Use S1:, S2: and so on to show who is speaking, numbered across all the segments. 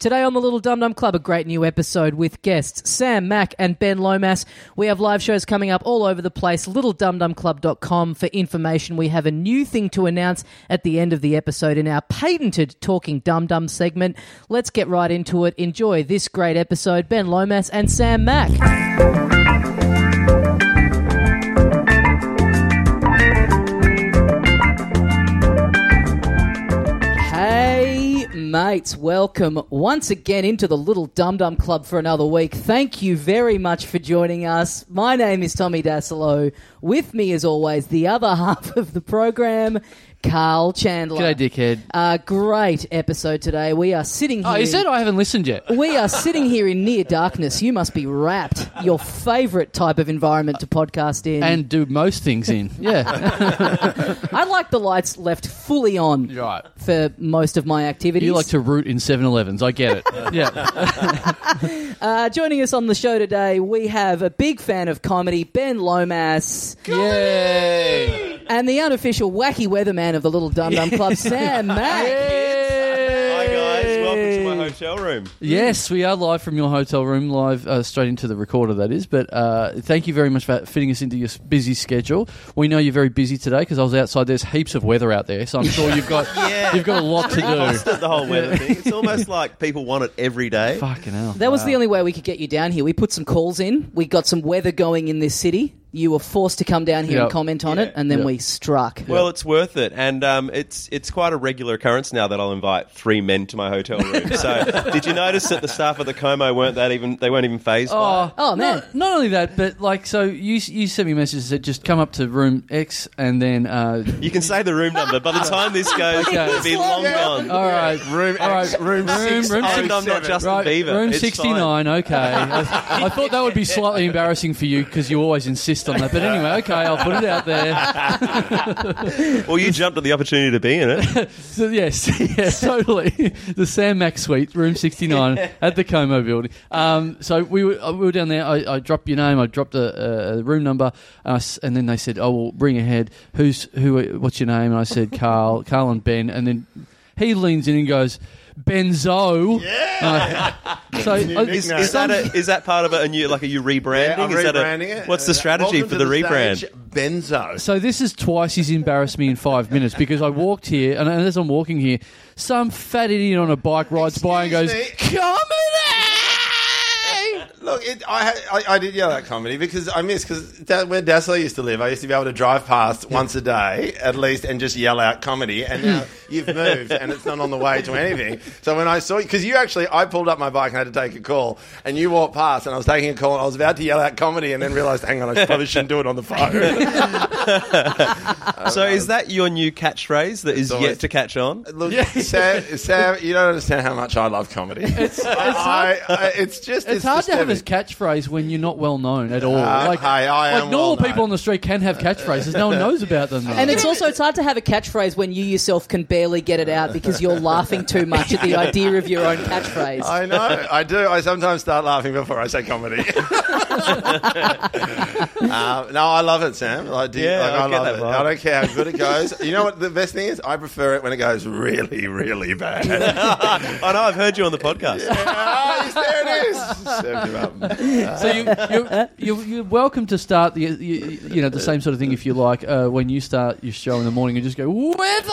S1: Today on the Little Dum Dum Club, a great new episode with guests Sam Mack and Ben Lomas. We have live shows coming up all over the place. LittleDumDumClub.com for information. We have a new thing to announce at the end of the episode in our patented Talking Dum Dum segment. Let's get right into it. Enjoy this great episode. Ben Lomas and Sam Mack. Hey, mates, welcome once again into the Little Dum Dum Club for another week. Thank you very much for joining us. My name is Tommy Dasilo. With me, as always, the other half of the program, Carl Chandler.
S2: G'day, dickhead.
S1: Uh, great episode today. We are sitting here.
S2: Oh, is it? I haven't listened yet.
S1: We are sitting here in near darkness. You must be wrapped. Your favourite type of environment to podcast in.
S2: And do most things in. Yeah.
S1: I like the lights left fully on
S2: right.
S1: for most of my activities.
S2: You like to root in 7 Elevens. I get it. Yeah.
S1: Uh, joining us on the show today, we have a big fan of comedy, Ben Lomas,
S2: Yay.
S1: and the unofficial wacky weatherman of the Little Dum Dum Club, Sam Mack.
S3: Hi guys, welcome to my hotel room.
S2: Yes, we are live from your hotel room, live uh, straight into the recorder, that is. But uh, thank you very much for fitting us into your s- busy schedule. We know you're very busy today because I was outside. There's heaps of weather out there, so I'm sure you've got
S3: Yeah.
S2: you've got a lot to do.
S3: The whole weather thing. It's almost like people want it every day.
S2: Fucking hell.
S1: That was the only way we could get you down here. We put some calls in. We got some weather going in this city. You were forced to come down here and
S2: Yep.
S1: comment on it,
S3: Yeah.
S1: and then
S2: Yep.
S1: we struck.
S3: Well, it's worth it, and um, it's it's quite a regular occurrence now that I'll invite three men to my hotel room. So, did you notice that the staff of the Como weren't that even? They weren't even phased. by it?
S1: Oh, man.
S2: Not, not only that, but like, so you you sent me messages that just come up to room X and then. Uh,
S3: you can say the room number. By the time this goes, it'll be long gone.
S2: all right, room All right, room
S3: Six-
S2: room
S3: and I'm not
S4: 67.
S3: Justin
S2: Right,
S3: Bieber.
S2: room
S3: It's fine.
S2: 69, okay. I, I thought that would be slightly embarrassing for you because you always insist on that. But anyway, okay, I'll put it out there.
S3: Well, you jumped at the opportunity to be in it.
S2: So, yes, yes, totally. The Sam Max Suite, room 69 at the Como building. Um, so we were, uh, we were down there. I, I dropped your name, I dropped a, a- a room number, and, I s and then they said, oh, well, bring ahead. Who's, who, uh, what's your name? And I said, Carl, Carl and Ben. And then he leans in and goes, Benzo. Yeah. so uh, I-
S3: Is, is that a, is that part of it? And you like are you rebranding?
S4: Yeah, I'm
S3: is that a-
S4: rebranding it.
S3: What's the
S4: Uh,
S3: strategy
S4: welcome
S3: for
S4: to
S3: the, rebrand?
S4: stage, Benzo.
S2: So this is twice he's embarrassed me in five minutes because I walked here, and as I'm walking here, some fat idiot on a bike rides by and goes,
S4: Excuse
S2: "Comedy!"
S4: Look, it, I, ha- I I did yell at comedy because I miss because da- where Dassler used to live, I used to be able to drive past once a day at least and just yell out comedy. And now you've moved and it's not on the way to anything. So when I saw you, because you actually, I pulled up my bike and had to take a call, and you walked past, and I was taking a call, and I was about to yell out comedy, and then realised, hang on, I probably shouldn't do it on the phone.
S3: So is that your new catchphrase that is
S4: always-
S3: yet to catch on?
S4: Look,
S2: Yeah.
S4: Sam, Sam, you don't understand how much I love comedy. It's, I, I, it's just
S2: It's, hard to have a
S4: disturbing.
S2: catchphrase when you're not well known at all.
S4: Uh,
S2: like,
S4: hey, I
S2: like
S4: am
S2: normal
S4: well known.
S2: people on the street can have catchphrases. No one knows about them. though.
S1: And it's also it's hard to have a catchphrase when you yourself can barely get it out because you're laughing too much at the idea of your own catchphrase.
S4: I know. I do. I sometimes start laughing before I say comedy. Uh, no, I love it, Sam. I do.
S3: Yeah,
S4: like,
S3: I
S4: I,
S3: get
S4: love
S3: that
S4: it.
S3: vibe.
S4: I don't care how good it goes. You know what? The best thing is, I prefer it when it goes really, really bad.
S3: I know I've heard you on the podcast.
S4: Ah, yes, there it is. Served him up.
S2: so you, you, you, you're welcome to start the you, you know the same sort of thing if you like uh, when you start your show in the morning and just go weather.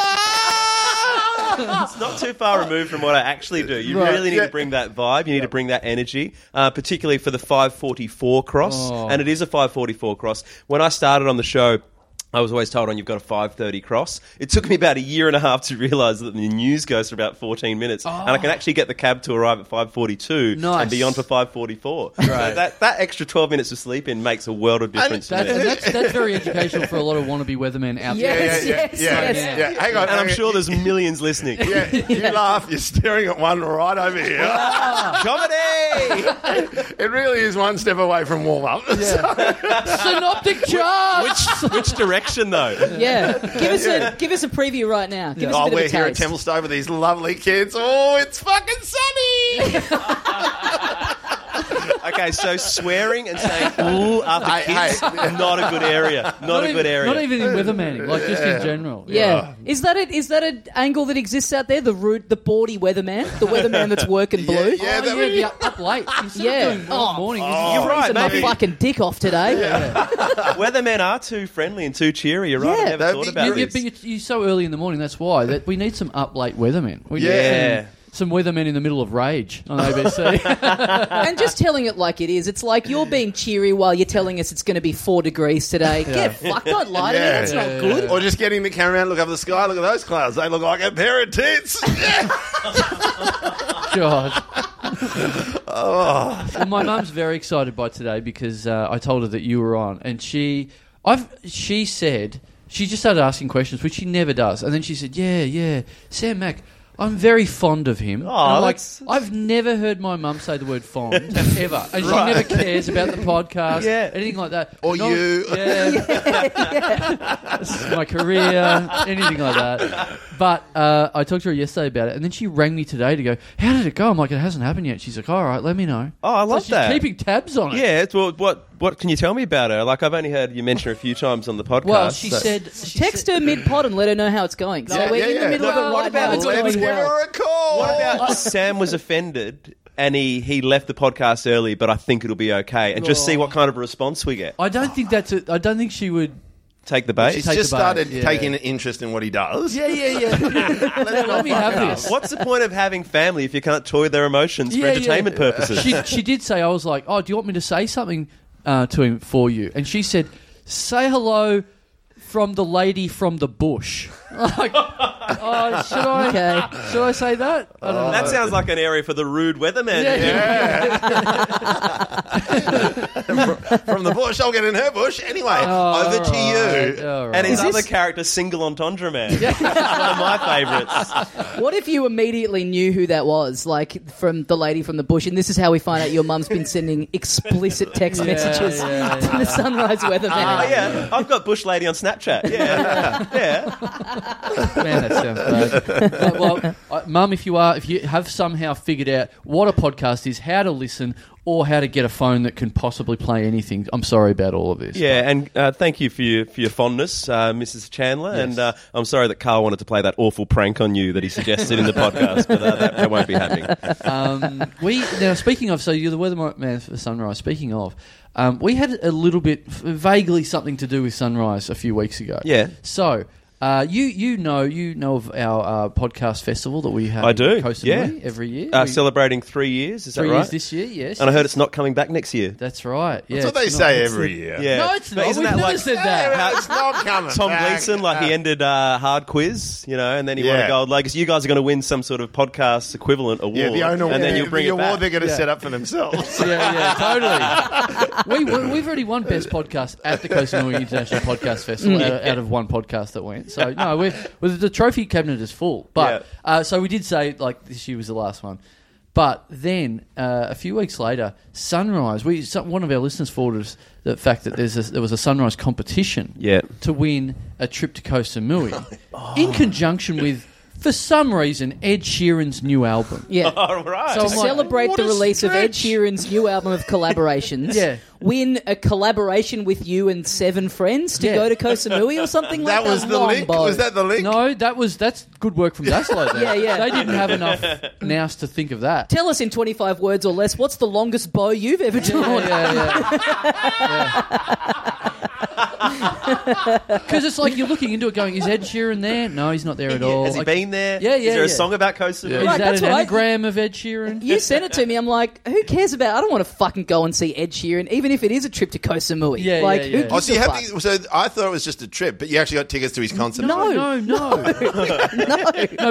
S3: It's not too far removed from what I actually do. You
S2: Right.
S3: really need
S4: Yeah.
S3: to bring that vibe. You need to bring that energy, uh, particularly for the 544 cross.
S2: Oh.
S3: And it is a 544 cross. When I started on the show, I was always told on you've got a 530 cross. It took me about a year and a half to realize that the news goes for about 14 minutes and I can actually get the cab to arrive at 542
S2: Oh. Nice.
S3: and beyond for 544. So that that extra 12 minutes of sleep in makes a world of difference. to
S2: That,
S3: me.
S2: and that's, that's very educational for a lot of wannabe weathermen out
S1: Yeah.
S2: there.
S4: Yeah, yeah,
S1: Yes,
S4: yeah,
S1: yes,
S4: yeah,
S1: yes.
S4: yeah. Hang on.
S3: and I'm
S4: hang on.
S3: sure there's millions listening.
S4: Yeah, you laugh. You're staring at one right over here.
S3: Comedy!
S4: It really is one step away from warm up.
S2: Synoptic charts.
S3: which, which direction though?
S1: yeah, give us a give us a preview right now. Give us
S4: Oh,
S1: a bit
S4: we're
S1: of a
S4: here at
S1: taste.
S4: Templestowe with these lovely kids. Oh, it's fucking sunny.
S3: Okay, Okay, so swearing and saying "ooh" after
S4: Hey, hey.
S3: kids, not a good area. Not, a good
S2: even,
S3: area.
S2: Not even in weathermanning, like just in general.
S1: Yeah. Is that it? Is that an angle that exists out there? The rude, the bawdy weatherman, the weatherman that's working blue.
S4: yeah,
S2: Oh,
S4: that
S2: you'd be up, up late. Instead
S1: Yeah.
S2: of doing one
S1: Oh.
S2: morning, this is-
S3: You're right,
S1: Freezing my
S3: maybe.
S1: fucking dick off today.
S3: Weathermen are too friendly and too cheery. You're right.
S1: Yeah,
S3: I never
S4: that'd
S3: thought
S4: be-
S3: about
S2: You- you-
S3: this.
S2: but you- you're so early in the morning. That's why that we need some up late weathermen. We need
S3: Yeah.
S2: some, some weathermen in the middle of rage on ABC.
S1: And just telling it like it is. It's like you're being cheery while you're telling us it's going to be four degrees today. Get fucked. Don't lie to me.
S4: Yeah.
S1: That's not
S2: Yeah.
S1: good.
S4: Or just getting the camera out, and look up at the sky, look at those clouds. They look like a pair of tits.
S2: God.
S3: Oh.
S2: Well, my mum's very excited by today because uh, I told her that you were on, and she, I've, she said she just started asking questions, which she never does, and then she said, "Yeah, yeah, Sam Mac." I'm very fond of him. And I'm like,
S3: that's-
S2: I've never heard my mum say the word fond ever, and she never cares about the podcast,
S3: Yeah.
S2: anything like that,
S4: Or you.
S2: yeah, This is my career, anything like that. But uh, I talked to her yesterday about it, and then she rang me today to go, "How did it go?" I'm like, "It hasn't happened yet." She's like, "All right, let me know."
S3: Oh, I love
S2: she's
S3: that.
S2: Keeping tabs on it.
S3: yeah, it's, well, what what can you tell me about her? Like I've only heard you mention her a few times on the podcast.
S2: Well, she
S3: so-
S2: said, she
S1: Text
S2: said-
S1: her mid pod and let her know how it's going. So
S4: Yeah,
S1: we're
S4: yeah,
S1: in the
S4: yeah.
S1: middle
S2: No,
S1: of it
S2: what
S1: right
S2: about
S1: now. It's
S2: it's
S1: going
S2: all-
S4: Let's
S2: Well.
S4: give her a call.
S3: What about Sam was offended and he he left the podcast early, but I think it'll be okay, and just
S2: Oh.
S3: see what kind of response we get.
S2: "I don't think that's a, I don't think she would."
S3: Take the bait.
S4: She's
S2: Take
S4: just
S2: the bait,
S4: started
S2: yeah.
S4: taking an interest in what he does.
S2: Yeah, yeah, yeah. let me have this.
S3: What's the point of having family if you can't toy their emotions for
S2: Yeah,
S3: entertainment
S2: yeah.
S3: purposes?
S2: She she did say I was like, "Oh, do you want me to say something uh, to him for you?" And she said, "Say hello." From the lady from the bush, like, oh, should I?
S1: Okay.
S2: Should I say that? I don't know.
S3: that sounds like an area for the rude weatherman.
S2: Yeah,
S4: From the bush, I'll get in her bush. Anyway, over to
S2: Alright,
S4: you.
S2: alright.
S3: And his
S1: Is this-
S3: other character, single entendre man. It's one of my favourites.
S1: What if you immediately knew who that was, like from the lady from the bush? And this is how we find out your mum's been sending explicit text
S2: Yeah,
S1: messages
S2: yeah,
S1: to the Sunrise Weatherman.
S3: Oh yeah, I've got Bush Lady on Snapchat. Yeah, yeah.
S2: Man, that sounds bad. Uh, well, I- Mum, if you are, if you have somehow figured out what a podcast is, how to listen, or how to get a phone that can possibly play anything, I'm sorry about all of this.
S3: Yeah, and uh, thank you for your for your fondness, uh, Mrs. Chandler. And uh, I'm sorry that Carl wanted to play that awful prank on you that he suggested in the podcast, but uh, that, that won't be happening.
S2: Um, we now speaking of, so you're the weatherman for Sunrise. Speaking of, um, we had a little bit vaguely something to do with Sunrise a few weeks ago.
S3: Yeah.
S2: So. Uh, you you know you know of our uh, podcast festival that we have
S3: I do,
S2: in Costa
S3: yeah.
S2: Mui every year
S3: Uh,
S2: We-
S3: celebrating three years, is
S2: three
S3: that right?
S2: years this year yes
S3: and I heard it's not coming back next year.
S2: that's right yeah,
S4: That's what they
S2: it's not-
S4: say
S2: it's
S4: every
S2: the-
S4: year.
S3: Yeah,
S2: no it's
S3: But
S2: not
S3: isn't
S2: we've
S3: that
S2: never
S3: like-
S2: said that
S4: Yeah, it's not coming.
S3: Tom
S4: back.
S3: Gleason, like he
S4: Uh,
S3: ended uh, Hard Quiz, you know, and then he won a
S4: Yeah.
S3: gold legacy. You guys are going to win some sort of podcast equivalent award,
S4: Yeah, the owner.
S3: and then
S4: the,
S3: you bring it
S4: the award
S3: back.
S4: they're going to
S2: Yeah.
S4: set up for themselves.
S2: yeah, yeah, totally. we, we, we've already won Best Podcast at the Coast Norway International Podcast Festival out, out of one podcast that went. So, no, we're, well, the trophy cabinet is full. But uh, so we did say, like, this year was the last one. But then uh, a few weeks later, Sunrise, we, some, one of our listeners forwarded us the fact that there's a, there was a Sunrise competition
S3: Yeah.
S2: to win a trip to Koh Samui in conjunction with, for some reason, Ed Sheeran's new album.
S1: Yeah.
S3: All right.
S2: So-
S1: To
S2: I'm like,
S1: celebrate
S2: Oh, what
S1: the
S2: a
S1: release of Ed
S2: stretch.
S1: Sheeran's new album of collaborations,
S2: Yeah.
S1: win a collaboration with you and seven friends to
S2: Yeah.
S1: go to Koh Samui or something like
S4: that
S1: that.
S4: was the link.
S1: Wombo.
S4: Was that the link?
S2: No, that was that's good work from Daslo. There.
S1: Yeah, yeah.
S2: They didn't have enough nouse to think of that.
S1: Tell us in 25 words or less what's the longest bow you've ever
S2: Yeah,
S1: drawn?
S2: yeah, yeah. Because it's like you're looking into it, going, "Is Ed Sheeran there? No, he's not there at all."
S3: Has he
S2: Like,
S3: been there?
S2: Yeah, yeah,
S3: Is there a
S2: yeah.
S3: song about Koh Samui?
S2: Is
S1: Right,
S2: that
S1: that's
S2: an
S1: what I-
S2: anagram of Ed Sheeran?
S1: You sent it to me. I'm like, who cares about? I don't want to fucking go and see Ed Sheeran, even if it is a trip to Koh Samui.
S2: Yeah,
S1: like,
S2: yeah,
S1: who
S2: yeah.
S1: gives
S4: Oh, so you
S1: a
S4: have
S1: fuck?
S4: to, so I thought it was just a trip, but you actually got tickets to his concert.
S1: No.
S2: no, no, no, no.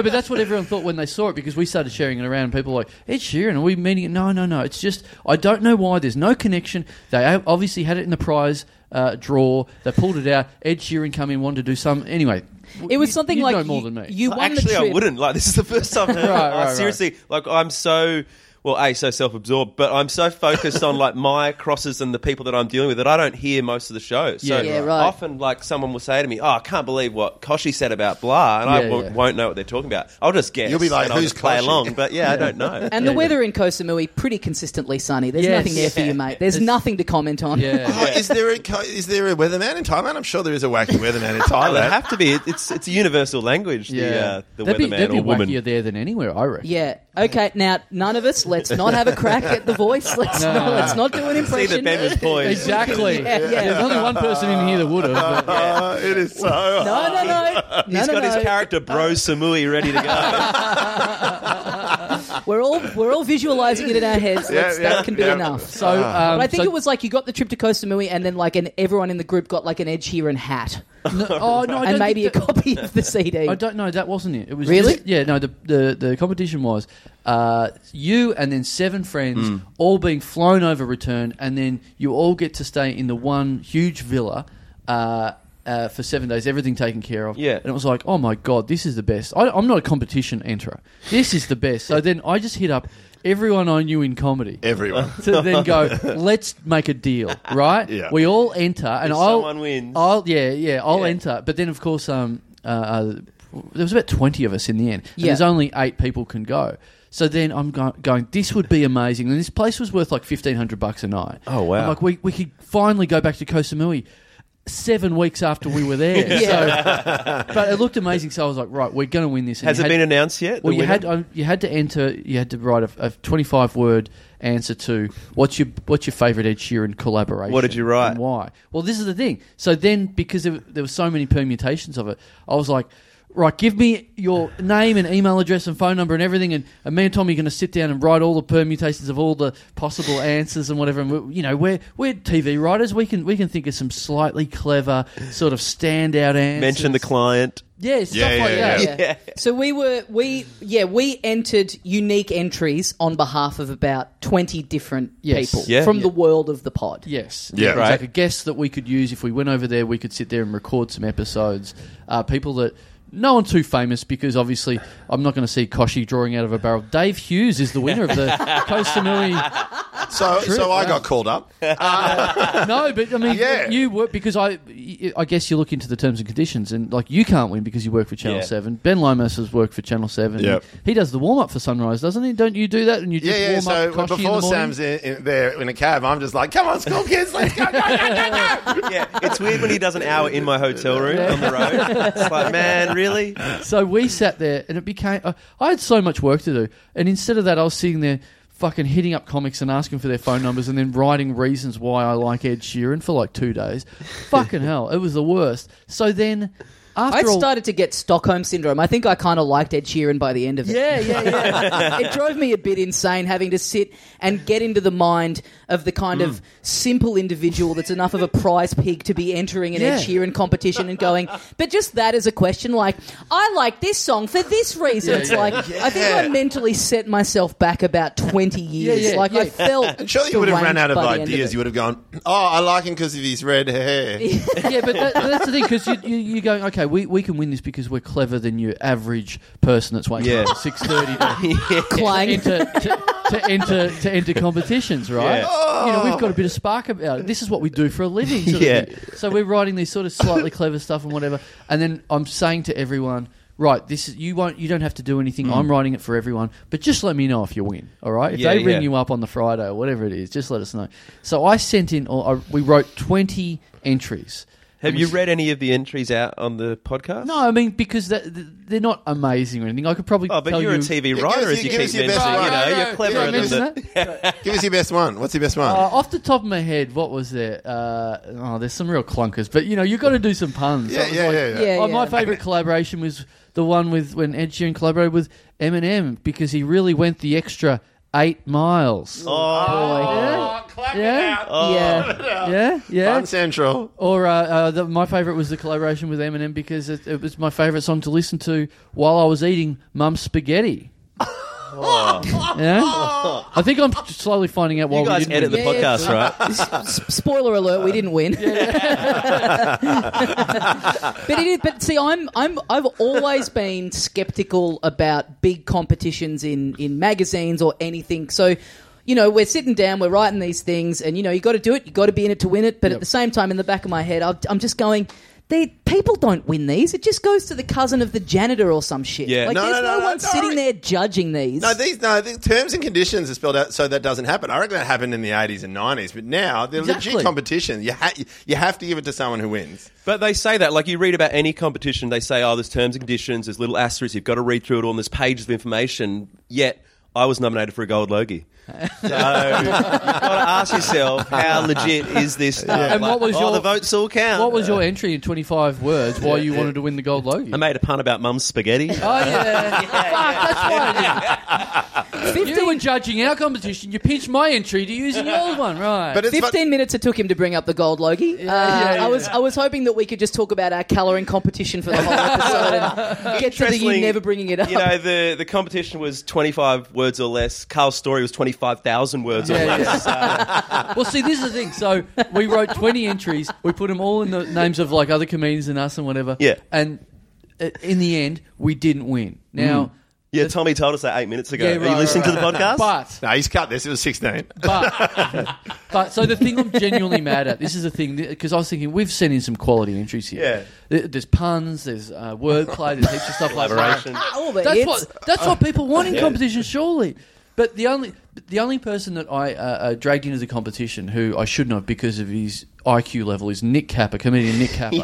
S2: But that's what everyone thought when they saw it because we started sharing it around. And people were like Ed Sheeran. Are we meaning it? No, no, no. It's just I don't know why. There's no connection. They o- obviously had it in the prize uh, draw. They pulled it out. Ed Sheeran come in, wanted to do some. Anyway, w-
S1: It was
S2: you-
S1: something
S2: you
S1: like
S2: know more
S1: you,
S2: than me.
S1: you won
S3: Actually,
S1: the trip.
S3: I wouldn't. Like, this is the first time.
S2: Right, right,
S3: Seriously, like, I'm so well, a so self-absorbed, but I'm so focused on like my crosses and the people that I'm dealing with that I don't hear most of the shows. So
S2: Yeah, Yeah,
S1: right.
S3: often, like someone will say to me, "Oh, I can't believe what Koshi said about blah," and I
S2: Yeah,
S3: w-
S2: yeah.
S3: won't know what they're talking about. I'll just guess.
S4: You'll be like,
S3: and I'll
S4: "Who's
S3: just play
S4: Koshy?"
S3: along, but yeah, I don't know.
S1: And the weather in Koh Samui pretty consistently sunny. There's
S2: Yes.
S1: nothing there for you, mate. There's
S2: It's-
S1: nothing to comment on.
S2: Yeah.
S4: Oh, is there a co- is there a weatherman in Thailand? I'm sure there is a wacky weatherman in
S3: Oh, they
S4: Thailand.
S3: have to be. It- It's it's a universal language.
S2: Yeah.
S3: The, uh, the
S2: they'd be,
S3: weatherman
S2: they'd be
S3: or woman.
S2: wackier there than anywhere, I reckon.
S1: Yeah. Okay. Now, none of us. Let's not have a crack at the voice. Let's
S2: No.
S1: not. Let's not do an
S3: See
S1: impression.
S3: that Ben was poised.
S2: Exactly.
S1: Yeah, yeah.
S2: There's only one person in here that would have. but-
S4: Uh, it is so. hard.
S1: No, no, no. No,
S3: He's
S1: no,
S3: got
S1: no.
S3: his character
S2: Uh,
S3: Bro Samui ready to go.
S1: We're all we're all visualizing it in our heads.
S4: Yeah,
S1: Let's-
S4: yeah,
S1: that can be
S4: yeah.
S1: enough.
S2: So, um,
S1: But I think
S2: so-
S1: it was like you got the trip to Koh Samui, and then like an everyone in the group got like an Edge Sheeran hat,
S2: No, oh no, I
S1: and
S2: don't
S1: maybe
S2: think
S1: a
S2: that-
S1: copy of the CD.
S2: I don't know. That wasn't it. It was
S1: Really?
S2: just- yeah. No. The, the the competition was uh, you and then seven friends all being flown over return, and then you all get to stay in the one huge villa. Uh, uh, for seven days, everything taken care of.
S3: Yeah.
S2: and it was like, oh my god, this is the best. I, I'm not a competition enterer. This is the best. So then I just hit up everyone I knew in comedy
S4: Everyone.
S2: to then go, let's make a deal, right?
S4: Yeah.
S2: We all enter, and
S3: If
S2: I'll
S3: someone wins.
S2: I'll yeah yeah I'll
S3: Yeah.
S2: enter, but then of course um uh, uh there was about twenty of us in the end, and
S1: Yeah.
S2: there's only eight people can go. So then I'm go- going. This would be amazing, and this place was worth like fifteen hundred bucks a night.
S3: Oh, wow.
S2: I'm like we we could finally go back to Koh Samui. Seven weeks after we were there, so, but it looked amazing. So I was like, "Right, we're going to win this." And
S3: Has
S2: you
S3: it
S2: had-
S3: been announced yet?
S2: well,
S3: the
S2: you
S3: winner?
S2: had um, you had to enter. You had to write a, a twenty-five word answer to what's your what's your favorite Ed Sheeran collaboration.
S3: What did you write?
S2: And why? Well, this is the thing. So then, because there, there were so many permutations of it, I was like, right, give me your name and email address and phone number and everything, and, and me and Tommy are going to sit down and write all the permutations of all the possible answers and whatever. And we, you know, we're we're TV writers. We can we can think of some slightly clever sort of standout answers.
S3: mentioned the client.
S2: Yeah, stuff
S4: Yeah,
S2: like
S4: yeah,
S2: that.
S1: Yeah. So we were we yeah we entered unique entries on behalf of about twenty different
S2: Yes.
S1: people
S3: Yeah.
S1: from
S2: Yeah.
S1: the world of the pod.
S2: Yes. It
S4: Yeah.
S2: was
S3: Right.
S2: like a guest that we could use if we went over there. We could sit there and record some episodes. Uh, people that no one too famous because obviously I'm not going to see Koshi drawing out of a barrel. Dave Hughes is the winner of the Coast Samui.
S4: So,
S2: True,
S4: so I
S2: wow.
S4: got called up.
S2: No, but I mean,
S4: Yeah.
S2: you work because I. I guess you look into the terms and conditions, and like you can't win because you work for Channel
S3: Yeah.
S2: Seven. Ben Lomas has worked for Channel Seven.
S4: Yep.
S2: He does the warm up for Sunrise, doesn't he? Don't you do that? And you
S4: Yeah,
S2: just
S4: yeah.
S2: warm
S4: So
S2: up Koshi in the
S4: before
S2: morning?
S4: Sam's in, in there in a cab, I'm just like, "Come on, school kids, let's go!" go, go, go, go."
S3: yeah, it's weird when he does an hour in my hotel room on the road. It's like, man, really?
S2: So we sat there, and it became. Uh, I had so much work to do, and instead of that, I was sitting there fucking hitting up comics and asking for their phone numbers, and then writing reasons why I like Ed Sheeran for like two days. Fucking hell, it was the worst. So then, after
S1: I
S2: all,
S1: started to get Stockholm syndrome. I think I kind of liked Ed Sheeran by the end of it.
S2: yeah, yeah, yeah.
S1: it drove me a bit insane having to sit and get into the mind of the kind
S2: Mm.
S1: of simple individual that's enough of a prize pig to be entering an Ed
S2: Yeah.
S1: Sheeran competition and going, but just that as a question, like, I like this song for this reason.
S2: Yeah,
S1: it's
S2: yeah.
S1: like, I think I mentally set myself back about 20 years.
S2: Yeah, yeah,
S1: like, I
S2: yeah.
S1: felt.
S4: And surely you would have ran
S1: deranged
S4: out of
S1: by the end
S4: ideas.
S1: it.
S4: you would have gone, "Oh, I like him because of his red hair."
S2: yeah, but that, that's the thing because you, you, you're going, okay, we, we can win this because we're clever than your average person that's waking
S3: Yeah.
S2: up at six thirty to,
S1: Clang.
S2: enter to, to enter to enter competitions, right?
S3: Yeah.
S2: You know, we've got a bit of spark about it. This is what we do for a living. Sort
S3: Yeah.
S2: of thing. So we're writing these sort of slightly clever stuff and whatever, and then I'm saying to everyone. Right, this is you won't you don't have to do anything. I'm writing it for everyone, but just let me know if you win. All right, if
S3: Mm. Yeah,
S2: they ring
S3: yeah.
S2: you up on the Friday or whatever it is, just let us know. So I sent in, or I, we wrote twenty entries.
S3: Have
S2: And
S3: you
S2: we-
S3: read any of the entries out on the podcast?
S2: no, I mean because that, th- they're not amazing or anything. I could probably
S3: Oh, but
S2: tell
S3: you're
S2: you
S3: a TV
S4: Yeah,
S3: writer,
S4: give us-
S3: as you
S4: give
S3: keep
S4: us your
S3: mentioning. You
S4: best one.
S3: know,
S4: No, no,
S3: you're cleverer
S4: yeah,
S3: than
S4: give us-
S3: the.
S4: Give us your best one. What's your best one?
S2: Uh, off the top of my head, what was there? Uh, oh, there's some real clunkers, but you know you've got to do some puns. So
S4: yeah,
S2: it was
S4: yeah,
S2: like-
S4: yeah, yeah,
S1: Yeah.
S2: Oh, my favorite collaboration was the one with when Ed Sheeran collaborated with Eminem because he really went the extra eight miles.
S4: Oh, clap
S2: Yeah.
S4: it out.
S1: Yeah.
S2: yeah, yeah.
S4: Fun Central.
S2: Or uh, uh, the, my favourite was the collaboration with Eminem because it, it was my favourite song to listen to while I was eating mum's spaghetti.
S4: Oh.
S2: Yeah? I think I'm slowly finding out why
S3: You
S2: we
S3: guys
S2: didn't
S3: edit the
S2: win.
S1: Yeah, yeah.
S3: podcast, right?
S1: S- s- Spoiler alert: We didn't win. but it is. But see, I'm I'm I've always been skeptical about big competitions in in magazines or anything. So. You know, we're sitting down, we're writing these things, and you know, you got to do it. You got to be in it to win it. But at the same time, in the back of my head, I'll- I'm just going, "The people don't win these. It just goes to the cousin of the janitor or some shit.
S3: Yeah.
S1: like
S4: No,
S1: there's
S4: no,
S1: no,
S4: no, no,
S1: one
S4: no,
S1: sitting
S4: I-
S1: there judging these.
S4: No, these no the terms and conditions are spelled out so that doesn't happen. I reckon that happened in the eighties and nineties, but now they're
S2: Exactly.
S4: legit competition. You ha- you have to give it to someone who wins.
S3: But they say that, like you read about any competition, they say, oh, there's terms and conditions, there's little asterisks, you've got to read through it all, and there's pages of information. Yet, I was nominated for a gold Logie. So you've got to ask yourself, how legit is this? Stuff?
S2: And what was
S3: oh,
S2: your-
S3: the votes all count?
S2: What was your entry in 25 words why you wanted to win the gold logie?
S3: I made a pun about mum's spaghetti.
S2: Oh yeah, fuck! That's why I did. You were judging our competition. You pinched my entry to use in your one, right?
S4: But it's fun-
S1: Fifteen minutes it took him to bring up the gold Logie. uh,
S2: yeah,
S1: I was I was hoping that we could just talk about our colouring competition for the whole episode and get to the you
S3: Wrestling,
S1: never bringing it up.
S3: You know, the, the competition was 25 words or less. Carl's story was 25,000 words or
S2: Yeah,
S3: less.
S2: yeah. well, see, this is the thing. So we wrote 20 entries. We put them all in the names of like other comedians and us and whatever.
S3: Yeah.
S2: And uh, in the end, we didn't win. Now,
S3: Yeah, Tommy told us that eight minutes ago.
S2: Yeah,
S3: Are
S2: right,
S3: you listening
S2: right,
S3: to the podcast?
S2: but
S4: No, he's cut this. It was sixteen.
S2: but but so the thing I'm genuinely mad at. This is the thing because I was thinking we've sent in some quality entries here. Yeah. There's puns. There's uh, wordplay. There's heaps of stuff like that.
S3: Collaboration.
S1: Ah, all the
S2: That's
S1: hits.
S2: what that's what people want in competition, surely. But the only the only person that I uh, uh, dragged into the competition who I shouldn't have because of his IQ level is Nick Capper, comedian Nick Capper,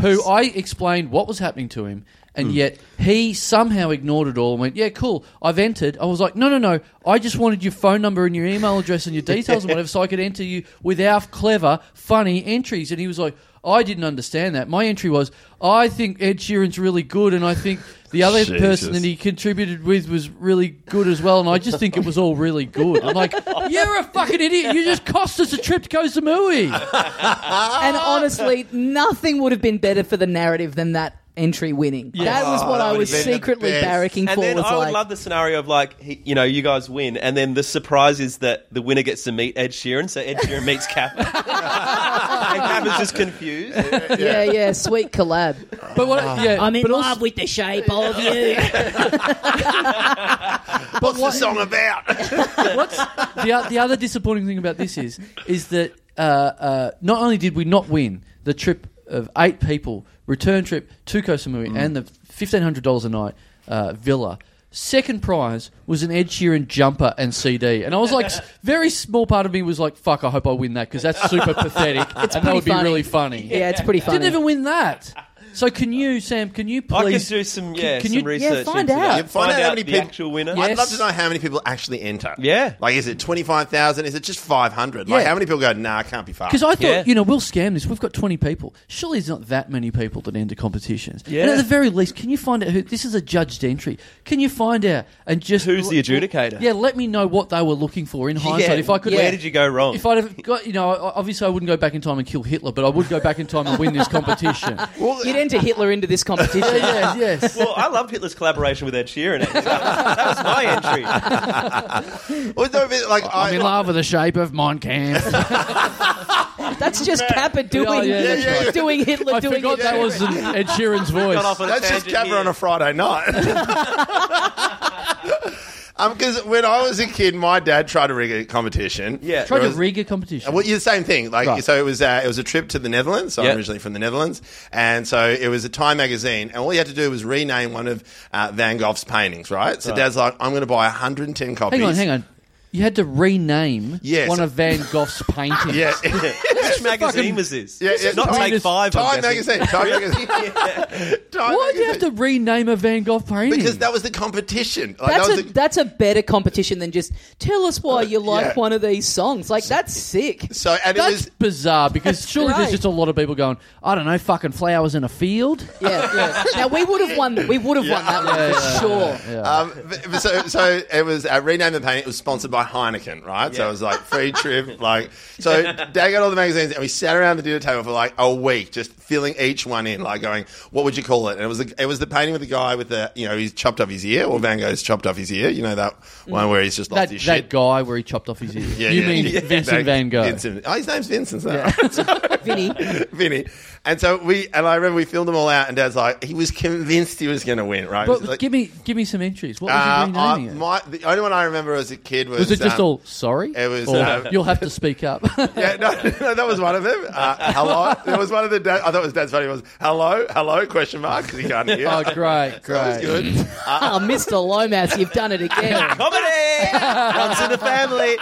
S2: who I explained what was happening to him, and yet he somehow ignored it all and went, "Yeah, cool, I've entered." I was like, "No, no, no, I just wanted your phone number and your email address and your details and whatever, so I could enter you with our clever, funny entries." And he was like. I didn't understand that. My entry was, I think Ed Sheeran's really good, and I think the other person
S4: Jesus.
S2: that he contributed with was really good as well, and I just think it was all really good. I'm like, you're a fucking idiot. You just cost us a trip to Kosamui.
S1: And honestly, nothing would have been better for the narrative than that entry winning. That was
S4: Oh,
S1: what
S4: that
S1: I
S4: would
S1: was
S4: have been the
S1: secretly
S4: best.
S1: barracking
S3: And
S1: for.
S3: then
S1: was
S3: I would
S1: like,
S3: love the scenario of like, he, you know, you guys win, and then the surprise is that the winner gets to meet Ed Sheeran, so Ed Sheeran meets Cap. and Kappa's just confused.
S1: yeah, yeah, sweet collab.
S2: But what? Yeah, but also-
S1: with the shape of you.
S4: What's the song about?
S2: What's the, o- the other disappointing thing about this is is that uh, uh, not only did we not win the trip of eight people return trip to Koh Samui and the fifteen hundred dollars a night uh, villa. Second prize was an Ed Sheeran jumper and CD, and I was like, s- very small part of me was like, "Fuck, I hope I win that because that's super pathetic, and that
S1: pretty
S2: would be
S1: funny.
S2: really funny."
S1: Yeah, it's pretty funny.
S2: didn't even win that. So can you, Sam? Can you
S3: I could
S2: please
S3: do some, yeah,
S2: can- can
S3: some
S2: you-
S3: research.
S1: Yeah, find
S3: into that.
S1: out.
S4: Yeah, find out how many
S3: the
S4: people-
S3: actual winner.
S2: Yeah.
S4: I'd love to know how many people actually enter.
S3: Yeah.
S4: Like, is it 25,000? Is it just 500? Like,
S2: Yeah.
S4: how many people go, nah, I can't be fast?
S2: Because I thought,
S3: Yeah.
S2: you know, we'll scam this. We've got 20 people. Surely there's not that many people that enter competitions. And
S3: Yeah.
S2: at the very least, can you find out who... This is a judged entry. Can you find out and just...
S3: Who's the adjudicator?
S2: Yeah, let me know what they were looking for in hindsight. if I could...
S3: where did you go wrong?
S2: If I'd have got... You know, I- obviously I wouldn't go back in time and kill Hitler, but I would go back in time and win this competition.
S4: Well,
S1: You'd enter Hitler into this competition.
S2: yeah, yes.
S3: well, I loved Hitler's collaboration with Ed Sheeran. actually. That was, that was my entry.
S4: well, no, but, like, I,
S2: I'm in love with the shape of Mein Kampf.
S1: That's just Kappa doing,
S2: Yeah, yeah, that's
S4: right.
S1: doing Hitler
S2: I
S1: doing
S2: forgot
S1: it.
S2: that was an Ed Sheeran's voice.
S3: Got off on a
S4: That's just
S3: tangent
S4: cover
S3: here.
S4: on a Friday night. um, because when I was a kid, my dad tried to rig a competition.
S3: Yeah.
S2: Tried to
S4: Whereas-
S2: rig a competition.
S4: Well, yeah, the same thing. Like,
S2: Right.
S4: so it was uh, it was a trip to the Netherlands. So
S3: Yeah.
S4: I'm originally from the Netherlands, and so it was a Time magazine, and all you had to do was rename one of uh, Van Gogh's paintings, right? So Dad's like, I'm going to buy 110 copies.
S2: hang on, hang on. You had to rename
S4: Yes.
S2: one of Van Gogh's paintings.
S4: Yeah,
S3: Which magazine was this?
S4: yeah, yeah.
S3: Not
S4: Time
S3: Take
S2: is-
S3: Five. I'm
S4: Time
S3: guessing.
S4: magazine. Time magazine. Time
S2: Why do you have
S4: magazine.
S2: to rename a Van Gogh painting?
S4: Because that was the competition. Like,
S1: That's
S4: that
S1: a
S4: was the-
S1: that's a better competition than just tell us why you like
S4: yeah.
S1: one of these songs. Like that's sick.
S4: so, and it
S2: That's
S4: was
S2: bizarre because
S1: That's
S2: surely
S1: great.
S2: there's just a lot of people going, I don't know, fucking flowers in a field.
S1: Yeah, yeah. now we would have won. We would have won that one for sure.
S4: Um, but- but so, so it was uh, rename the painting. It was sponsored by by Heineken, right? So it was like free trip, like so. Dad got all the magazines, and we sat around the dinner table for like a week, just filling each one in, like going, "What would you call it?" And it was the, it was the painting with the guy with the you know he's chopped off his ear, or Van Gogh's chopped off his ear. You know that one where he's just lost
S2: Mm. That,
S4: his
S2: that
S4: shit.
S2: guy where he chopped off his ear.
S4: Yeah,
S2: you
S4: yeah.
S2: mean
S4: Yeah.
S2: Vincent
S4: That-
S2: Van Gogh?
S4: Vincent. Oh, his name's Vincent's now.
S1: Vinny.
S4: Vinny. And so we, and I remember we filmed them all out, and Dad's like, he was convinced he was going to win, right?
S2: But
S4: He's like,
S2: give me give me some entries. What was
S4: uh,
S2: he
S4: I,
S2: renaming it?
S4: my, the only one I remember as a kid was.
S2: was it just
S4: um,
S2: all sorry?
S4: it was,
S2: Or,
S4: um,
S2: you'll have to speak up.
S4: Yeah, no, no, that was one of them. Uh, hello. That was one of the. Dad, I thought it was Dad's funny. Was hello, hello? Question mark because he can't hear.
S2: oh, great,
S4: So that was
S2: great.
S4: good. Uh,
S1: Ah, Mr. Lomas, you've done it again.
S3: Comedy! Once in the family.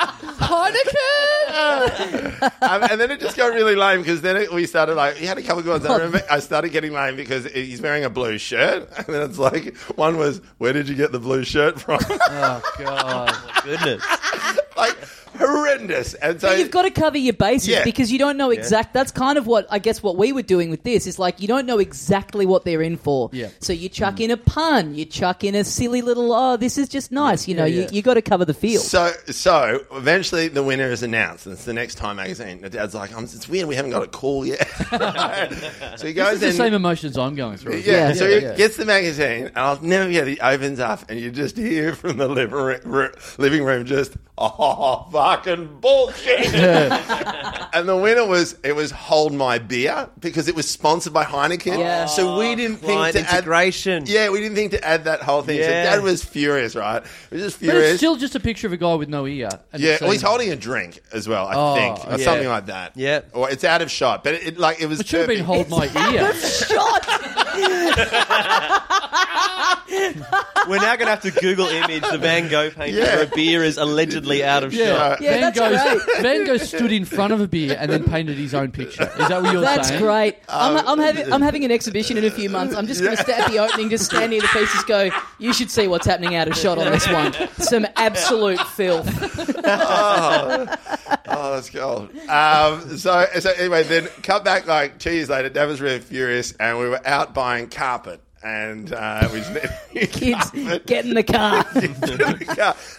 S1: Heineken!
S4: um, and then it just got really lame because then it, we started like he had a couple of good
S2: Oh.
S4: ones. I remember I started getting lame because he's wearing a blue shirt, and then it's like one was where did you get the blue shirt from?
S2: Oh, God.
S3: Goodness.
S4: like horrendous. And so
S1: But you've got to cover your bases
S4: Yeah.
S1: because you don't know exact. That's kind of what I guess what we were doing with this is like you don't know exactly what they're in for.
S2: Yeah.
S1: So you chuck in a pun, you chuck in a silly little oh this is just nice. You know
S2: Yeah, yeah.
S1: you you got to cover the field.
S4: So, so eventually the winner is announced, and it's the next Time magazine. The dad's like, um "It's weird, we haven't got a call yet." so he goes
S2: It's the
S4: in.
S2: same emotions I'm going through.
S4: Yeah,
S1: Yeah.
S4: so
S2: Yeah,
S4: he
S2: yeah.
S4: gets the magazine, and I'll never forget. He opens up, and you just hear from the living room, ro- living room just oh fucking bullshit. and the winner was it was Hold My Beer because it was sponsored by Heineken.
S1: Yeah.
S4: So
S2: Oh,
S4: we didn't think
S3: Client
S4: to add.
S3: integration.
S4: Yeah, we didn't think to add that whole thing. So
S3: Yeah.
S4: Dad was furious, right? He was just
S2: But
S4: furious.
S2: it's still just a picture of a guy with no ear. and
S4: Yeah,
S2: it's
S4: well, he's
S2: saying-
S4: holding a drink as well, I
S2: Oh,
S4: think, or
S2: yeah.
S4: something like that.
S3: Yeah.
S4: or it's out of shot, but it, it like it was.
S2: It should have been
S4: perfect.
S2: hold my ear.
S1: Shot.
S3: We're now going to have to Google image the Van Gogh painting
S4: Yeah.
S3: where a beer is allegedly out of shot.
S2: Yeah,
S4: Yeah.
S1: Yeah,
S2: Van,
S1: that's
S2: Gogh, Van Gogh stood in front of a beer and then painted his own picture. Is that what you're
S1: That's
S2: saying?
S1: great. I'm, I'm having I'm having an exhibition in a few months. I'm just going to stay at the opening, just stand near the pieces. Go. You should see what's happening out of shot on this one. Some absolute filth.
S4: Oh, that's cool. Um, so, so anyway, then cut back like two years later. Dad was really furious, and we were out buying carpet, and uh, we just
S1: Kids, get in the car.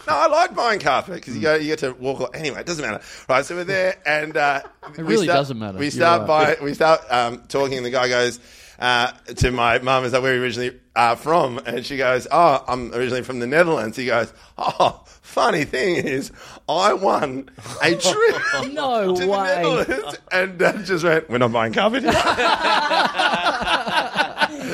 S4: no, I like buying carpet because you go, you get to walk. all- Anyway, it doesn't matter, right? So we're there, and uh, it
S2: really doesn't matter.
S4: We
S2: You're
S4: start
S2: right.
S4: by we start um, talking, and the guy goes uh, to my mum, "Is that where you originally are from?" And she goes, "Oh, I'm originally from the Netherlands." He goes, "Oh, funny thing is, I won a trip."
S1: No
S4: To the
S1: way.
S4: Netherlands, and Dad just went. We're not buying carpet. so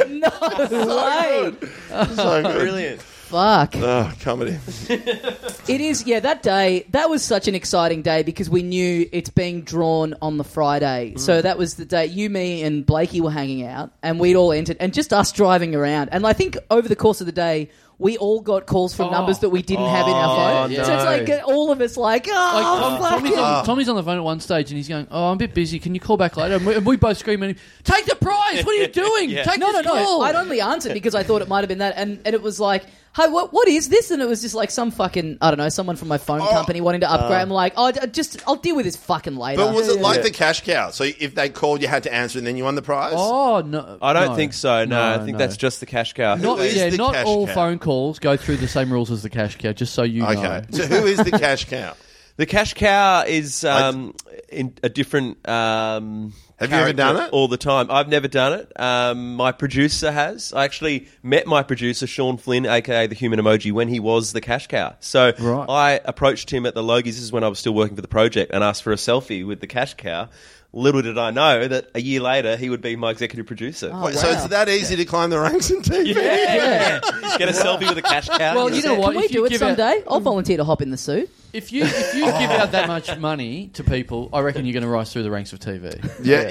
S1: No way.
S4: good.
S3: Brilliant.
S1: Fuck.
S4: Oh, comedy.
S1: It is, yeah. That day, that was such an exciting day because we knew it's being drawn on the Friday. So that was the day you, me, and Blakey were hanging out, and we'd all entered, and just us driving around. And I think over the course of the day, we all got calls from
S2: Oh.
S1: numbers that we didn't have in our phone.
S2: yeah.
S1: So it's
S2: no.
S1: like uh, all of us, like,
S2: Like,
S1: oh,
S2: Tom-
S1: fuck
S2: Tommy's,
S1: it."
S3: Ah.
S2: on, Tommy's on the phone at one stage and he's going, "Oh, I'm a bit busy. Can you call back later?" And we, and we both scream at him, "Take the prize! What are you doing? Take
S1: no, no,
S2: this
S1: no.
S2: call!"
S1: I'd only answered because I thought it might have been that, and, and it was like, "Hey, what what is this?" And it was just like some fucking I don't know, someone from my phone
S2: Oh.
S1: company wanting to upgrade.
S2: Uh.
S1: I'm like, "Oh, d- just I'll deal with this fucking later."
S4: But was it like
S3: Yeah.
S4: the cash cow? So if they called, you had to answer, and then you won the prize.
S2: Oh no,
S3: I don't
S2: no.
S3: think so. No, I think
S2: no.
S3: that's just the cash cow.
S2: Not,
S4: Who is
S2: yeah,
S4: the
S2: not
S4: cash
S2: all
S4: cow?
S2: phone calls go through the same rules as the cash cow. Just so you know.
S4: Okay. So who is the cash cow?
S3: The cash cow is um, in a different. Um,
S4: Have you ever
S3: character
S4: done it?
S3: All the time. I've never done it. Um, my producer has. I actually met my producer Sean Flynn, aka the Human Emoji, when he was the cash cow. So
S2: Right.
S3: I approached him at the Logies. This is when I was still working for the project, and asked for a selfie with the cash cow. Little did I know that a year later he would be my executive producer.
S1: Oh,
S4: So
S1: wow.
S4: it's that easy to climb the ranks in TV.
S3: Yeah. Get a selfie with a cash cow.
S2: Well, you know what?
S1: Can we
S2: If you
S1: do it
S2: give Mm. out-
S1: someday? I'll volunteer to hop in the suit.
S2: If you if you give out that much money to people, I reckon you're going to rise through the ranks of TV.
S4: Yeah.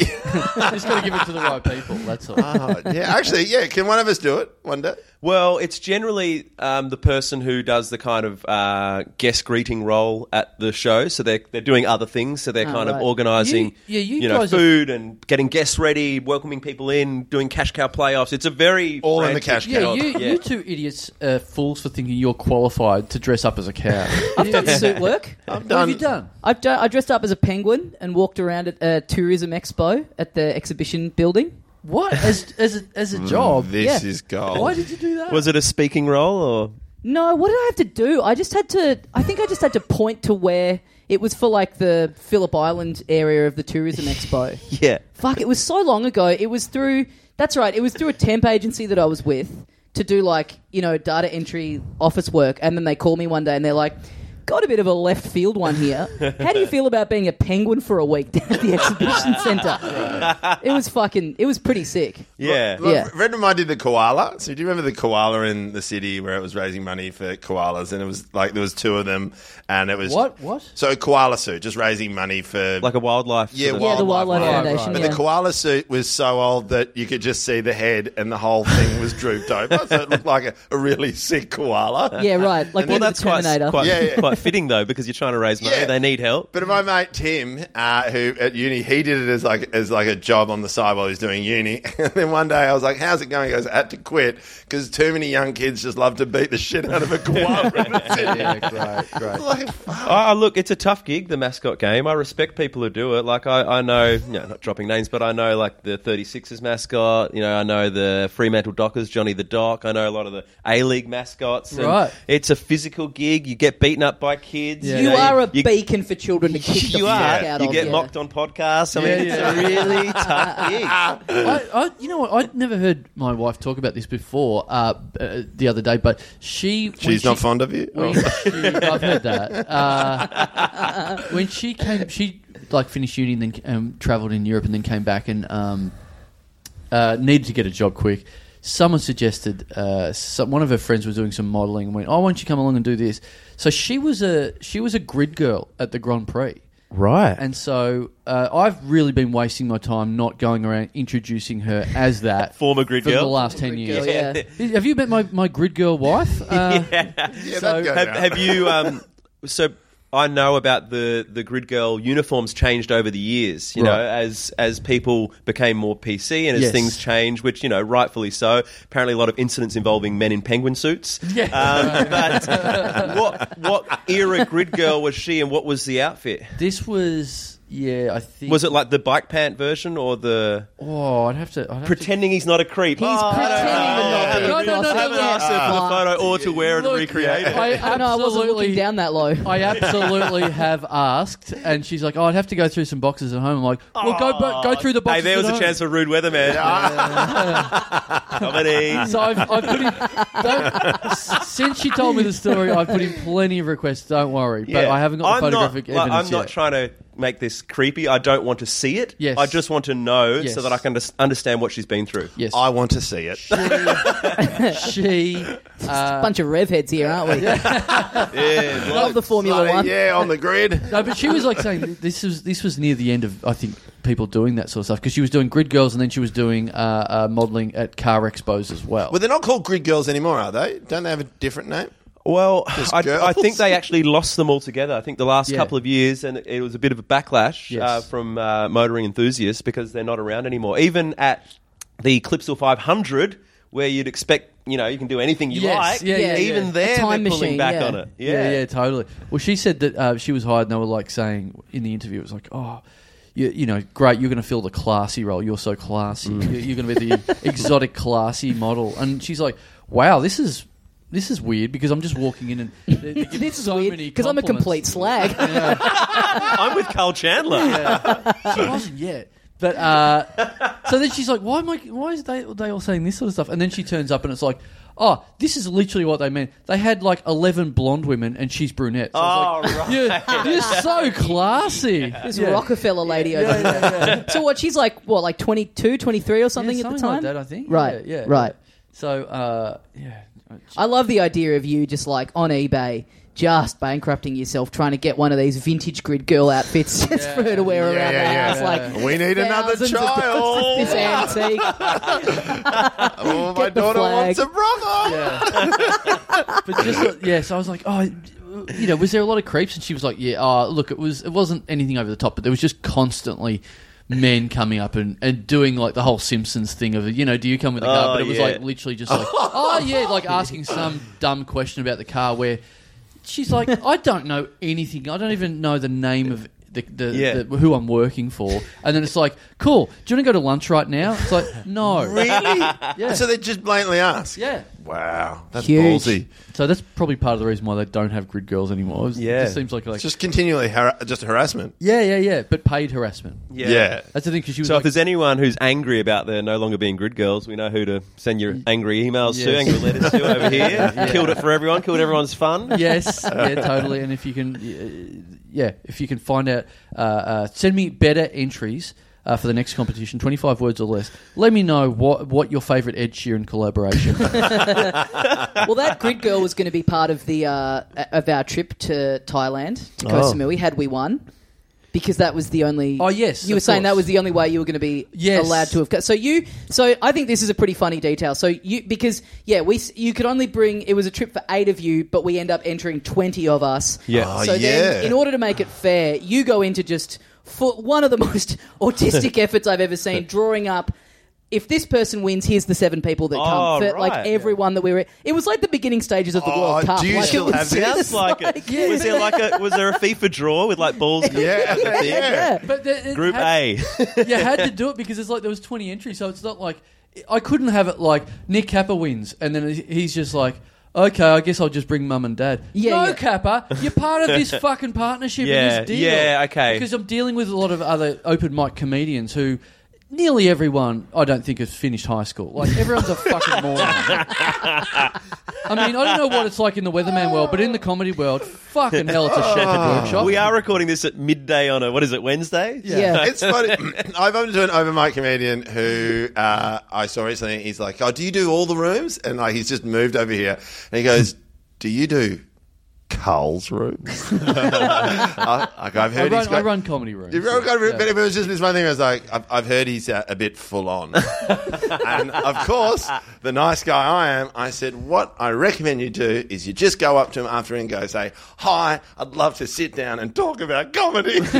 S2: Just got to give it to the right people. That's all.
S3: Ah.
S4: Oh, yeah. Actually, yeah. Can one of us do it one day?
S3: Well, it's generally um, the person who does the kind of uh, guest greeting role at the show. So they're, they're doing other things. So they're
S1: Oh,
S3: kind of
S1: right.
S3: organising,
S2: Ah, You- yeah, you
S3: know,
S2: guys are-
S3: food and getting guests ready, welcoming people in, doing cash cow playoffs. It's a very
S4: All in the
S3: frantic
S4: cash cow.
S2: Yeah,
S4: God.
S2: you,
S3: Yeah.
S2: you two idiots are fools for thinking you're qualified to dress up as a cow.
S1: I've done suit work.
S2: What have you done?
S1: I've done, I dressed up as a penguin and walked around at a tourism expo at the exhibition building.
S2: What as as a, as a job?
S4: Mm, This
S1: Yeah.
S4: is gold.
S2: Why did you do that?
S3: Was it a speaking role or
S1: No, what did I have to do? I just had to. I think I just had to point to where it was for, like the Phillip Island area of the tourism expo.
S3: Yeah.
S1: Fuck, it was so long ago. It was through. That's right. It was through a temp agency that I was with to do like you know data entry office work, and then they call me one day and they're like. Got a bit of a left field one here. How do you feel about being a penguin for a week down at the exhibition centre? It was fucking. It was pretty sick.
S3: Yeah.
S4: Look,
S1: Yeah.
S4: Red Remind did the koala. So do you remember the koala in the city where it was raising money for koalas? And it was like there was two of them, and it was
S2: What? What?
S4: So koala suit, just raising money for
S3: Like a wildlife.
S4: yeah,
S3: sort of-
S1: Yeah, the Wildlife
S4: Fund.
S1: Foundation,
S4: But
S1: yeah.
S4: the koala suit was so old that you could just see the head, and the whole thing was drooped over, so it looked like a, a really sick koala.
S1: Yeah, right. Like well,
S4: Well, Bit of
S3: Well, that's
S1: that's
S3: quite,
S1: Terminator.
S3: quite,
S4: Yeah, yeah.
S3: quite fitting though, because you're trying to raise money.
S4: Yeah.
S3: They need help.
S4: But my mate Tim, uh, who at uni, he did it as like as like a job on the side while he was doing uni. And then one day I was like, "How's it going?" He goes, "I had to quit because too many young kids just love to beat the shit out of a koala." in the city."
S5: great, great.
S4: Like, fuck.
S3: Oh, look, it's a tough gig, the mascot game. I respect people who do it. Like, I, I know, you know, not dropping names, but I know, like, the 36ers mascot. You know, I know the Fremantle Dockers, Johnny the Doc. I know a lot of the A League mascots. and
S2: Right.
S3: It's a physical gig. You get beaten up by kids.
S2: Yeah.
S1: You
S3: know,
S1: are a
S3: you-
S1: beacon for children to kick the
S3: You
S1: fuck
S3: are.
S1: out
S3: You
S1: of.
S3: get
S1: yeah.
S3: mocked on podcasts. I mean,
S2: Yeah,
S3: it's
S2: yeah.
S3: a really tough gig.
S2: I, I, you know what? I'd never heard my wife talk about this before uh, uh, the other day, but she when
S4: She's
S2: she-
S4: not fond of you. Oh.
S2: When she, I've heard that. Uh, when she came, she like finished uni and then um, travelled in Europe and then came back and um, uh, needed to get a job quick. Someone suggested uh, some, one of her friends was doing some modelling and went, "Oh, why don't you come along and do this?" So she was a she was a grid girl at the Grand Prix.
S5: Right.
S2: And so uh, I've really been wasting my time not going around introducing her as that
S3: Former grid
S2: for
S3: girl.
S2: the last ten
S1: Good
S2: years.
S1: girl, yeah.
S2: Have you met my, my grid girl wife? Uh,
S4: yeah,
S2: so-
S4: that goes
S3: have,
S4: out.
S3: have you? Um, so I know about the the grid girl uniforms changed over the years. You know,
S2: Right.
S3: as as people became more PC and as
S2: Yes.
S3: things changed, which you know, rightfully so. Apparently, a lot of incidents involving men in penguin suits.
S2: Yeah.
S3: Um, but what what era grid girl was she, and what was the outfit?
S2: This was yeah, I think
S3: Was it like the bike pant version or the
S2: Oh, I'd have to. I'd have
S3: pretending he's not a creep?
S1: He's
S3: I don't
S1: pretending
S3: know.
S1: to not be
S3: I haven't-
S1: a creep.
S3: I haven't asked her for the
S1: Ah.
S3: photo or to wear it
S2: Look,
S3: and recreate it.
S2: I
S1: I know, I wasn't looking
S2: absolutely-
S1: down that low.
S2: To, I absolutely have asked, and she's like, "Oh, I'd have to go through some boxes at home." I'm like, "Well, go bo- go through the
S3: Hey,
S2: boxes."
S3: there was
S2: at
S3: a chance
S2: home.
S3: for rude weatherman. Comedy.
S2: So I've, I've put in, don't- s- since she told me the story, I've put in plenty of requests. Don't worry, but I haven't got the
S3: I'm
S2: photographic
S3: not, like,
S2: evidence
S3: I'm not
S2: yet.
S3: trying to make this creepy. I don't want to see it.
S2: Yes.
S3: I just want to know
S2: Yes.
S3: so that I can just understand what she's been through.
S2: yes,
S4: I want to see it.
S2: she. Uh,
S1: Bunch of rev heads here, aren't we?
S3: Yeah.
S1: Love the Formula
S4: Bloody
S1: One.
S4: Yeah, on the grid.
S2: no, but she was like saying this was this was near the end of I think people doing that sort of stuff because she was doing grid girls and then she was doing uh, uh, modelling at car expos as well.
S4: Well, they're not called grid girls anymore, are they? Don't they have a different name?
S3: Well,
S4: Just
S3: I,
S4: girls.
S3: I think they actually lost them all together. I think the last
S2: Yeah.
S3: couple of years, and it was a bit of a backlash
S2: Yes.
S3: uh, from uh, motoring enthusiasts because they're not around anymore. Even at the Clipsal 500, where you'd expect, you know, you can do anything you
S2: Yes.
S3: like,
S2: Yeah, yeah,
S3: even
S2: yeah.
S3: there,
S1: A time
S3: they're pulling
S1: machine,
S3: back
S1: yeah.
S3: on it.
S2: Yeah, yeah, totally. Well, she said that uh, she was hired, and they were like saying in the interview, it was like, oh. You, you know, great. You're going to fill the classy role. You're so classy. You're, you're going to be the exotic, classy model. And she's like, "Wow, this is this is weird because I'm just walking in and they're- they're giving
S1: This is
S2: so
S1: weird
S2: many
S1: because I'm a
S2: compliments.
S1: complete slag.
S3: I'm with Carl Chandler.
S2: She wasn't yet. But uh, so then she's like, "Why am I? Why is they they all saying this sort of stuff?" And then she turns up, and it's like, "Oh, this is literally what they meant. They had like eleven blonde women, and she's brunette." So I was
S3: Oh,
S2: like, you're, you're so classy.
S1: This
S2: Yeah.
S1: Rockefeller lady over here. So what? She's like what, like 22, 23 or
S2: Yeah,
S1: something at the
S2: something
S1: time.
S2: like that, I think.
S1: Right,
S2: Yeah. yeah,
S1: right.
S2: yeah. So uh, yeah.
S1: I love the idea of you just like on eBay, just bankrupting yourself trying to get one of these vintage grid girl outfits just for her to wear
S4: Yeah,
S1: around
S4: yeah, yeah.
S1: the house. Like
S4: We need another
S1: thousands of dollars
S4: child.
S1: for this antique.
S4: Oh, my
S1: Get the
S4: daughter
S1: flag.
S4: wants a brother.
S2: but just yeah, so I was like, oh, you know, was there a lot of creeps? And she was like, yeah, oh, look, it was. It wasn't anything over the top, but there was just constantly men coming up and, and doing like the whole Simpsons thing of you know, do you come with a car?
S3: Oh,
S2: but it was
S3: yeah.
S2: like literally just like, oh yeah, like asking some dumb question about the car where she's like, I don't know anything. I don't even know the name of. The, the,
S3: Yeah.
S2: the, who I'm working for, and then it's like, cool. Do you want to go to lunch right now? It's like, no,
S4: Really?
S2: Yeah.
S4: So they just blatantly ask.
S2: yeah,
S4: Wow, that's
S1: Huge.
S4: ballsy.
S2: So that's probably part of the reason why they don't have grid girls anymore. It's-
S3: Yeah.
S2: It just seems like like
S4: It's just continually har- just harassment.
S2: yeah, yeah, yeah, but paid harassment.
S4: Yeah.
S2: That's the thing because she was
S3: So if
S2: like,
S3: there's anyone who's angry about there no longer being grid girls, we know who to send your angry emails to,
S2: Yes.
S3: angry letters to over here. Killed it for everyone, killed everyone's fun.
S2: yes, yeah, totally. And if you can, uh, yeah, if you can find out, uh, uh, send me better entries. Uh, for the next competition, twenty-five words or less. Let me know what what your favourite Ed Sheeran collaboration.
S5: well, that grid girl was going to be part of the uh, of our trip to Thailand to Koh
S4: Oh.
S5: Samui. Had we won, because that was the only.
S2: Oh, yes,
S5: you were
S2: of
S5: saying that
S2: course.
S5: was the only way you were going to be
S2: Yes.
S5: allowed to have. co- So you, so I think this is a pretty funny detail. So you, because yeah, we s- you could only bring it was a trip for eight of you, but we end up entering twenty of us.
S3: Yeah.
S4: Oh,
S5: So then,
S4: yeah.
S5: in order to make it fair, you go into just for one of the most autistic efforts I've ever seen, drawing up. If this person wins, here's the seven people that
S3: Oh,
S5: come. For,
S3: right.
S5: Like everyone that we were, it was like the beginning stages of the
S4: Oh,
S5: World Cup.
S4: do you
S5: like,
S4: still
S5: it was
S4: have this?
S5: just
S3: Sounds like it. Was there like a was there a FIFA draw with like balls?
S4: Yeah, yeah.
S2: but the, it
S3: Group
S2: had-
S3: A.
S2: you had to do it because it's like there was 20 entries, so it's not like I couldn't have it like Nick Kappa wins and then he's just like. Okay, I guess I'll just bring mum and dad.
S5: Yeah,
S2: no,
S5: yeah.
S2: Kappa, you're part of this fucking partnership.
S3: Yeah,
S2: and this deal.
S3: yeah, okay.
S2: Because I'm dealing with a lot of other open mic comedians who, nearly everyone, I don't think has finished high school. Like everyone's a fucking moron. I mean, I don't know what it's like in the weatherman world, but in the comedy world, fucking hell, it's a shattered workshop.
S3: We are recording this at midday on a what is it Wednesday?
S5: Yeah.
S4: It's funny. I bumped into an open mic comedian who uh, I saw recently. He's like, "Oh, do you do all the rooms?" And like, he's just moved over here, and he goes, "Do you do Carl's rooms?" I, like, I've
S2: I
S4: heard he's
S2: run,
S4: got.
S2: I run comedy rooms.
S4: You wrote Carl's Rooms,
S2: Yeah.
S4: But it was just this one thing. I was like, I've, I've heard he's uh, a bit full on, and of course, the nice guy I am, I said, what I recommend you do is you just go up to him after and go say, "Hi, I'd love to sit down and talk about comedy." Um,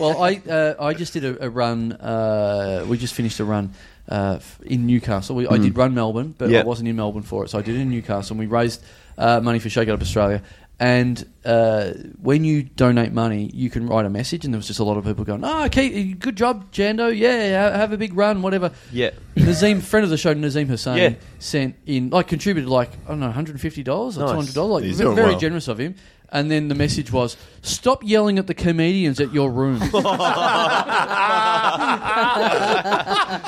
S2: well, I uh, I just did a, a run. Uh, we just finished a run uh, f- in Newcastle. We, I did run Melbourne, but
S3: Hmm. Yeah.
S2: I wasn't in Melbourne for it, so I did it in Newcastle. And we raised uh, money for Shake It Up Australia. And uh, when you donate money, you can write a message. And there was just a lot of people going, "Oh, Keith, good job, Jando. Yeah, ha- have a big run, whatever."
S3: Yeah.
S2: Nazim, friend of the show, Nazim Hussain,
S3: Yeah.
S2: sent in like contributed like I don't know, one hundred and fifty dollars or
S3: Nice.
S2: two hundred dollars. Like
S4: He's
S2: very
S4: doing well.
S2: generous of him. And then the message was, "Stop yelling at the comedians at your room."
S5: is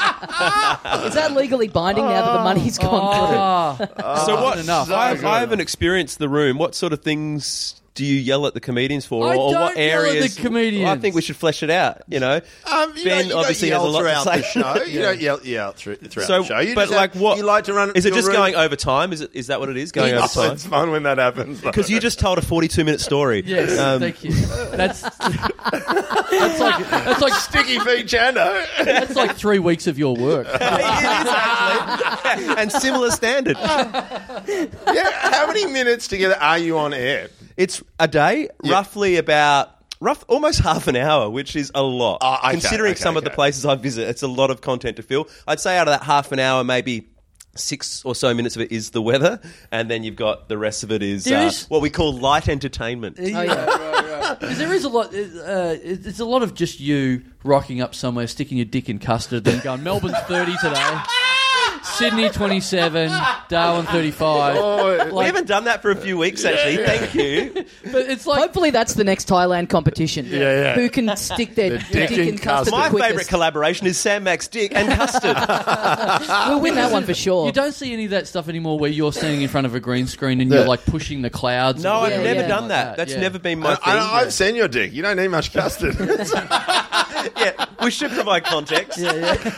S5: that legally binding now that the money's gone
S2: Oh.
S5: through?
S3: Uh, so what?
S2: Ah. enough.
S3: I,
S4: So good.
S3: I haven't experienced the room. What sort of things do you yell at the comedians for,
S2: I
S3: or,
S2: don't
S3: what
S2: yell at
S3: areas?
S2: the comedians.
S3: I think we should flesh it out. You know,
S4: Um,
S3: Ben
S4: you don't- you don't
S3: obviously has
S4: yell
S3: a lot to
S4: throughout
S3: say.
S4: The show. You don't yell, yell through, throughout
S3: So,
S4: the show. You
S3: but
S4: just
S3: like,
S4: have-
S3: what
S4: You like to run.
S3: Is it
S4: your
S3: just
S4: room-
S3: going over time? Is it? Is that what it is? Going
S4: Oh,
S3: over time?
S4: It's fun when that happens.
S3: Because you just told a forty-two-minute story.
S2: Yes,
S3: Um,
S2: thank you. That's that's like that's like
S4: sticky feet, Chando.
S2: that's like three weeks of your work.
S3: Oh, it is actually, and similar standard.
S4: yeah. How many minutes together are you on air?
S3: It's a day, roughly about rough almost half an hour, which is a lot.
S4: Ah, okay,
S3: Considering
S4: okay,
S3: some of the
S4: okay.
S3: places I visit, it's a lot of content to fill. I'd say out of that half an hour, maybe six or so minutes of it is the weather, and then you've got the rest of it is
S2: There
S3: uh,
S2: is- Uh,
S3: what we call light entertainment.
S2: Yeah, right, right. There is a lot. Uh, it's a lot of just you rocking up somewhere, sticking your dick in custard, then going Melbourne's thirty today, Sydney twenty-seven, Darwin thirty-five.
S3: we
S2: like-
S3: haven't done that for a few weeks, actually. Thank you.
S2: But it's like
S5: Hopefully, that's the next Thailand competition. Yeah,
S4: yeah.
S5: Who can stick their dick,
S4: dick in
S5: in custard?
S4: custard.
S5: the
S3: My favourite
S5: quickest?
S3: collaboration is Sam Max Dick and Custard.
S5: We'll win that one for sure.
S2: you don't see any of that stuff anymore, where you're standing in front of a green screen and you're
S4: Yeah.
S2: like pushing the clouds.
S3: No,
S2: and
S3: I've
S5: Yeah,
S3: never
S5: yeah.
S3: done
S2: Like
S3: that.
S2: that,
S3: That's
S2: yeah.
S3: never been my
S4: I,
S3: thing.
S4: I, I've seen your dick. You don't need much custard.
S3: yeah, we should provide context. Yeah,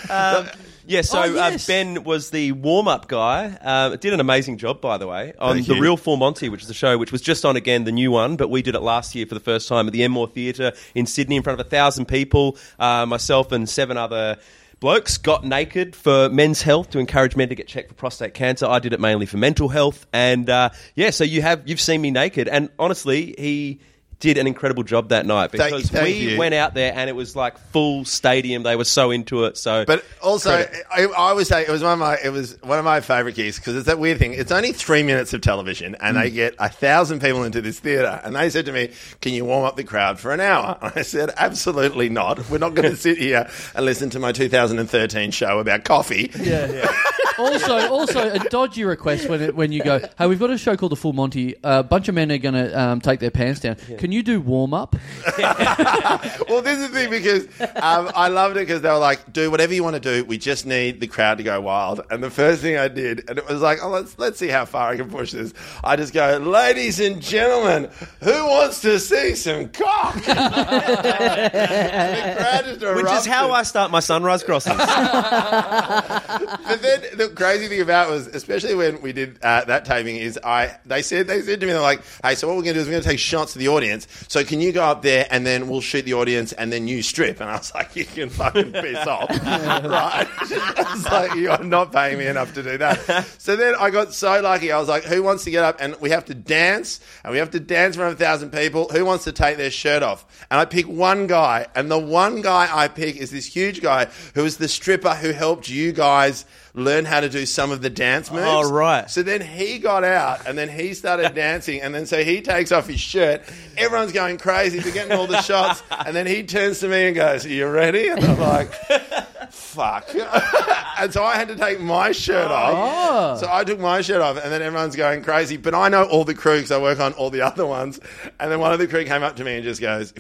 S3: yeah. Um, yeah, so
S2: Oh, yes.
S3: uh, Ben was the warm-up guy. Uh, did an amazing job, by the way, on
S4: Thank
S3: the
S4: you.
S3: Real Full Monty, which is the show which was just on again, the new one, but we did it last year for the first time at the Enmore Theatre in Sydney in front of a thousand people. Uh, myself and seven other blokes got naked for men's health to encourage men to get checked for prostate cancer. I did it mainly for mental health, and uh, yeah, so you have you've seen me naked, and honestly, he. Did an incredible job that night
S4: Thank-
S3: because
S4: thank
S3: we
S4: you.
S3: went out there and it was like full stadium. They were so into it. So,
S4: But also, I, I would say it was one of my it was one of my favorite gigs because it's that weird thing. It's only three minutes of television, and they get a thousand people into this theater, and they said to me, "Can you warm up the crowd for an hour?" And I said, "Absolutely not. We're not going to sit here and listen to my 2013 show about coffee."
S2: Yeah, yeah. also, also a dodgy request when it, when you go, hey, we've got a show called The Full Monty. A bunch of men are going to um, take their pants down. Can you do warm up?
S4: well, this is the thing because um, I loved it because they were like, "Do whatever you want to do. We just need the crowd to go wild." And the first thing I did, and it was like, "Oh, let's let's see how far I can push this." I just go, "Ladies and gentlemen, who wants to see some cock?" And the crowd just
S3: Which is how
S4: erupted.
S3: I start my sunrise crossings.
S4: But then the crazy thing about it was, especially when we did uh, that taping, is I they said they said to me they're like, "Hey, so what we're going to do is we're going to take shots to the audience. So can you go up there and then we'll shoot the audience and then you strip?" And I was like, "You can fucking piss off, right?" I was like, "You are not paying me enough to do that." So then I got so lucky. I was like, "Who wants to get up and we have to dance and we have to dance in front of a thousand people? Who wants to take their shirt off?" And I picked one guy, and the one guy I pick is this huge guy who is the stripper who helped you guys learn how to do some of the dance moves.
S3: Oh, right.
S4: So then he got out and then he started dancing. And then so he takes off his shirt. Everyone's going crazy. They're getting all the shots. And then he turns to me and goes, Are you ready? And I'm like, Fuck. and so I had to take my shirt off. So I took my shirt off. And then everyone's going crazy. But I know all the crew because I work on all the other ones. And then one of the crew came up to me and just goes,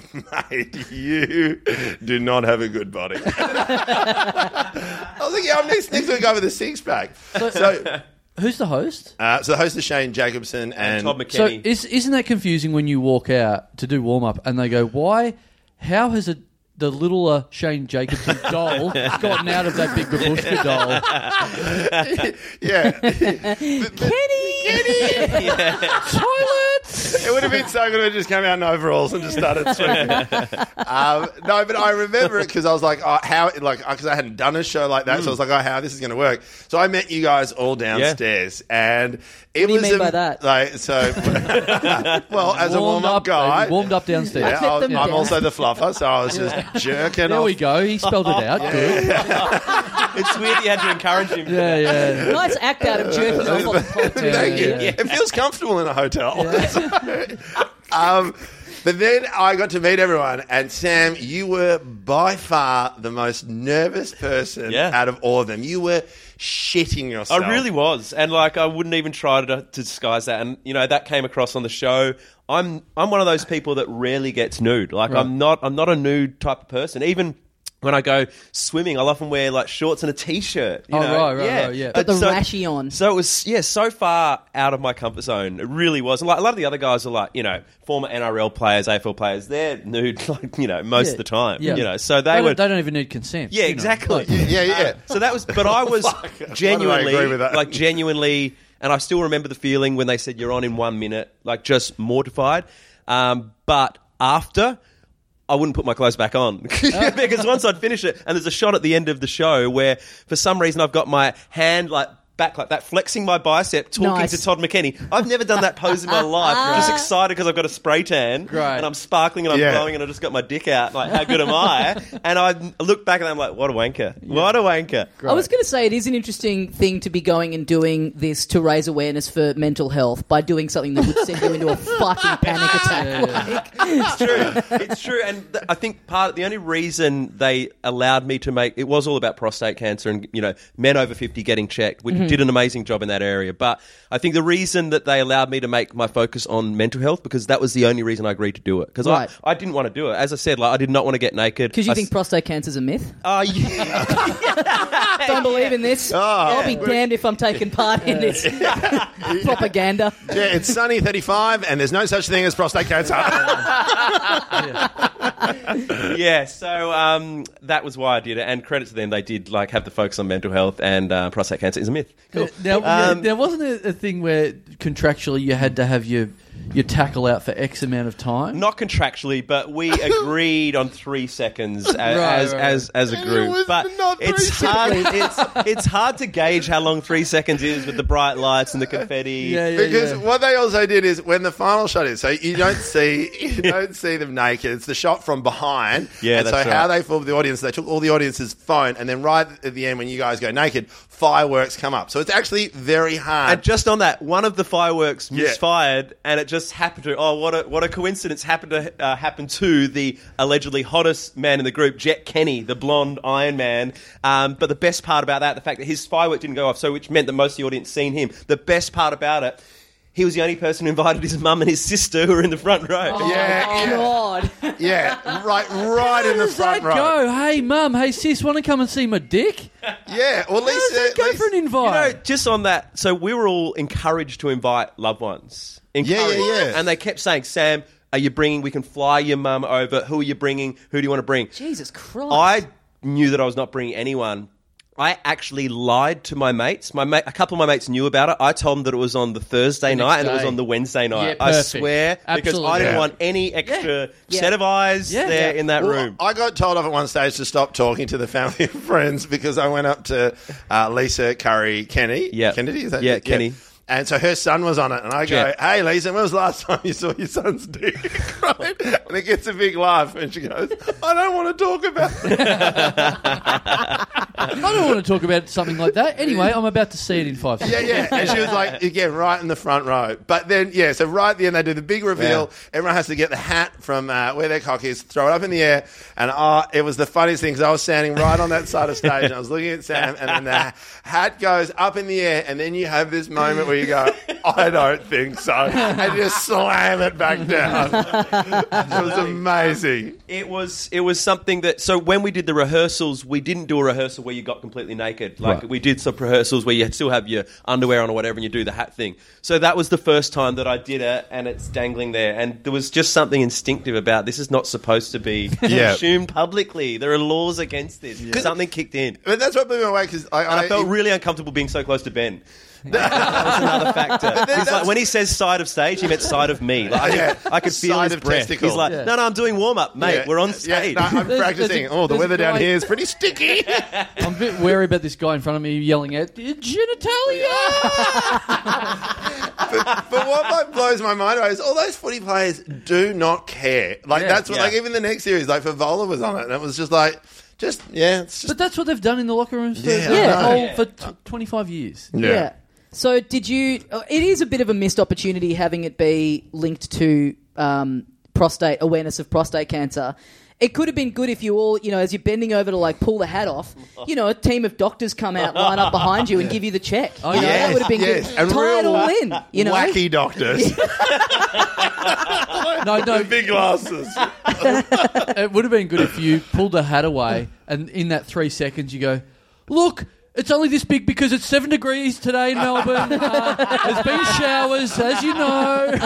S4: Mate, you do not have a good body. I was like, yeah, I'm next, next to a guy with a six pack. So,
S2: Who's the host?
S4: uh, so the host is Shane Jacobson and,
S3: Todd
S2: So
S3: McKenny.
S2: is, isn't that confusing when you walk out to do warm up and they go, why? How has a, the littler Shane Jacobson doll gotten out of that big babushka doll?
S4: yeah, Kenny. Kenny.
S2: Toilets!
S4: It would have been so good if it just came out in overalls and just started sweeping. um, no, but I remember it because I was like, oh, how? Like, because I hadn't done a show like that, so I was like, oh, how this is going to work. So I met you guys all downstairs, and it
S5: do you
S4: was
S5: mean
S4: am-
S5: by that?
S4: Like, so, well, as a warm up guy,
S2: baby, warmed up downstairs.
S4: yeah, I was-
S5: them
S4: I'm
S5: down.
S4: also the fluffer, so I was just jerking.
S2: There
S4: off
S2: we go. He spelled it out. Good.
S3: it's weird you had to encourage him.
S2: Yeah, yeah.
S5: nice act out of jerking off on the podcast.
S4: Thank you.
S2: Yeah, yeah.
S4: It feels comfortable in a hotel. um, but then I got to meet everyone, and Sam, you were by far the most nervous person
S3: Yeah.
S4: out of all of them. You were shitting yourself.
S3: I really was, and like I wouldn't even try to, to disguise that. And you know that came across on the show. I'm I'm one of those people that rarely gets nude. Like I'm not I'm not a nude type of person. Even when I go swimming, I'll often wear like shorts and a t-shirt. You
S2: Oh,
S3: know?
S2: right, right, right, yeah.
S5: Got the
S3: so-
S5: rashy on.
S3: So it was yeah, so far out of my comfort zone. It really was. And like a lot of the other guys are like you know former NRL players, AFL players. They're nude like you know most
S2: Yeah.
S3: of the time.
S2: Yeah.
S3: You know, so they,
S2: They,
S3: were
S2: don't, they don't even need consent.
S3: yeah,
S2: you know.
S3: exactly.
S2: Like,
S4: Yeah, yeah, yeah.
S3: So that was, but I was
S4: did I
S3: genuinely,
S4: agree with that?
S3: like genuinely, and I still remember the feeling when they said you're on in one minute, like just mortified. Um, but after, I wouldn't put my clothes back on because once I'd finish it, and there's a shot at the end of the show where for some reason I've got my hand like. Back like that, flexing my bicep, talking
S5: Nice.
S3: to Todd McKenny. I've never done that pose in my life.
S2: Ah.
S3: Just excited because I've got a spray tan
S2: Right.
S3: and I'm sparkling and I'm
S4: Yeah.
S3: glowing and I just got my dick out. Like, how good am I? And I look back and I'm like, what a wanker. What a wanker.
S5: I was going to say it is an interesting thing to be going and doing this to raise awareness for mental health by doing something that would send you into a fucking panic attack. Like,
S3: It's true. It's true. And th- I think part the only reason they allowed me to make it was all about prostate cancer and you know men over fifty getting checked,
S5: Mm-hmm.
S3: which did an amazing job in that area. But I think the reason that they allowed me to make my focus on mental health because that was the only reason I agreed to do it because
S5: Right.
S3: I, I didn't want to do it. As I said, like I did not want to get naked
S5: Because you
S3: I
S5: think
S3: s-
S5: prostate cancer's a myth?
S3: Oh, yeah.
S5: Don't believe in this.
S4: Oh,
S5: I'll be damned if I'm taking part in this propaganda.
S4: Yeah, it's sunny 35, and there's no such thing as prostate cancer.
S3: yeah, so um, that was why I did it. And credit to them, they did like have the focus on mental health and uh, prostate cancer is a myth. Cool.
S2: Now, yeah,
S3: Um,
S2: there wasn't a, a thing where contractually you had to have your your tackle out for X amount of time.
S3: Not contractually, but we agreed on three seconds as as,
S2: right.
S3: as, as a
S4: It
S3: group.
S4: was
S3: but
S4: not three
S3: it's hard. It's it's hard to gauge how long three seconds is with the bright lights and the confetti.
S2: Yeah, yeah,
S4: because
S2: yeah.
S4: what they also did is when the final shot is, so you don't see you don't see them naked. It's the shot from behind.
S3: Yeah,
S4: and so
S3: that's
S4: how
S3: right.
S4: they filmed the audience, they took all the audience's phone, and then right at the end when you guys go naked, fireworks come up. So it's actually very hard.
S3: And just on that, one of the fireworks
S4: Yeah.
S3: misfired, and it just happened to. Oh, what a what a coincidence! Happened to uh, happen to the allegedly hottest man in the group, Jet Kenny, the blonde Iron Man. Um, but the best part about that, the fact that his firework didn't go off, so which meant that most of the audience seen him. The best part about it. He was the only person who invited his mum and his sister who were in the front row.
S1: Oh.
S4: yeah, yeah,
S5: Oh, God.
S4: yeah, right, right in the
S2: Does that
S4: front row.
S2: go? Hey, mum. Hey, sis. Want to come and see my dick?
S4: Yeah, well,
S2: Does
S4: at least, uh,
S2: that
S4: at
S2: go
S4: least-
S2: for an
S3: You know,
S2: invite?
S3: just on that, so we were all encouraged to invite loved ones.
S4: yeah,
S3: Encouraged.
S4: yeah.
S3: And they kept saying, Sam, are you bringing, we can fly your mum over. Who are you bringing? Who do you want to bring?
S5: Jesus Christ.
S3: I knew that I was not bringing anyone. I actually lied to my mates. My mate, a couple of my mates knew about it. I told them that it was on the Thursday
S2: next
S3: night and it
S2: day.
S3: was on the Wednesday night.
S2: Yeah,
S3: I
S2: perfect.
S3: swear, because I
S2: Absolutely.
S3: didn't
S4: Yeah.
S3: want any extra
S5: Yeah.
S3: set of eyes
S2: Yeah.
S3: there
S2: Yeah.
S3: in that
S4: Well,
S3: room.
S4: I got told off at one stage to stop talking to the family and friends because I went up to uh, Lisa Curry Kenny.
S3: Yeah.
S4: Kennedy, is that
S3: Yeah, Kenny.
S4: And so her son was on it, and I go,
S3: Yeah.
S4: "Hey, Lisa, when was the last time you saw your son's dick?" right? And it gets a big laugh, and she goes, "I don't want to talk about it."
S2: I don't want to talk about something like that. Anyway, I'm about to see it in five
S4: yeah,
S2: seconds.
S4: yeah. And she was like, "Again, right in the front row." But then, yeah, so right at the end, they do the big reveal. Everyone has to get the hat from uh, where their cock is, throw it up in the air, and uh, it was the funniest thing because I was standing right on that side of stage, and I was looking at Sam, and then the hat goes up in the air, and then you have this moment where you go, "I don't think so," and you just slam it back down. it was amazing.
S3: It was it was something that so when we did the rehearsals, we didn't do a rehearsal where you got completely naked. Like
S2: Right.
S3: we did some rehearsals where you still have your underwear on or whatever, and you do the hat thing. So that was the first time that I did it, and it's dangling there. And there was just something instinctive about this is not supposed to be
S4: Yeah.
S3: consumed publicly. There are laws against this. Something kicked in.
S4: But that's what blew me away because I,
S3: And I felt
S4: it-
S3: really uncomfortable being so close to Ben. that was another factor. He's like, when he says side of stage, he meant side of me. Like, I,
S4: Yeah.
S3: could, I could feel
S4: Side
S3: his
S4: of
S3: breath.
S4: testicle.
S3: He's like, no, no, I'm doing warm up, mate.
S4: Yeah.
S3: We're on
S4: Yeah,
S3: stage.
S4: no, I'm
S2: there's a-
S4: practicing. oh, the
S2: there's a
S4: weather down
S2: guy-
S4: here is pretty sticky.
S2: I'm a bit wary about this guy in front of me yelling out genitalia.
S4: But what like, blows my mind away is all those footy players do not care. Like
S2: Yeah.
S4: that's what,
S3: Yeah.
S4: like even the next series, like Favola was on it, and it was just like, just yeah, it's just
S2: But that's what they've done in the locker rooms for,
S4: Yeah,
S2: the
S5: I
S2: whole-
S3: know.
S2: for t- 25 years.
S5: Yeah. So did you? uh, It is a bit of a missed opportunity having it be linked to um, prostate awareness of prostate cancer. It could have been good if you all, you know, as you're bending over to like pull the hat off, you know, a team of doctors come out, line up behind you, and give you the check.
S2: Oh,
S5: you know,
S2: yes,
S5: that would have been
S4: yes.
S5: good.
S4: And
S5: Tie it
S4: real
S5: all in, you know.
S4: wacky doctors,
S2: No, no,
S4: big glasses.
S2: it would have been good if you pulled the hat away and in that three seconds you go, look, it's only this big because it's seven degrees today in Melbourne. Uh, there's been showers, as you know.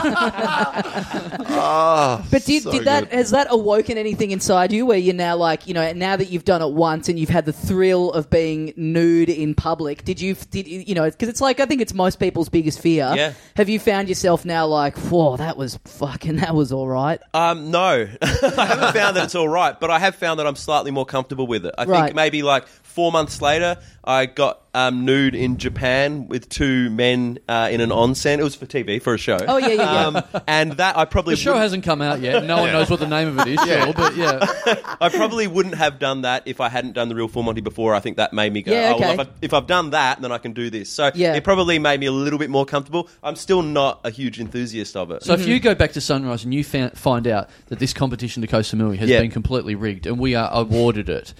S4: Oh,
S5: But did,
S4: so
S5: did that
S4: good.
S5: has that awoken anything inside you where you're now like you know now that you've done it once and you've had the thrill of being nude in public? Did you did you you know because it's like I think it's most people's biggest fear.
S3: Yeah.
S5: Have you found yourself now like whoa that was fucking that was all right?
S3: Um, no, I haven't found that it's all right, but I have found that I'm slightly more comfortable with it. I
S5: Right.
S3: think maybe like four months later, I got um, nude in Japan with two men uh, in an onsen. It was for TV for a show.
S5: Oh, yeah, yeah, yeah.
S3: Um, and that I probably
S2: The show
S3: wouldn't-
S2: hasn't come out yet. No one
S4: Yeah.
S2: knows what the name of it is,
S4: Yeah.
S2: sure, but yeah.
S3: I probably wouldn't have done that if I hadn't done the real Full Monty before. I think that made me go,
S5: Yeah,
S3: oh, well,
S5: okay.
S3: if, I, if I've done that, then I can do this. So
S5: Yeah.
S3: it probably made me a little bit more comfortable. I'm still not a huge enthusiast of it.
S2: So if you go back to Sunrise and you fa- find out that this competition to Koh Samui has
S3: Yeah.
S2: been completely rigged and we are awarded it,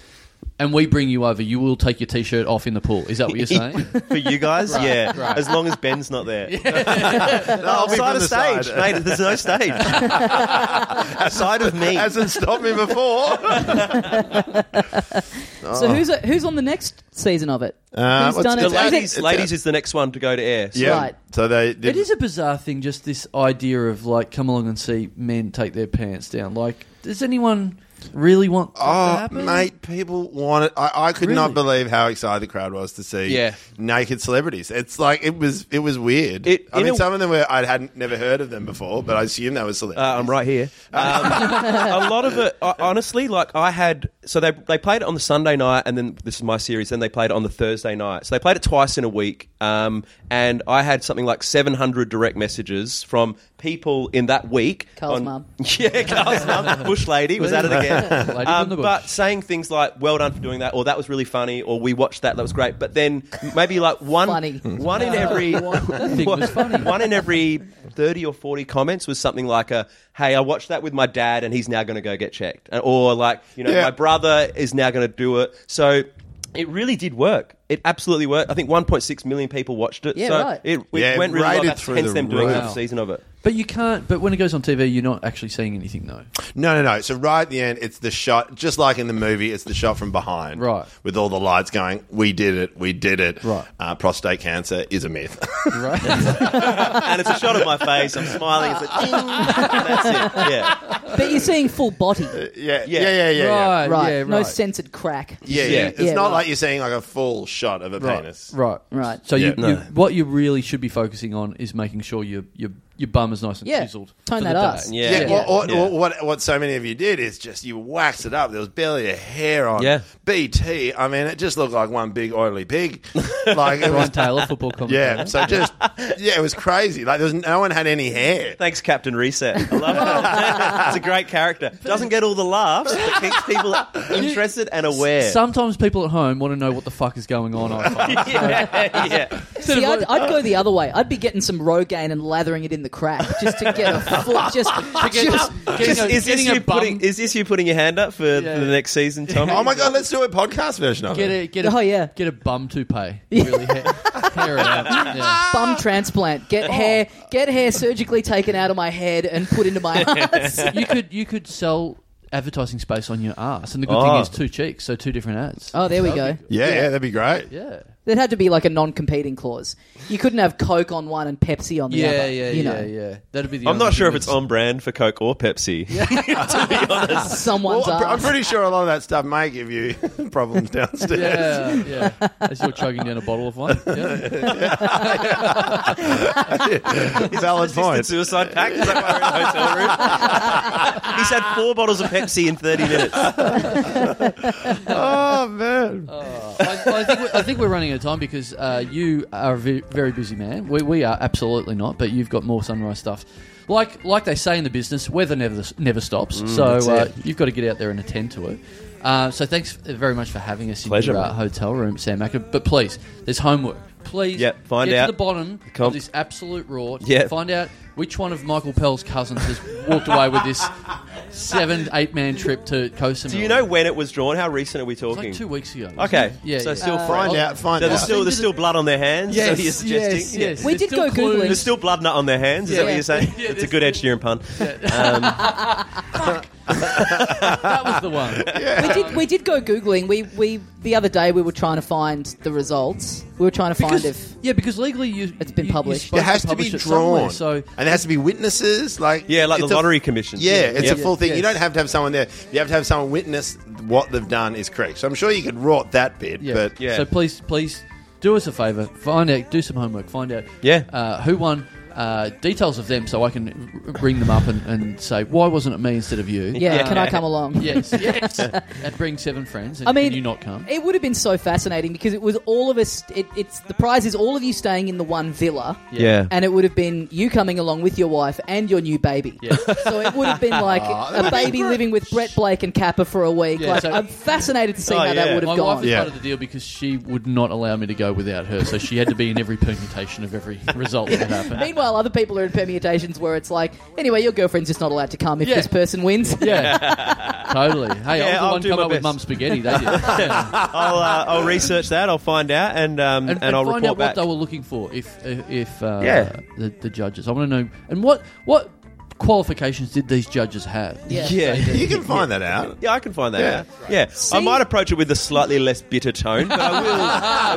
S2: and we bring you over, you will take your t-shirt off in the pool. Is that what you're saying?
S3: for you guys, yeah, as long as Ben's not there.
S4: No, I'll be
S3: side
S4: from
S3: of
S4: the
S3: stage,
S4: side.
S3: mate. There's no stage. side of me.
S4: Hasn't stopped me before.
S5: So who's uh, who's on the next season of it?
S4: Uh,
S5: Who's
S4: what's
S5: done
S4: the
S5: it?
S3: the
S5: Is it-
S3: ladies,
S4: It's a-
S3: ladies is the next one to go to air. So
S4: yeah.
S5: Right.
S4: So they did.
S2: it is a bizarre thing, just this idea of like, come along and see men take their pants down. Like, does anyone really want that to
S4: Oh,
S2: happen?
S4: mate, people want it. I, I could
S2: Really?
S4: not believe how excited the crowd was to see
S3: Yeah.
S4: naked celebrities. It's like it was it was weird.
S3: It-
S4: I
S3: in
S4: mean,
S3: a-
S4: some of them were I hadn't never heard of them before, but I assume they were celebrities.
S3: Uh, I'm right here. Um, a lot of it, I, honestly, like I had. So they they played it on the Sunday night, and then this is my series. Then they played it on the Thursday night. So they played it twice in a week. Um, and I had something like 700 direct messages from people in that week.
S5: Carl's
S3: on-
S5: mum.
S3: Yeah, Carl's mum. Bush lady was at it again. yeah.
S2: Lady
S3: Um,
S2: from the bush.
S3: but saying things like "Well done for doing that," or "That was really funny," or "We watched that; that was great." But then maybe like one,
S1: Funny.
S3: one in every
S2: thing was funny.
S3: one in every thirty or forty comments was something like a "Hey, I watched that with my dad, and he's now going to go get checked," And- or like you know,
S4: Yeah.
S3: "My brother is now going to do it." So. It really did work. It absolutely worked. I think 1.6 million people watched it.
S1: Yeah,
S3: so
S1: right.
S3: it, it
S4: Yeah, it
S3: went really well.
S4: rated
S3: That's
S4: through
S3: hence
S4: the
S3: them doing
S4: roof.
S3: another season of it.
S2: But you can't. But when it goes on TV, you're not actually seeing anything though.
S4: No, no, no. So right at the end, it's the shot, just like in the movie, it's the shot from behind,
S2: Right.
S4: With all the lights going, "We did it, we did it."
S2: Right.
S4: Uh, prostate cancer is a myth.
S2: Right?
S3: And it's a shot of my face. I'm smiling. It's like, ding. That's it. Yeah.
S1: But you're seeing full body,
S4: yeah, yeah,
S3: Yeah.
S4: yeah, yeah, yeah.
S2: right.
S1: right?
S2: Yeah,
S1: No
S2: right.
S1: censored crack.
S4: Yeah,
S3: Yeah.
S4: yeah. It's
S1: Yeah,
S4: not
S1: right.
S4: like you're seeing like a full shot of a
S2: Right.
S4: penis.
S2: Right.
S1: Right.
S2: So
S4: Yeah.
S2: you,
S4: No.
S2: you, what you really should be focusing on is making sure your your your bum is nice and
S1: Yeah.
S2: chiseled.
S1: Tone
S2: for
S1: that
S2: the day.
S1: ass.
S3: Yeah.
S4: Yeah, Or, or,
S3: Yeah.
S4: or what what so many of you did is just you waxed it up. There was barely a hair on.
S3: Yeah.
S4: BT. I mean, it just looked like one big oily pig. Like it was.
S2: Brian Taylor, football commentator.
S4: Yeah. So just yeah, it was crazy. Like there was no one had any hair.
S3: Thanks, Captain Reset. I love it. it's a great character. Doesn't get all the laughs, but keeps people interested and aware.
S2: Sometimes people at home want to know what the fuck is going on. I find.
S3: yeah, yeah.
S1: See, I'd, I'd go the other way. I'd be getting some Rogaine and lathering it in the crack just to get a full, just, just
S2: Getting a-
S3: Is this,
S2: getting a
S3: you
S2: bum-
S3: putting, is this you putting your hand up for,
S2: Yeah.
S3: for the next season, Tom?
S4: Oh my god, let's do a podcast version of
S2: Get
S4: it.
S2: a get a,
S1: Oh, yeah.
S2: get a bum toupee. Really hair, hair it out. Yeah.
S1: bum transplant. Get
S2: Oh.
S1: hair, get hair surgically taken out of my head and put into my ass.
S2: You could you could sell advertising space on your ass, and the good
S3: Oh.
S2: thing is two cheeks, so two different ads.
S1: Oh, there we go.
S4: Yeah, yeah, that'd be great.
S2: Yeah.
S1: There had to be like a non-competing clause. You couldn't have Coke on one and Pepsi on the
S2: Yeah,
S1: other.
S2: yeah,
S1: you
S2: yeah,
S1: know,
S2: yeah. That'd be the.
S3: I'm
S2: other
S3: not sure if
S2: thing
S3: it's
S2: that's-
S3: on brand for Coke or Pepsi.
S1: someone's
S4: Well,
S1: ass.
S4: I'm, pr- I'm pretty sure a lot of that stuff may give you problems downstairs.
S2: Yeah, yeah. As you're chugging down a bottle of one. Yeah.
S4: Valid
S3: Assisted
S4: point.
S3: suicide pact. Is that why we're in the hotel room? He's had four bottles of Pepsi in 30 minutes.
S4: Oh man.
S2: Oh, I, I think we, I think we're running out of time because uh, you are a ve- very busy man. We, we are absolutely not, but you've got more sunrise stuff. Like like they say in the business, weather never never stops.
S3: Mm,
S2: so uh, you've got to get out there and attend to it. Uh, so thanks very much for having us in
S3: Pleasure,
S2: your uh,
S3: mate.
S2: hotel room, Sam Acker. But please, there's homework. Please
S3: Yep, find
S2: get
S3: out.
S2: to the bottom of
S3: Comp-
S2: this absolute rort.
S3: Yep.
S2: Find out which one of Michael Pell's cousins has walked away with this seven, eight man trip to Koh Samui.
S3: Do you know when it was drawn? How recent are
S2: Oh.
S3: we
S2: It's
S3: talking?
S2: like two weeks ago.
S3: Okay.
S2: Yeah.
S3: So
S2: yeah. Uh,
S3: still fresh.
S4: Find out. Find
S3: So there's
S4: out.
S3: still, there's still blood on their hands? Is that
S2: Yes,
S3: what you're suggesting?
S2: yes,
S3: Yeah.
S2: yes.
S1: We did
S2: still
S1: go Googling.
S2: clues.
S3: There's still blood nut on their hands. Is that what
S1: Yeah.
S3: you're saying?
S2: Yeah,
S3: it's a
S2: there's-
S3: good Ed Sheeran pun.
S2: That was the one.
S1: we did we did go googling. We we the other day we were trying to find the results. We were trying to
S2: Because,
S1: find if
S2: yeah, because legally you
S1: It's been
S2: you- you're
S1: published.
S2: supposed
S4: It has to be
S2: publish it somewhere,
S4: drawn.
S2: So
S4: and there has to be witnesses. Like
S3: Yeah, like
S4: it's
S3: the
S4: a-
S3: lottery commission.
S4: Yeah, it's
S3: Yeah.
S4: a full thing.
S2: Yes.
S4: You don't have to have someone there. You have to have someone witness what they've done is correct. So I'm sure you could rot that bit,
S2: yeah.
S4: but
S3: Yeah.
S2: So please, please do us a favor. Find out. Do some homework. Find out.
S3: Yeah.
S2: Uh, who won? Uh, details of them, so I can r- ring them up and, and say why wasn't it me instead of you?
S1: yeah,
S3: Yeah.
S1: can I come along?
S2: Yes. Yes. and bring seven friends. And
S1: I mean,
S2: can you not come?
S1: It would have been so fascinating because it was all of us. It, it's the prize is all of you staying in the one villa,
S3: Yeah.
S1: and it would have been you coming along with your wife and your new baby.
S2: Yeah.
S1: So it would have been like a baby living with Brett Blake and Kappa for a week.
S2: Yeah,
S1: like
S2: so-
S1: I'm fascinated to see
S3: Oh,
S1: how that
S3: yeah.
S1: would
S2: My
S1: have
S2: wife
S1: gone.
S2: was
S4: Yeah.
S2: part of the deal because she would not allow me to go without her, so she had to be in every permutation of every result that happened.
S1: Meanwhile, other people are in permutations where it's like, anyway, your girlfriend's just not allowed to come if
S2: Yeah.
S1: this person wins.
S2: Yeah, totally. Hey,
S3: Yeah,
S2: I was the
S3: I'll
S2: one
S3: do
S2: come
S3: my
S2: up with
S3: best.
S2: mum spaghetti. They did. Yeah.
S3: I'll, uh, I'll research that. I'll find out, and um, and,
S2: and, and
S3: I'll
S2: find
S3: report
S2: out what
S3: back.
S2: they were looking for. If if- if uh,
S3: Yeah.
S2: the, the judges, I want to know. And what what qualifications did these judges have?
S1: Yeah.
S3: yeah.
S4: you can find that out.
S3: Yeah, I can find that
S4: Yeah.
S3: out. Yeah, I
S1: See?
S3: might approach it with a slightly less bitter tone, but I will. I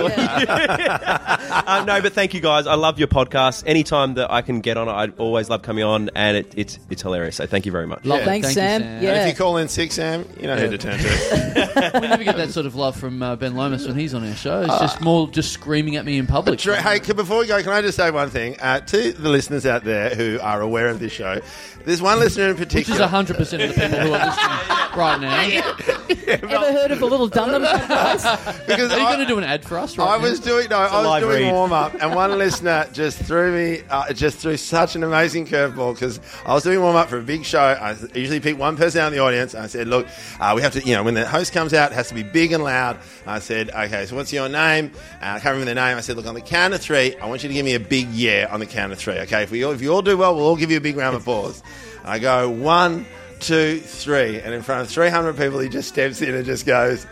S2: Oh,
S3: investigate
S2: good
S3: it.
S2: luck.
S3: Uh, no, but thank you guys. I love your podcast. Anytime that I can get on, I always love coming on, and it, it's it's hilarious. So thank you very much.
S1: Love- Thanks,
S2: Thank you,
S1: Sam.
S2: Sam.
S1: Yeah.
S4: If you call in six Sam, you know who to turn to.
S2: We never get that sort of love from uh, Ben Lomas when he's on our show.
S3: Ah.
S2: It's just more just screaming at me in public.
S4: Dre- hey, c- before we go, can I just say one thing uh, to the listeners out there who are aware of this show? There's one listener in
S2: which is
S4: particular.
S2: hundred percent of the people who are listening right now.
S5: Ever heard of the little Dunham?
S4: Because
S2: Are you
S4: I-
S2: going to do an ad for us? Right
S4: I
S2: now?
S4: was doing no, I was
S3: live
S4: doing
S3: read.
S4: warm up, and one listener just threw me, uh, just threw such an amazing curveball because I was doing warm up for a big show. I usually pick one person out in the audience. I said, "Look, uh, we have to, you know, when the host comes out, it has to be big and loud." I said, "Okay, so what's your name?" Uh, I can't remember the name. I said, "Look, on the count of three, I want you to give me a big yeah on the count of three. Okay, if we all, if you all do well, we'll all give you a big round of applause." I go one, two, three, and in front of three hundred people, he just steps in and just goes.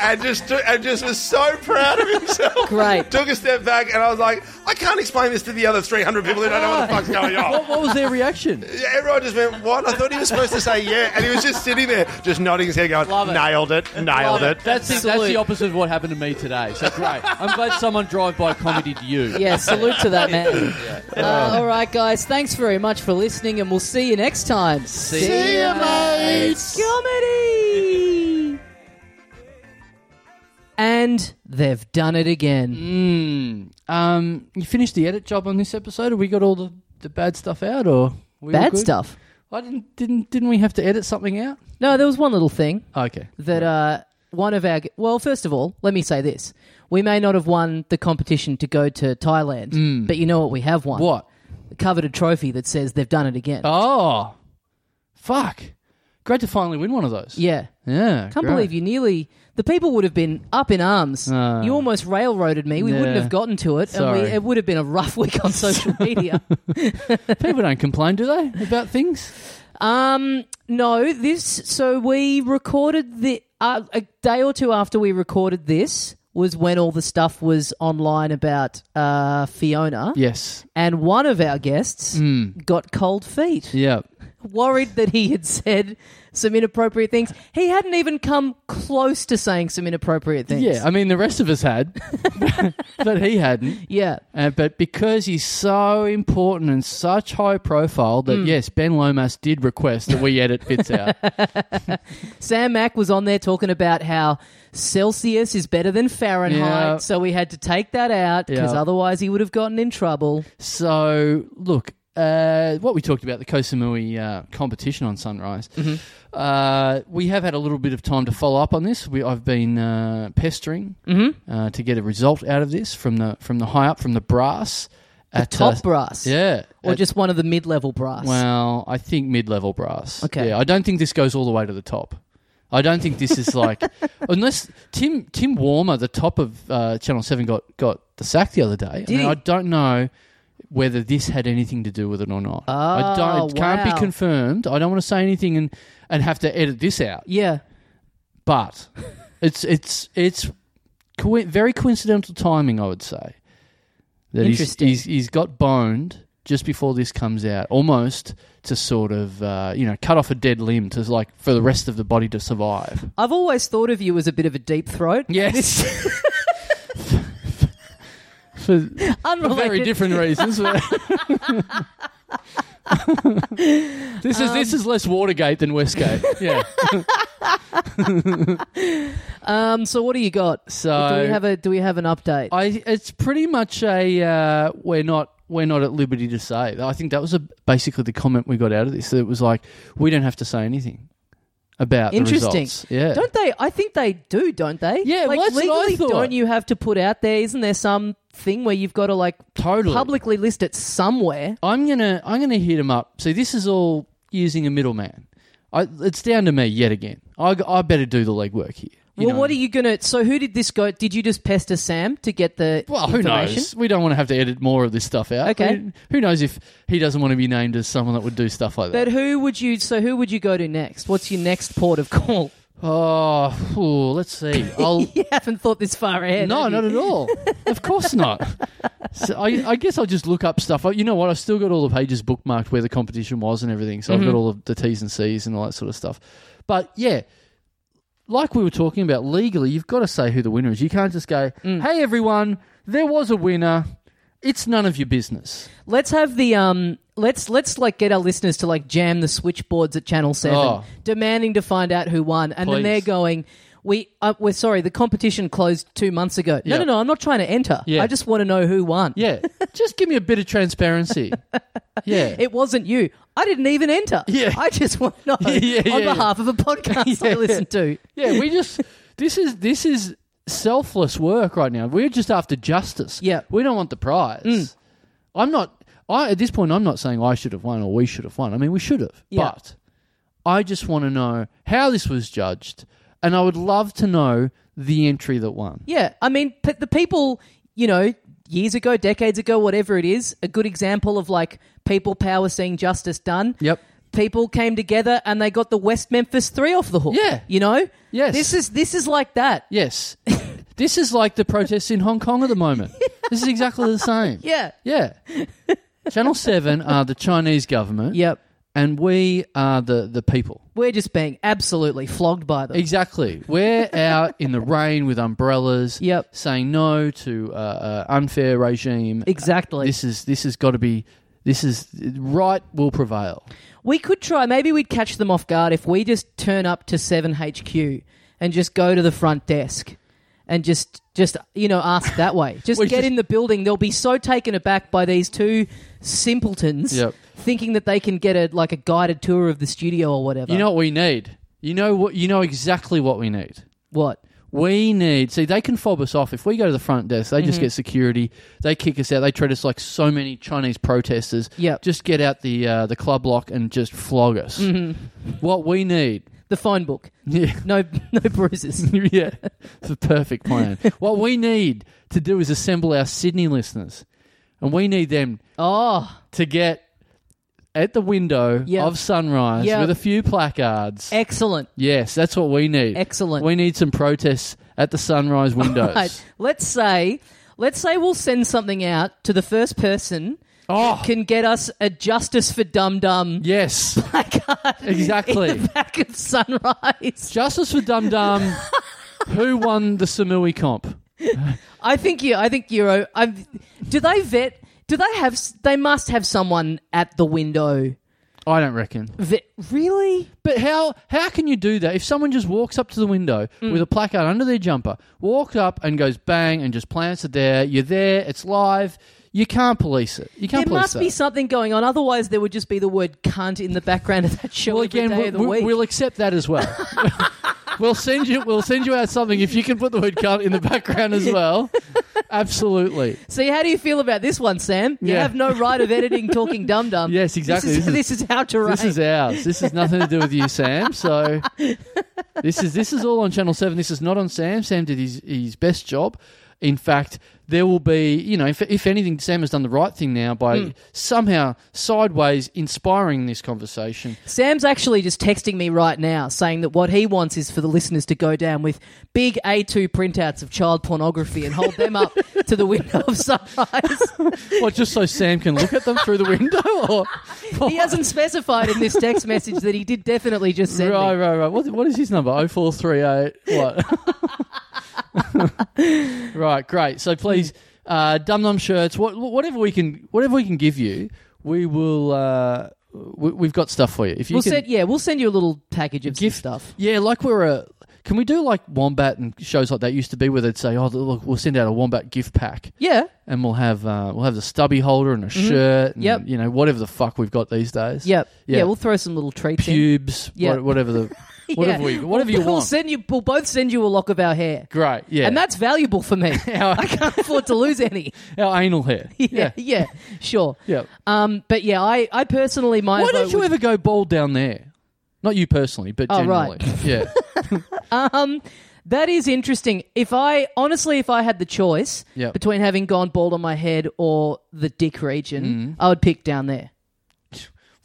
S4: and just took, and just was so proud of himself.
S5: Great.
S4: Took a step back, and I was like, I can't explain this to the other 300 people who don't know what the fuck's going on.
S2: What was their reaction?
S4: Yeah, Everyone just went, "What?" I thought he was supposed to say yeah, and he was just sitting there, just nodding his head, going,
S2: Love it.
S4: "Nailed it, nailed it."
S2: That's the, that's
S5: Salute.
S2: the opposite of what happened to me today. So great. I'm glad someone drive by comedy to you.
S5: Yeah, salute to that man. Uh, all right, guys, thanks very much for listening, and we'll see you next time.
S2: See See ya, ya, mates.
S5: Comedy.
S1: And they've done it again.
S2: Mm, um, you finished the edit job on this episode. Have we got all the, the bad stuff out, or we all
S1: Bad
S2: good?
S1: stuff.
S2: I didn't didn't didn't we have to edit something out?
S1: No, there was one little thing
S2: Okay.
S1: that uh, one of our. Well, first of all, let me say this. We may not have won the competition to go to Thailand, but you know what we have won?
S2: Mm. What?
S1: Covered a trophy that says they've done it again.
S2: Oh, fuck! Great to finally win one of those.
S1: Yeah.
S2: Yeah.
S1: Can't believe you nearly. The people would have been up in arms.
S2: Oh.
S1: you almost railroaded me. We wouldn't
S2: Yeah.
S1: have gotten to it. And
S2: Sorry.
S1: we, it would have been a rough week on social media.
S2: people don't complain, do they, about things?
S1: Um, no, this. So we recorded the uh, a day or two after we recorded this was when all the stuff was online about uh, Fiona,
S2: Yes.
S1: and one of our guests
S2: Hmm.
S1: got cold feet,
S2: Yeah.
S1: worried that he had said some inappropriate things. He hadn't even come close to saying some inappropriate things.
S2: Yeah. I mean, the rest of us had, but he hadn't.
S1: yeah.
S2: Uh, but because he's so important and such high profile,
S1: Hmm.
S2: that yes, Ben Lomas did request that we edit bits out.
S1: Sam Mack was on there talking about how Celsius is better than Fahrenheit,
S2: Yeah.
S1: so we had to take that out because
S2: Yeah.
S1: otherwise he would have gotten in trouble.
S2: So, look, uh, what we talked about the Kosamui uh, competition on Sunrise.
S1: Mm-hmm.
S2: Uh, we have had a little bit of time to follow up on this. We, I've been uh, pestering
S1: Mm-hmm.
S2: uh, to get a result out of this from the from the high up from the brass at
S1: Top
S2: uh,
S1: brass.
S2: Yeah,
S1: Or
S2: at-
S1: just one of the mid level brass.
S2: well, I think mid level brass.
S1: Okay.
S2: yeah, I don't think this goes all the way to the top. I don't think this is like unless Tim Tim Warmer, the top of uh, Channel Seven, got got the sack the other day.
S1: Did he?
S2: I don't know whether this had anything to do with it or not. I don't. It can't
S1: Oh, wow.
S2: be confirmed. I don't want to say anything and and have to edit this out.
S1: Yeah.
S2: But it's it's it's coi- very coincidental timing, I would say. That he's-
S1: Interesting.
S2: He's, he's got boned just before this comes out, almost to sort of uh, you know cut off a dead limb to like for the rest of the body to survive.
S1: I've always thought of you as a bit of a deep throat.
S2: Yes. For for
S1: Unrelated.
S2: very different reasons. but- this is this is less Watergate than Westgate. Yeah.
S1: Um, so what do you got?
S2: So-
S1: do we have a do we have an update?
S2: I it's pretty much a uh, we're not we're not at liberty to say. I think that was a, basically the comment we got out of this. That it was like we don't have to say anything about
S1: Interesting.
S2: the results. Yeah.
S1: Don't they? I think they do, don't they?
S2: Yeah,
S1: like
S2: well, that's what I
S1: legally,
S2: thought.
S1: don't you have to put out there? Isn't there some thing where you've got to like
S2: totally.
S1: publicly list it somewhere?
S2: I'm gonna I'm gonna hit him up. See, this is all using a middleman. I, it's down to me yet again. I, I better do the legwork here. you
S1: well,
S2: know.
S1: what are you gonna? So who did this go? Did you just pester Sam to get the
S2: Well, who
S1: information?
S2: knows? We don't want to have to edit more of this stuff out.
S1: Okay.
S2: Who, who knows if he doesn't want to be named as someone that would do stuff like that?
S1: But who would you? So who would you go to next? What's your next port of call?
S2: Oh, phew, let's see. I'll
S1: You haven't thought this far ahead.
S2: No,
S1: have you?
S2: not at all. of course not. So I, I guess I'll just look up stuff. I- You know what? I've still got all the pages bookmarked where the competition was and everything. So I've got all of the T's and C's and all that sort of stuff. But yeah, like we were talking about legally, you've got to say who the winner is. You can't just go, hey, everyone, there was a winner. It's none of your business.
S1: Let's have the um. Let's let's like get our listeners to like jam the switchboards at Channel Seven,
S2: Oh.
S1: demanding to find out who won, and then
S2: Please.
S1: they're going. we uh, we're sorry, the competition closed two months ago. No,
S2: Yeah.
S1: no, no, I'm not trying to enter.
S2: Yeah.
S1: I just want to know who won.
S2: Yeah, just give me a bit of transparency. Yeah,
S1: It wasn't you. I didn't even enter.
S2: Yeah.
S1: I just want to know
S2: Yeah, yeah,
S1: on
S2: yeah.
S1: behalf of a podcast I
S2: Yeah.
S1: listen to.
S2: yeah. We just this is this is selfless work right now. We're just after justice.
S1: Yeah. Mm.
S2: we don't want the prize. I'm not. I at this point, I'm not saying I should have won or we should have won. I mean, we should have.
S1: Yeah.
S2: But I just want to know how this was judged, and I would love to know the entry that won.
S1: Yeah, I mean, p- the people, you know, years ago, decades ago, whatever it is, a good example of like people power seeing justice done.
S2: Yep.
S1: People came together and they got the West Memphis Three off the hook.
S2: Yeah.
S1: you know.
S2: Yes.
S1: This is this is like that.
S2: Yes. this is like the protests in Hong Kong at the moment. This is exactly the same.
S1: Yeah.
S2: Yeah. Channel 7 are the Chinese government.
S1: Yep.
S2: And we are the, the people.
S1: We're just being absolutely flogged by them.
S2: Exactly. We're out in the rain with umbrellas.
S1: Yep.
S2: Saying no to uh, uh, unfair regime.
S1: Exactly.
S2: This is this has got to be. This is right will prevail.
S1: We could try. Maybe we'd catch them off guard if we just turn up to Seven HQ and just go to the front desk and just just you know ask that way. Just
S2: We
S1: get
S2: just-
S1: in the building. They'll be so taken aback by these two simpletons
S2: Yep.
S1: thinking that they can get a like a guided tour of the studio or whatever.
S2: You know what we need. You know what. You know exactly what we need.
S1: what?
S2: We need. See, they can fob us off if we go to the front desk. They
S1: Mm-hmm.
S2: just get security. They kick us out. They treat us like so many Chinese protesters.
S1: Yep.
S2: Just get out the uh, the club lock and just flog us.
S1: Mm-hmm.
S2: What we need.
S1: The phone book.
S2: Yeah.
S1: No no bruises.
S2: yeah, it's a perfect plan. what we need to do is assemble our Sydney listeners, and we need them
S1: Oh,
S2: to get at the window
S1: Yeah.
S2: of sunrise
S1: Yeah.
S2: with a few placards.
S1: excellent.
S2: yes, that's what we need.
S1: Excellent.
S2: We need some protests at the sunrise windows.
S1: Right. Let's say let's say we'll send something out to the first person
S2: Oh,
S1: can get us a justice for dum dum
S2: yes, exactly.
S1: back of sunrise.
S2: Justice for Dum Dum. Who won the Samui comp?
S1: I think you. I think you're. o- I'm, do they vet? Do they have? s- They must have someone at the window.
S2: I don't reckon.
S1: Vet, really?
S2: But how how can you do that if someone just walks up to the window
S1: Mm.
S2: with a placard under their jumper, walks up and goes bang and just plants it there? You're there. It's live. You can't police it. You can't
S1: there
S2: police
S1: must
S2: that.
S1: be something going on. Otherwise, there would just be the word "cunt" in the background of that show
S2: well,
S1: every
S2: again,
S1: day
S2: we,
S1: of the
S2: we-
S1: week.
S2: we'll accept that as well. we'll send you. We'll send you out something if you can put the word "cunt" in the background as well. Absolutely.
S1: See, how do you feel about this one, Sam? You
S2: Yeah.
S1: have no right of editing talking dum dum.
S2: Yes, exactly.
S1: This is,
S2: This
S1: this is our terrain.
S2: This is ours. This is nothing to do with you, Sam. So this is this is all on Channel Seven. This is not on Sam. Sam did his his best job. In fact, there will be you know if, if anything, Sam has done the right thing now by somehow sideways inspiring this conversation.
S1: Sam's actually just texting me right now saying that what he wants is for the listeners to go down with big A2 printouts of child pornography and hold them up to the window of sunrise.
S2: What just so Sam can look at them through the window? Or,
S1: he hasn't specified in this text message that he did definitely just send
S2: right,
S1: me.
S2: right, right. What what is his number? Oh four three eight. What? right, great. So please, uh, dum dum shirts. What, whatever we can, whatever we can give you, we will. Uh, we, we've got stuff for you. If you
S1: We'll
S2: can,
S1: send, yeah, we'll send you a little package of some
S2: Gift-
S1: stuff.
S2: yeah, like we're a. Can we do like Wombat and shows like that used to be, where they'd say, "Oh, look, we'll send out a Wombat gift pack,
S1: Yeah,
S2: and we'll have uh, we'll have the stubby holder and a shirt,
S1: Mm-hmm.
S2: and,
S1: Yep.
S2: you know, whatever the fuck we've got these days,
S1: yeah, yeah.
S2: Yeah.
S1: We'll throw some little treats in.
S2: pubes,
S1: Yeah.
S2: what- whatever the,
S1: Yeah.
S2: whatever we, whatever you
S1: We'll
S2: want,
S1: Send you, we'll both send you a lock of our hair.
S2: great, yeah,
S1: And that's valuable for me.
S2: Our-
S1: I can't afford to lose any.
S2: our anal hair.
S1: Yeah,
S2: Yeah.
S1: yeah, sure.
S2: Yeah.
S1: Um, but yeah, I, I personally, my
S2: Why
S1: vote
S2: don't you
S1: would-
S2: ever go bald down there? Not you personally, but
S1: Oh,
S2: generally.
S1: right.
S2: Yeah.
S1: That is interesting. If I honestly, if I had the choice
S2: Yep.
S1: between having gone bald on my head or the dick region,
S2: Mm-hmm.
S1: I would pick down there.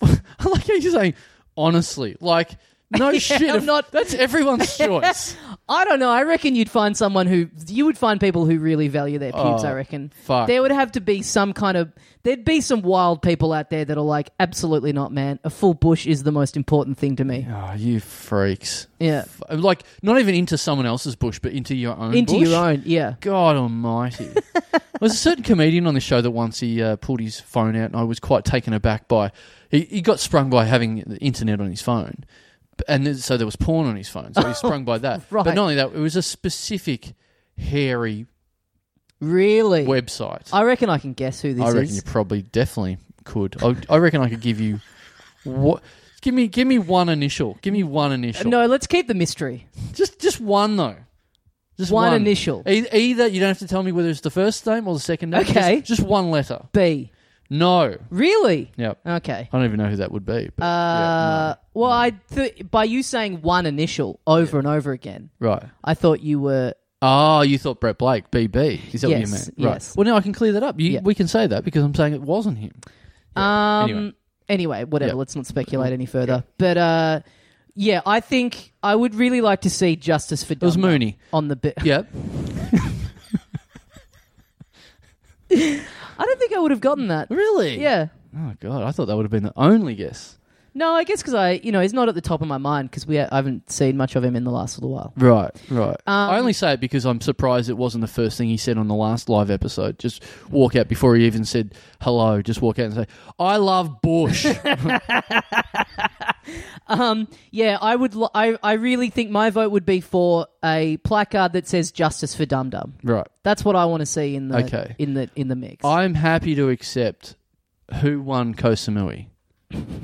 S2: I like how you're saying, honestly, like, no shit.
S1: I'm
S2: if-
S1: not-
S2: That's everyone's choice.
S1: I don't know. I reckon you'd find someone who you would find people who really value their pubes.
S2: Oh,
S1: I reckon
S2: fuck.
S1: there would have to be some kind of there'd be some wild people out there that are like, absolutely not, man. A full bush is the most important thing to me.
S2: Oh, you freaks.
S1: Yeah,
S2: F- Like, not even into someone else's bush, but into your own
S1: into
S2: bush?
S1: your own. Yeah.
S2: God almighty. there was a certain comedian on this show that once he uh, pulled his phone out, and I was quite taken aback by. He, he got sprung by having the internet on his phone. and then- so there was porn on his phone. So he sprung by that.
S1: Right.
S2: But not only that, it was a specific hairy
S1: Really?
S2: website.
S1: I reckon I can guess who Ah, this
S2: I reckon
S1: is.
S2: you probably definitely could. I, I reckon I could give you what. Give me, give me one initial. Give me one initial.
S1: No, let's keep the mystery.
S2: just, just one though. Just
S1: One initial.
S2: E- either you don't have to tell me whether it's the first name or the second name.
S1: Okay.
S2: Just, just one letter.
S1: B.
S2: No.
S1: Really?
S2: Yep.
S1: Okay.
S2: I don't even know who that would be. But
S1: Uh, well, I th- by you saying one initial over and over again,
S2: yeah, right.
S1: I thought you were
S2: Oh, you thought Brett Blake, BB. Is that what
S1: Yes,
S2: you meant?
S1: yes.
S2: Right. Well, now I can clear that up. You,
S1: Yeah.
S2: We can say that because I'm saying it wasn't him.
S1: Um. Anyway,
S2: Anyway.
S1: whatever.
S2: Yeah.
S1: Let's not speculate any further. But uh, yeah, I think I would really like to see justice for.
S2: It was
S1: Dunlap
S2: Mooney.
S1: on the bit.
S2: Yep.
S1: I don't think I would have gotten that.
S2: Really?
S1: Yeah.
S2: Oh God, I thought that would have been the only guess.
S1: No, I guess because I, you know, he's not at the top of my mind because we ha- I haven't seen much of him in the last little while.
S2: Right, right.
S1: Um,
S2: I only say it because I'm surprised it wasn't the first thing he said on the last live episode. Just walk out before he even said hello. Just walk out and say, "I love Bush."
S1: Yeah, I would. Lo- I I really think my vote would be for a placard that says "Justice for Dum Dum."
S2: right.
S1: That's what I want to see in the
S2: Okay.
S1: in the in the mix.
S2: I'm happy to accept who won Kosamui.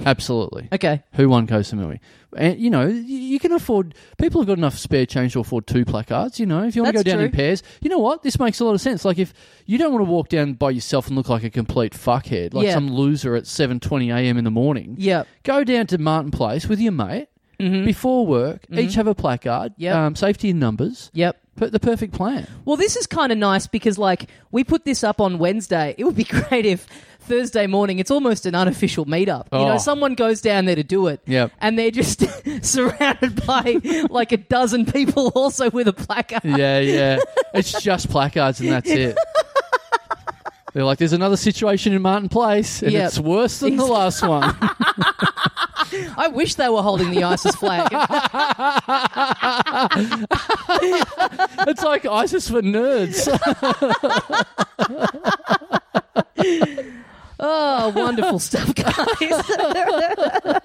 S2: Absolutely.
S1: okay.
S2: Who won Kosamui? And you know, y- you can afford. People have got enough spare change to afford two placards. You know, if you want to
S1: That's
S2: go down in
S1: true.
S2: pairs, you know what? This makes a lot of sense. Like if you don't want to walk down by yourself and look like a complete fuckhead, like
S1: Yeah.
S2: some loser at seven twenty a.m. in the morning.
S1: Yeah.
S2: go down to Martin Place with your mate before work. Each have a placard.
S1: Yep.
S2: Um, safety in numbers.
S1: Yep.
S2: Put the perfect plan.
S1: Well, this is kind of nice because, like, we put this up on Wednesday. It would be great if Thursday morning, it's almost an unofficial meetup. You know,
S2: Oh.
S1: someone goes down there to do it,
S2: Yep.
S1: and they're just surrounded by like a dozen people also with a placard.
S2: Yeah, yeah. it's just placards and that's it. They're like, there's another situation in Martin Place, and
S1: Yep.
S2: it's worse than the last one.
S1: I wish they were holding the ISIS flag.
S2: It's like ISIS for nerds.
S1: oh, wonderful stuff, guys.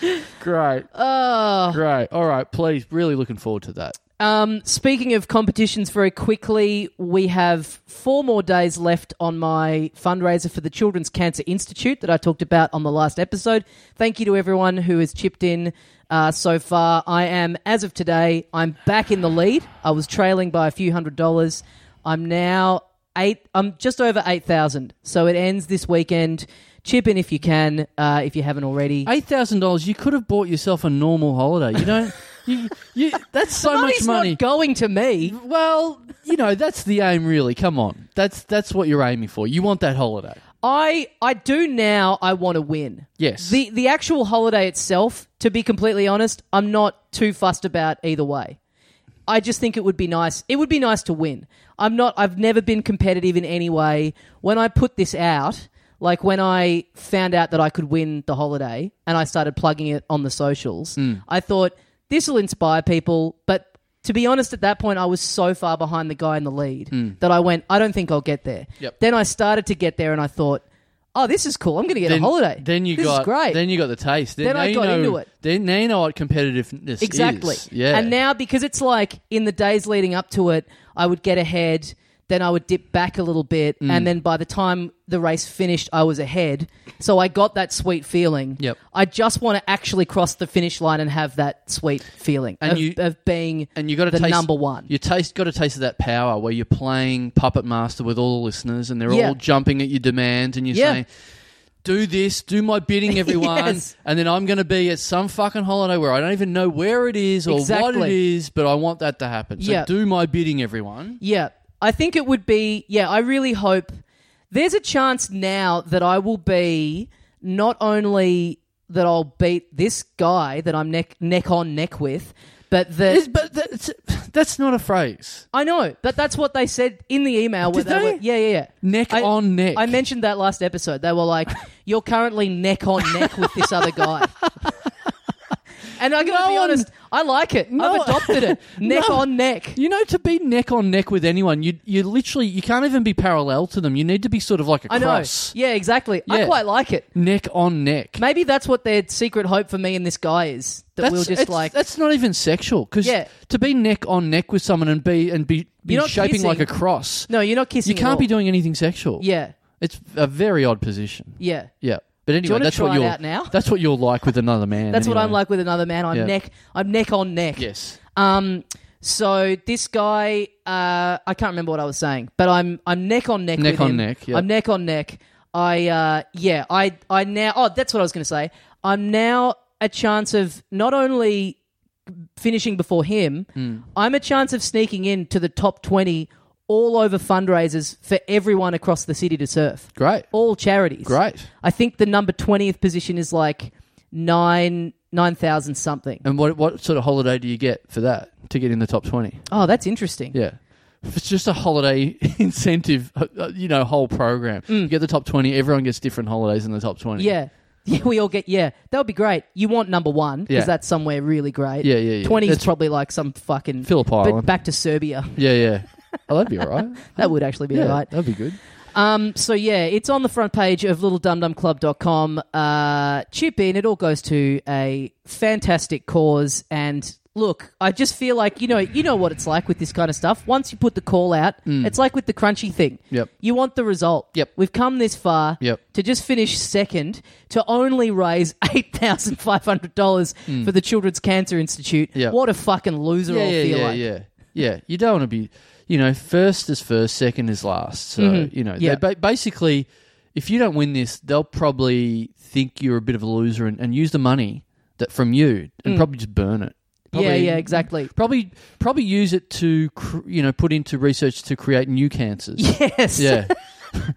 S2: Great.
S1: oh.
S2: Great. All right. Please, really looking forward to that.
S1: Um, speaking of competitions, very quickly, we have four more days left on my fundraiser for the Children's Cancer Institute that I talked about on the last episode. Thank you to everyone who has chipped in uh, so far. I am, as of today, I'm back in the lead. I was trailing by a few hundred dollars. I'm now eight. I'm just over eight thousand. So it ends this weekend. Chip in if you can, uh, if you haven't already.
S2: $8,000, you could have bought yourself a normal holiday. You don't. You, you, that's so much
S1: Money's not
S2: money.
S1: going to me.
S2: well, you know that's the aim, really. Come on, that's that's what you're aiming for. You want that holiday.
S1: I I do now. I want to win.
S2: Yes.
S1: The the actual holiday itself, to be completely honest, I'm not too fussed about either way. I just think it would be nice. It would be nice to win. I'm not. I've never been competitive in any way. When I put this out, like when I found out that I could win the holiday, and I started plugging it on the socials,
S2: Hmm.
S1: I thought this will inspire people. But to be honest, at that point, I was so far behind the guy in the lead that I went, I don't think I'll get there.
S2: Hmm. Yep.
S1: Then I started to get there, and I thought, oh, this is cool. I'm going to get
S2: then,
S1: a holiday.
S2: Then you
S1: this
S2: got
S1: is great.
S2: Then you got the taste. Then,
S1: Then
S2: now
S1: I
S2: you
S1: got
S2: know,
S1: into it.
S2: Then now you know what competitiveness
S1: Exactly.
S2: is. Yeah.
S1: And now because it's like in the days leading up to it, I would get ahead, then I would dip back a little bit,
S2: Mm.
S1: and then by the time the race finished, I was ahead. So I got that sweet feeling.
S2: Yep.
S1: I just want to actually cross the finish line and have that sweet feeling
S2: And
S1: of,
S2: you-
S1: of being
S2: and you got to
S1: the
S2: taste,
S1: number one.
S2: You taste got a taste of that power where you're playing puppet master with all the listeners, and they're
S1: Yeah.
S2: all jumping at your demands, and you're
S1: Yeah.
S2: saying, "Do this, do my bidding, everyone,"
S1: Yes.
S2: and then I'm going to be at some fucking holiday where I don't even know where it is or what it
S1: Exactly.
S2: is, but I want that to happen. So
S1: Yeah.
S2: do my bidding, everyone.
S1: Yeah. I think it would be, yeah, I really hope there's a chance now that I will be not only that I'll beat this guy that I'm neck neck on neck with, but
S2: It's-
S1: that
S2: but that's, that's not a phrase.
S1: I know, but that's what they said in the email where
S2: Did
S1: they,
S2: they?
S1: were yeah, yeah, yeah.
S2: Neck
S1: I-
S2: on neck.
S1: I mentioned that last episode. They were like, "You're currently neck on neck with this other guy," and I gotta
S2: No
S1: be
S2: one-
S1: honest. I like it. I've
S2: No.
S1: adopted it. Neck
S2: No.
S1: on neck.
S2: You know, to be neck on neck with anyone, you you literally you can't even be parallel to them. You need to be sort of like a
S1: I know.
S2: cross,
S1: Yeah, exactly. I
S2: Yeah.
S1: quite like it.
S2: neck on neck.
S1: Maybe that's what their secret hope for me and this guy is that we'll just
S2: it's-
S1: like
S2: that's not even sexual because
S1: Yeah.
S2: to be neck on neck with someone and be and be, be
S1: You're not
S2: shaping like a
S1: kissing.
S2: cross,
S1: no, you're not
S2: you
S1: kissing. at
S2: can't be
S1: all.
S2: doing anything sexual.
S1: Yeah,
S2: it's a very odd position.
S1: yeah.
S2: Yeah, but
S1: you
S2: anyway,
S1: wanna
S2: that's
S1: try
S2: what
S1: it
S2: you're
S1: out now?
S2: that's what you're like with another man.
S1: That's what
S2: anyway.
S1: I'm like with another man. I'm
S2: Yeah.
S1: neck. I'm neck on neck.
S2: Yes,
S1: Um. So this guy, uh, I can't remember what I was saying, but I'm I'm neck on neck.
S2: Neck
S1: with
S2: on
S1: him.
S2: neck, yeah.
S1: I'm neck on neck. I uh, yeah. I I now. Oh, that's what I was going to say. I'm now a chance of not only finishing before him.
S2: Hmm.
S1: I'm a chance of sneaking in to the top twenty all over fundraisers for everyone across the city to surf.
S2: great,
S1: All charities.
S2: great.
S1: I think the number twentieth position is like nine nine thousand something.
S2: And what what sort of holiday do you get for that to get in the top twenty?
S1: Oh, that's interesting.
S2: Yeah. If It's just a holiday incentive, uh, uh, you know, whole program. You get the top 20, everyone gets different holidays in the top 20.
S1: Mm. Yeah. Yeah, we all get, yeah. That would be great. You want number one, because
S2: Yeah.
S1: that's somewhere really great.
S2: Yeah, yeah, yeah.
S1: 20 is
S2: That's-
S1: probably like some fucking.
S2: Phillip
S1: But
S2: Island.
S1: back to Serbia.
S2: yeah, yeah. Oh, that'd be all right.
S1: That would actually be
S2: yeah,
S1: alright.
S2: That'd be good.
S1: Um, so, yeah, it's on the front page of littledumdumclub.com. Uh, chip in. It all goes to a fantastic cause. And look, I just feel like, you know, you know what it's like with this kind of stuff. Once you put the call out, it's like with the crunchy thing.
S2: Mm. Yep.
S1: You want the result.
S2: Yep.
S1: We've come this far.
S2: Yep.
S1: to just finish second to only raise eight thousand five hundred dollars for the Children's Cancer Institute.
S2: Yeah.
S1: What a fucking loser!
S2: Mm. Yeah,
S1: I
S2: yeah,
S1: feel
S2: yeah,
S1: like.
S2: yeah. Yeah, you don't want to be, you know, first is first, second is last. So, you know,
S1: Mm-hmm. Yeah.
S2: they ba- basically, if you don't win this, they'll probably think you're a bit of a loser and, and use the money that from you and probably just burn it.
S1: Mm. yeah,
S2: Probably-
S1: yeah, exactly.
S2: Probably, probably use it to, cr- you know, put into research to create new cancers.
S1: Yes,
S2: Yeah.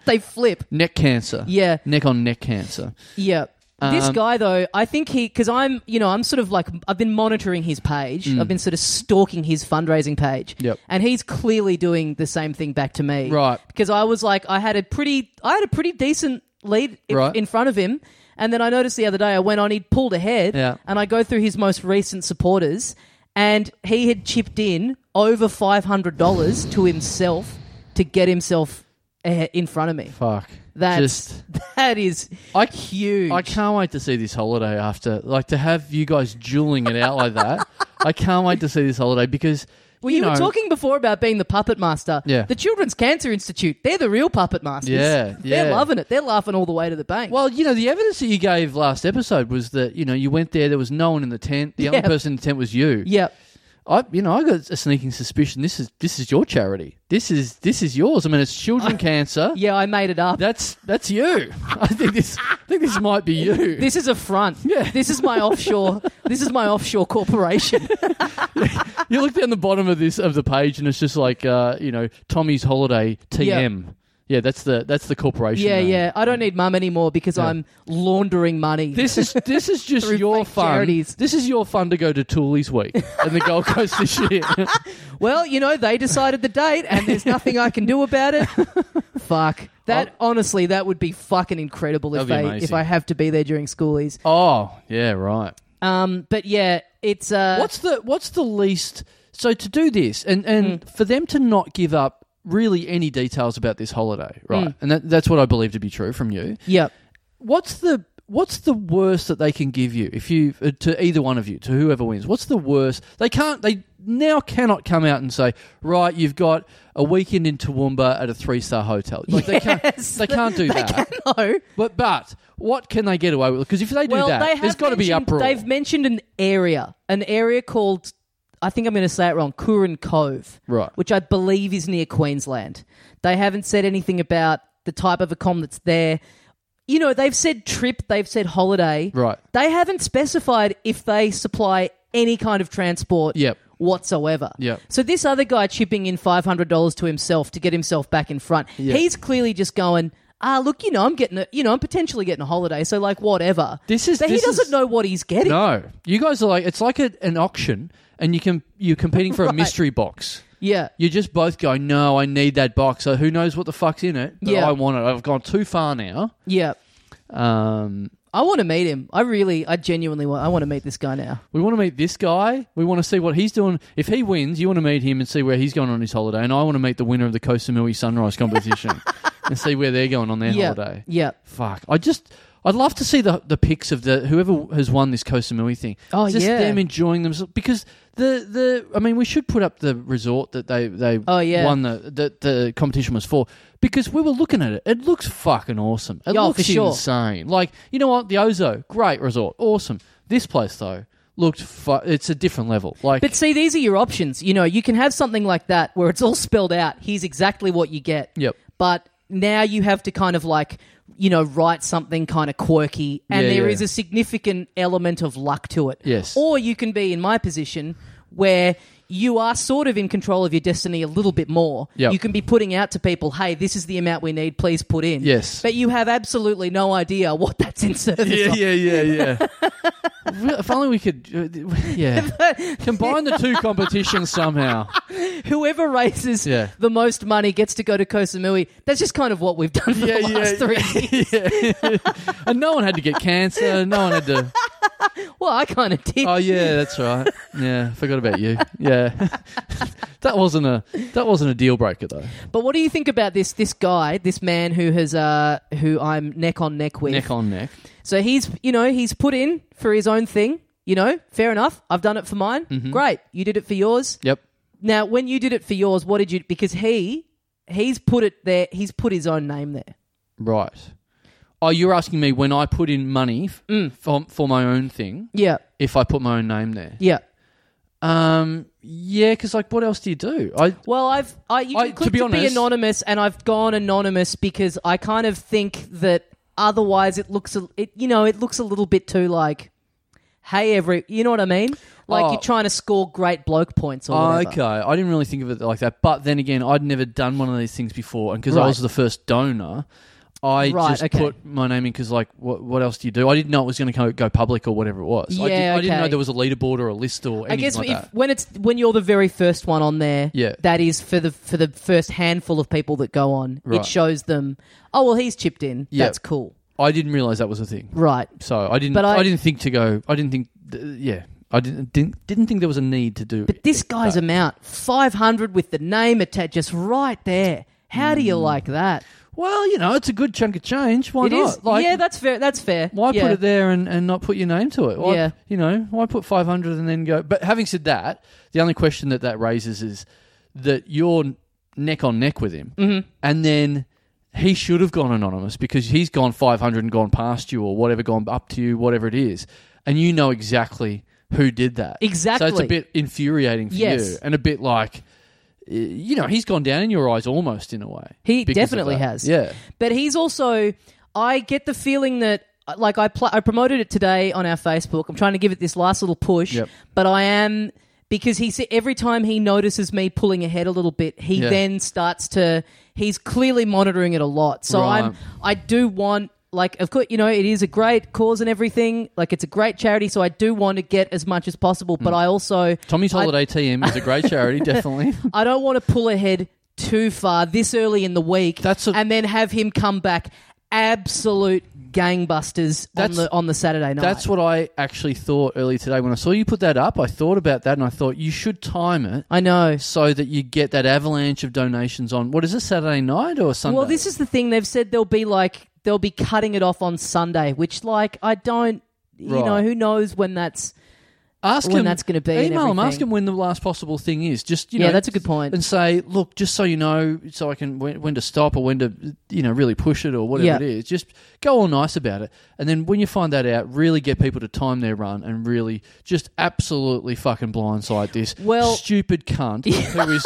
S1: they flip.
S2: neck cancer.
S1: Yeah,
S2: Neck on neck cancer.
S1: yeah. this
S2: Um,
S1: guy though, I think he because I'm you know I'm sort of like I've been monitoring his page. I've been sort of stalking his fundraising page.
S2: Mm. Yep.
S1: And he's clearly doing the same thing back to me.
S2: Right.
S1: Because I was like I had a pretty I had a pretty decent lead in,
S2: Right.
S1: in front of him. And then I noticed the other day I went on, he'd pulled ahead,
S2: Yeah.
S1: and I go through his most recent supporters, and he had chipped in over five hundred dollars to himself to get himself eh, in front of me.
S2: Fuck.
S1: That's
S2: just
S1: that is
S2: I
S1: huge.
S2: I can't wait to see this holiday after like to have you guys dueling it out like that. I can't wait to see this holiday because
S1: Well, you,
S2: know,
S1: were talking before about being the puppet master.
S2: Yeah.
S1: The Children's Cancer Institute, they're the real puppet masters.
S2: Yeah,
S1: They're
S2: yeah.
S1: loving it. They're laughing all the way to the bank.
S2: Well, you know, the evidence that you gave last episode was that, you know, you went there, there was no one in the tent. The only
S1: Yeah.
S2: person in the tent was you.
S1: yeah.
S2: I you know, I got a sneaking suspicion this is this is your charity. This is this is yours. I mean it's children cancer.
S1: Yeah, I made it up.
S2: That's that's you. I think this I think this might be you.
S1: this is a front.
S2: Yeah.
S1: This is my offshore this is my offshore corporation.
S2: You look down the bottom of this of the page, and it's just like uh, you know Tommy's Holiday TM. Yeah. that's the that's the corporation.
S1: yeah,
S2: name.
S1: yeah. I don't need mum anymore because
S2: Yeah.
S1: I'm laundering money.
S2: This is this is just
S1: Through
S2: your
S1: fake
S2: fun.
S1: charities.
S2: This is your fun to go to Toolies Week and the Gold Coast this year.
S1: well, you know, they decided the date and there's nothing I can do about it. Fuck. That honestly, that would be fucking incredible if
S2: That'd be
S1: they if
S2: amazing.
S1: I have to be there during schoolies.
S2: oh yeah, right.
S1: Um, but yeah, it's uh,
S2: What's the what's the least? So to do this, and and
S1: Mm.
S2: for them to not give up really any details about this holiday, right?
S1: Mm.
S2: And that, that's what I believe to be true from you.
S1: yeah.
S2: What's the what's the worst that they can give you if you uh, to either one of you to whoever wins? What's the worst? They can't. They now cannot come out and say, right, you've got a weekend in Toowoomba at a three star hotel. Like they can't.
S1: Yes,
S2: They can't do
S1: they
S2: that.
S1: No.
S2: But but what can they get away with? Because if they do
S1: Well,
S2: that,
S1: they have
S2: there's got to be
S1: mentioned-
S2: uproar.
S1: They've mentioned an area, an area called, I think I'm going to say it wrong, Curran Cove,
S2: Right.
S1: Which I believe is near Queensland. They haven't said anything about the type of a com that's there. You know, they've said trip, they've said holiday,
S2: Right.
S1: They haven't specified if they supply any kind of transport,
S2: Yep.
S1: whatsoever.
S2: Yep.
S1: So this other guy chipping in five hundred dollars to himself to get himself back in front.
S2: Yeah.
S1: He's clearly just going. Ah, look, you know, I'm getting a, you know, I'm potentially getting a holiday, so like, whatever.
S2: This is-
S1: But he
S2: this
S1: doesn't
S2: is-
S1: know what he's getting.
S2: no, you guys are like it's like a, an auction, and you can you're competing for a mystery box.
S1: Yeah,
S2: You're just both going, no, I need that box. So who knows what the fuck's in it? But
S1: Yeah.
S2: I want it. I've gone too far now.
S1: yeah.
S2: Um,
S1: I want to meet him. I really, I genuinely want. I want to meet this guy now.
S2: We want to meet this guy. We want to see what he's doing. If he wins, you want to meet him and see where he's going on his holiday. And I want to meet the winner of the Koh Samui Sunrise competition and see where they're going on their
S1: yeah,
S2: holiday.
S1: yeah.
S2: Fuck. I just. I'd love to see the the pics of the whoever has won this Koh Samui thing.
S1: Oh,
S2: just
S1: yeah.
S2: them enjoying themselves because the the I mean we should put up the resort that they they
S1: Oh, yeah.
S2: won the that the competition was for because we were looking at it. It looks fucking awesome. It
S1: Yeah,
S2: looks
S1: for sure.
S2: insane. Like you know what the Ozo great resort awesome. This place though looked fu- it's a different level. Like
S1: But see, these are your options. You know, you can have something like that where it's all spelled out. Here's exactly what you get.
S2: Yep.
S1: But now you have to kind of like, you know, write something kind of quirky, and
S2: Yeah,
S1: there is
S2: yeah.
S1: a significant element of luck to it.
S2: Yes.
S1: Or you can be in my position where you are sort of in control of your destiny a little bit more.
S2: Yep.
S1: You can be putting out to people, hey, this is the amount we need, please put in.
S2: Yes.
S1: But you have absolutely no idea what that's in service
S2: yeah
S1: of.
S2: yeah yeah yeah. if only we could uh, yeah combine the two competitions somehow.
S1: whoever raises
S2: Yeah.
S1: the most money gets to go to Koh Samui. That's just kind of what we've done for the last three years.
S2: yeah. and Uh, no one had to get cancer. No one had to.
S1: Well, I kind of did.
S2: Oh yeah, that's right. Yeah, forgot about you. Yeah, that wasn't a that wasn't a deal breaker though.
S1: But what do you think about this this guy, this man who has uh who I'm neck on neck with?
S2: Neck on neck.
S1: So he's you know he's put in for his own thing. You know, fair enough. I've done it for mine.
S2: Mm-hmm.
S1: Great, you did it for yours.
S2: Yep.
S1: Now, when you did it for yours, what did you? Because he he's put it there. He's put his own name there.
S2: Right. Oh, you're asking me when I put in money f- for for my own thing
S1: Yeah,
S2: if I put my own name there.
S1: yeah.
S2: Um. Yeah, because like, what else do you do? I
S1: Well, I've I you
S2: I-
S1: can click
S2: to
S1: to
S2: be
S1: be,
S2: honest-
S1: anonymous, and I've gone anonymous because I kind of think that otherwise it looks a, it you know it looks a little bit too like, hey every you know what I mean like
S2: Oh.
S1: you're trying to score great bloke points or
S2: Oh,
S1: whatever.
S2: okay. I didn't really think of it like that. But then again, I'd never done one of these things before, and because I
S1: Right.
S2: was the first donor, I
S1: Right,
S2: just
S1: okay.
S2: put my name in because, like, what what else do you do? I didn't know it was going to go public or whatever it was. I, did,
S1: Yeah,
S2: I didn't know
S1: okay.
S2: there was a leaderboard or a list or anything
S1: I guess
S2: like
S1: if,
S2: that.
S1: when it's when you're the very first one on there,
S2: Yeah.
S1: that is for the for the first handful of people that go on.
S2: Right.
S1: It shows them, oh well, he's chipped in.
S2: Yeah.
S1: That's cool,
S2: I didn't realize that was a thing.
S1: right?
S2: So I didn't.
S1: But
S2: I,
S1: I-
S2: didn't think to go. I didn't think. th- yeah. I didn't, didn't didn't think there was a need to do.
S1: But this guy's amount five hundred with the name attached, just right there. How do you
S2: Mm.
S1: like that?
S2: well, you know, it's a good chunk of change. Why
S1: It
S2: not?
S1: is. yeah, that's fair. That's fair.
S2: Why
S1: Yeah.
S2: put it there and, and not put your name to it? Why,
S1: Yeah.
S2: You know, why put 500 and then go? But having said that, the only question that that raises is that you're neck on neck with him. Mm-hmm. And then he should have gone anonymous because he's gone 500 and gone past you or whatever, gone up to you, whatever it is. And you know exactly who did that. So it's a
S1: Exactly.
S2: bit infuriating for
S1: Yes.
S2: you and a bit like, eh, you know, he's gone down in your eyes almost in a way.
S1: He
S2: because of
S1: definitely
S2: that.
S1: has.
S2: Yeah.
S1: But he's also. I get the feeling that, like, I pl- I promoted it today on our Facebook. I'm trying to give it this last little push,
S2: Yep.
S1: but I am because he se- every time he notices me pulling ahead a little bit, he
S2: Yeah.
S1: then starts to. He's clearly monitoring it a lot, so
S2: Right.
S1: I'm. I do want. Like of course you know it is a great cause and everything like it's a great charity so I do want to get as much as possible
S2: Hmm.
S1: but I also
S2: Tommy's
S1: I-
S2: Holiday TM is a great charity, definitely.
S1: I don't want to pull ahead too far this early in the week
S2: That's a-
S1: and then have him come back absolute gangbusters on
S2: That's-
S1: the on the Saturday night.
S2: That's what I actually thought earlier today when I saw you put that up. I thought about that and I thought you should time it
S1: I know.
S2: so that you get that avalanche of donations on what is it Saturday night or Sunday?
S1: Well, this is the thing they've said they'll be like they'll be cutting it off on Sunday, which like I don't you
S2: Right.
S1: know who knows when that's
S2: ask
S1: when
S2: him-
S1: that's gonna be and
S2: Email him, ask
S1: everything.
S2: him when the last possible thing is. Just you
S1: Yeah,
S2: know,
S1: that's a good point.
S2: And say, look, just so you know, so I can when, when to stop or when to you know really push it or whatever
S1: Yeah.
S2: it is. Just go all nice about it, and then when you find that out, really get people to time their run and really just absolutely fucking blindside this
S1: Well-
S2: stupid cunt who is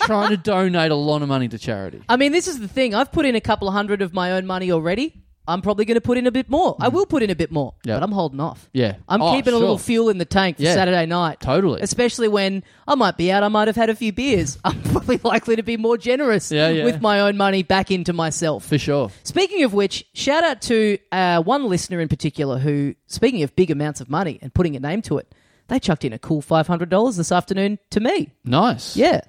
S2: trying to donate a lot of money to charity.
S1: I mean, this is the thing. I've put in a couple of hundred of my own money already. I'm probably going to put in a bit more. I will put in a bit more,
S2: Mm. Yeah.
S1: but I'm holding off.
S2: Yeah.
S1: I'm
S2: Oh,
S1: keeping a little
S2: sure.
S1: fuel in the tank for
S2: Yeah.
S1: Saturday night.
S2: Totally.
S1: Especially when I might be out, I might have had a few beers. I'm probably likely to be more generous
S2: Yeah, yeah.
S1: with my own money back into myself.
S2: For sure.
S1: Speaking of which, shout out to uh, one listener in particular who, speaking of big amounts of money and putting a name to it, they chucked in a cool $500 this afternoon to me.
S2: Nice.
S1: Yeah.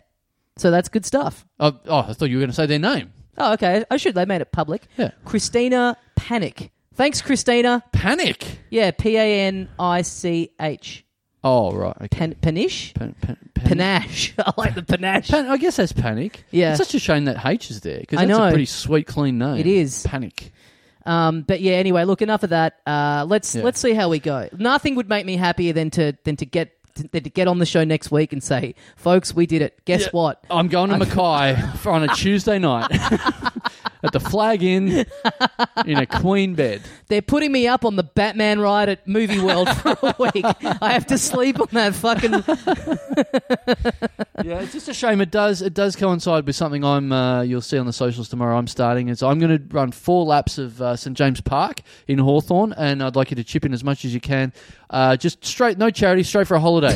S1: So that's good stuff.
S2: Oh, oh, I thought you were going to say their name.
S1: Oh, okay. I should. They made it public.
S2: Yeah.
S1: Christina Panic, Thanks, Christina.
S2: Panic.
S1: Yeah, P A N I C H.
S2: Oh right. Okay.
S1: Pan- Panish?
S2: Pan- pan- pan-
S1: Panache. I like the panache.
S2: Pan- I guess that's panic.
S1: Yeah.
S2: It's such a shame that H is there because
S1: I
S2: that's
S1: know.
S2: a pretty sweet, clean name.
S1: It is.
S2: panic.
S1: Um, but yeah, anyway, look, enough of that. Uh, let's
S2: Yeah.
S1: let's see how we go. Nothing would make me happier than to than to get than to get on the show next week and say, folks, we did it. Guess
S2: Yeah.
S1: what?
S2: I'm going to Mackay for on a Tuesday night at the Flag Inn in a queen bed.
S1: They're putting me up on the Batman ride at Movie World for a week. I have to sleep on that fucking.
S2: Yeah, it's just a shame. It does it does coincide with something I'm uh, you'll see on the socials tomorrow. I'm starting. It's I'm going to run four laps of uh, St James Park in Hawthorne, and I'd like you to chip in as much as you can. Uh, just straight, no charity, straight for a holiday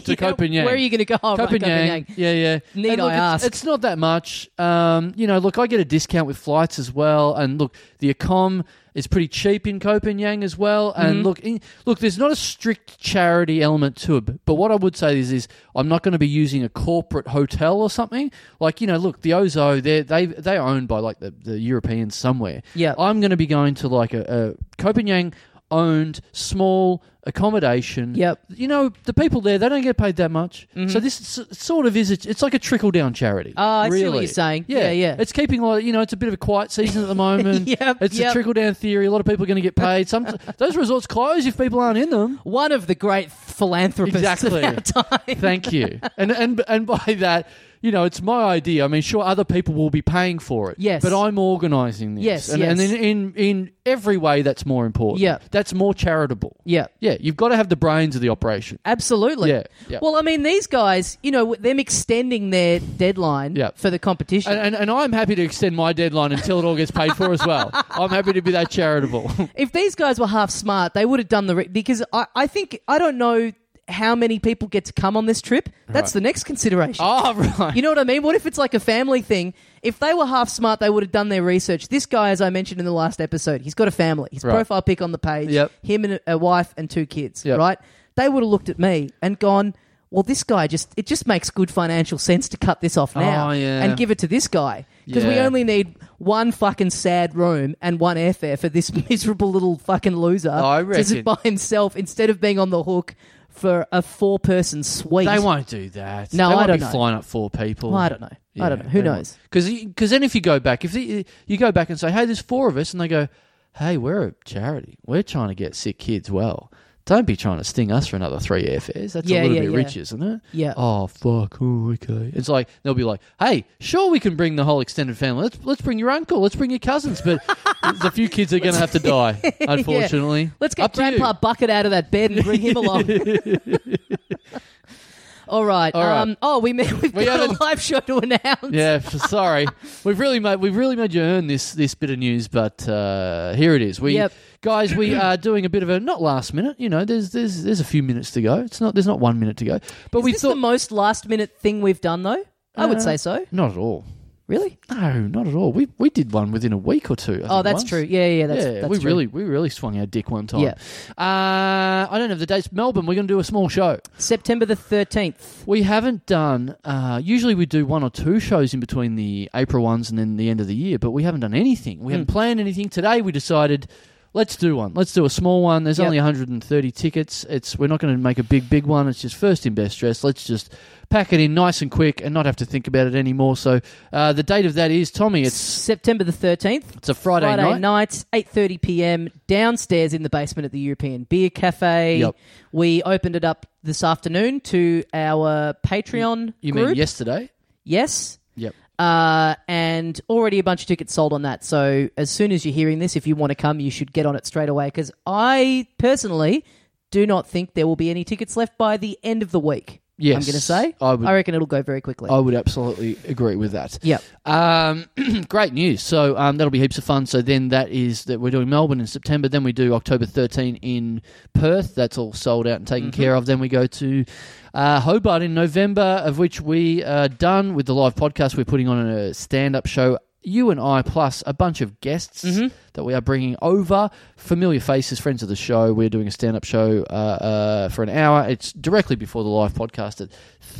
S2: to Copenhagen.
S1: Where are you going to go? Oh, right,
S2: Copenhagen. Yeah, yeah.
S1: Need
S2: And look,
S1: I
S2: it's-
S1: ask.
S2: It's not that much. Um, you know, look, I get a discount with flights as well. And look, the Ecom is pretty cheap in Copenhagen as well. And
S1: Mm-hmm.
S2: look, in, look, there's not a strict charity element to it. But what I would say is, is I'm not going to be using a corporate hotel or something. Like, you know, look, the Ozo, they're, they, they're owned by like the, the Europeans somewhere.
S1: Yeah.
S2: I'm going to be going to like a, a Copenhagen owned small accommodation
S1: Yep. Mm-hmm.
S2: you know the people there they don't get paid that much so this s- sort of is a, it's like a trickle down charity
S1: Oh, I see
S2: really.
S1: what you're saying. Yeah, yeah.
S2: it's keeping like you know it's a bit of a quiet season at the moment
S1: Yep,
S2: it's
S1: yep.
S2: a trickle down theory a lot of people are going to get paid some those resorts close if people aren't in them
S1: One of the great philanthropists
S2: Exactly.
S1: of our time.
S2: thank you and and and by that you know, it's my idea. I mean, sure, other people will be paying for it.
S1: Yes.
S2: but I'm organising this.
S1: Yes,
S2: and, and
S1: yes.
S2: in, in in every way, that's more important.
S1: Yeah.
S2: that's more charitable.
S1: Yeah.
S2: yeah. You've got to have the brains of the operation.
S1: Absolutely.
S2: Yeah, yeah.
S1: Well, I mean, these guys, you know, them extending their deadline
S2: Yeah.
S1: for the competition.
S2: And, and, and I'm happy to extend my deadline until it all gets paid for as well. I'm happy to be that charitable.
S1: if these guys were half smart, they would have done the re- because I, I think I don't know how many people get to come on this trip. That's
S2: Right.
S1: the next consideration.
S2: oh, right.
S1: You know what I mean? What if it's like a family thing? If they were half smart, they would have done their research. This guy, as I mentioned in the last episode, he's got a family. His
S2: Right.
S1: profile pic on the page,
S2: Yep.
S1: him and a, a wife and two kids,
S2: Yep.
S1: right? They would have looked at me and gone, well, this guy just, it just makes good financial sense to cut this off now
S2: Oh, yeah.
S1: and give it to this guy. Because we
S2: Yeah.
S1: only need one fucking sad room and one airfare for this miserable little fucking loser
S2: I
S1: to sit
S2: reckon.
S1: by himself instead of being on the hook for a four person suite.
S2: they won't do that.
S1: No,
S2: they
S1: I
S2: won't
S1: don't
S2: be
S1: know.
S2: flying up four people.
S1: Well, I don't know. I don't know. Who knows?
S2: Because then if you go back, if the, you go back and say, hey, there's four of us, and they go, hey, we're a charity. We're trying to get sick kids well. Don't be trying to sting us for another three airfares. That's
S1: Yeah,
S2: a little
S1: yeah,
S2: bit
S1: yeah.
S2: rich, isn't it?
S1: Yeah.
S2: Oh fuck. Oh, okay. It's like they'll be like, "Hey, sure, we can bring the whole extended family. Let's let's bring your uncle. Let's bring your cousins." But the few kids are going to have to die, unfortunately.
S1: Let's get
S2: Up to you.
S1: Grandpa Bucket out of that bed and bring him along. All right.
S2: All right.
S1: Um, oh, we may, we've
S2: We
S1: got
S2: haven't-
S1: a live show to announce.
S2: Yeah, f- sorry. We've really made we've really made you earn this this bit of news, but uh, here it is. We
S1: Yep.
S2: guys, we are doing a bit of a not last minute. You know, there's there's there's a few minutes to go. It's not there's not one minute to go. But
S1: Is
S2: we
S1: this
S2: thought
S1: the most last minute thing we've done, though? I would
S2: Uh,
S1: say so.
S2: not at all.
S1: Really?
S2: No, not at all. We we did one within a week or two. I
S1: Oh,
S2: think,
S1: that's
S2: once.
S1: true. Yeah, yeah, that's,
S2: yeah,
S1: that's
S2: we
S1: true.
S2: really we really swung our dick one time.
S1: Yeah.
S2: Uh, I don't have the dates. Melbourne, we're going to do a small show.
S1: September the 13th.
S2: We haven't done. Uh, usually we do one or two shows in between the April ones and then the end of the year, but we haven't done anything. We haven't planned anything. Today we decided. Let's do one. Let's do a small one. There's
S1: Yep.
S2: only 130 tickets. It's we're not going to make a big big one. It's just first in best dress. Let's just pack it in nice and quick and not have to think about it anymore. So uh, the date of that is Tommy. It's
S1: September the 13th.
S2: it's a Friday,
S1: Friday
S2: night.
S1: night, 8.30 p.m. downstairs in the basement at the European Beer Cafe.
S2: Yep.
S1: We opened it up this afternoon to our Patreon
S2: You
S1: group.
S2: mean yesterday?
S1: Yes.
S2: Yep.
S1: Uh, and already a bunch of tickets sold on that. So as soon as you're hearing this, if you want to come, you should get on it straight away because I personally do not think there will be any tickets left by the end of the week.
S2: Yes.
S1: I'm going to say.
S2: I would-
S1: I reckon it'll go very quickly.
S2: I would absolutely agree with that.
S1: Yep.
S2: Um, great news. So um, that'll be heaps of fun. So then that is that we're doing Melbourne in September. Then we do October 13 in Perth. That's all sold out and taken care of. Then we go to uh, Hobart in November, of which we are done with the live podcast. We're putting on a stand up show you and I, plus a bunch of guests that we are bringing over, familiar faces, friends of the show. We're doing a stand up show uh, uh, for an hour. It's directly before the live podcast at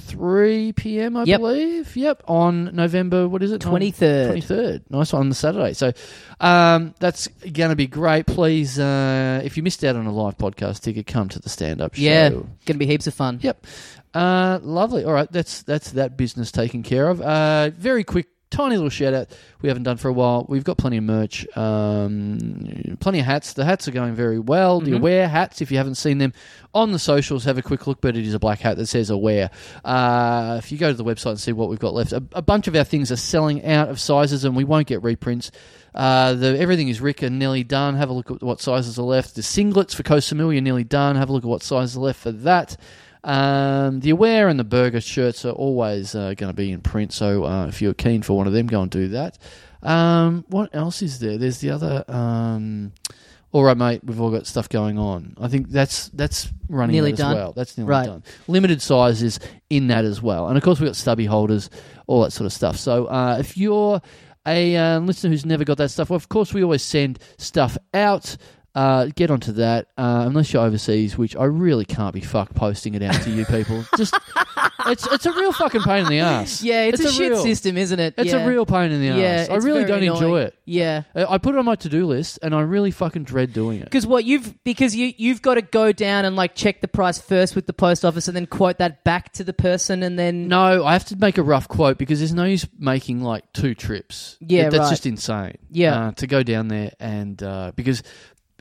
S2: 3 p.m., I
S1: Yep.
S2: believe. Yep. On November, what is it?
S1: 23rd.
S2: 23rd. Nice one on the Saturday. So um, that's going to be great. Please, uh, if you missed out on a live podcast ticket, come to the stand up show.
S1: Yeah, going to be heaps of fun.
S2: Yep. Uh, lovely. All right. That's that's that business taken care of. Uh, very quick, tiny little shout out we haven't done for a while. We've got plenty of merch, um, plenty of hats. The hats are going very well. The Aware hats, if you haven't seen them on the socials, have a quick look. But it is a black hat that says Aware. Uh, if you go to the website and see what we've got left, a, a bunch of our things are selling out of sizes, and we won't get reprints. Uh, the everything is Rick and nearly done. Have a look at what sizes are left. The singlets for Kosamui are nearly done. Have a look at what sizes are left for that. Um, the Aware and the Burger shirts are always uh, going to be in print, so uh, if you're keen for one of them, go and do that. Um, what else is there? There's the other. Um, all right, mate. We've all got stuff going on. I think that's that's running
S1: Nearly
S2: out
S1: done.
S2: as well. That's nearly
S1: Right.
S2: done. Limited sizes in that as well, and of course we've got stubby holders, all that sort of stuff. So uh, if you're a uh, listener who's never got that stuff, well, of course we always send stuff out. Uh, get onto that, uh, unless you're overseas, which I really can't be fucked posting it out to you people. Just it's it's a real fucking pain in the ass.
S1: Yeah, it's, a, shit
S2: real,
S1: system, isn't it?
S2: It's
S1: Yeah.
S2: a real pain in the
S1: Yeah,
S2: ass. I
S1: it's
S2: really
S1: very
S2: don't
S1: annoying.
S2: enjoy it.
S1: Yeah.
S2: Uh, I put it on my to do list, and I really fucking dread doing it.
S1: Because what you've because you you've got to go down and like check the price first with the post office and then quote that back to the person and then
S2: No, I have to make a rough quote because there's no use making like two trips.
S1: Yeah,
S2: That- that's
S1: right.
S2: just insane.
S1: Yeah.
S2: uh, to go down there and uh, because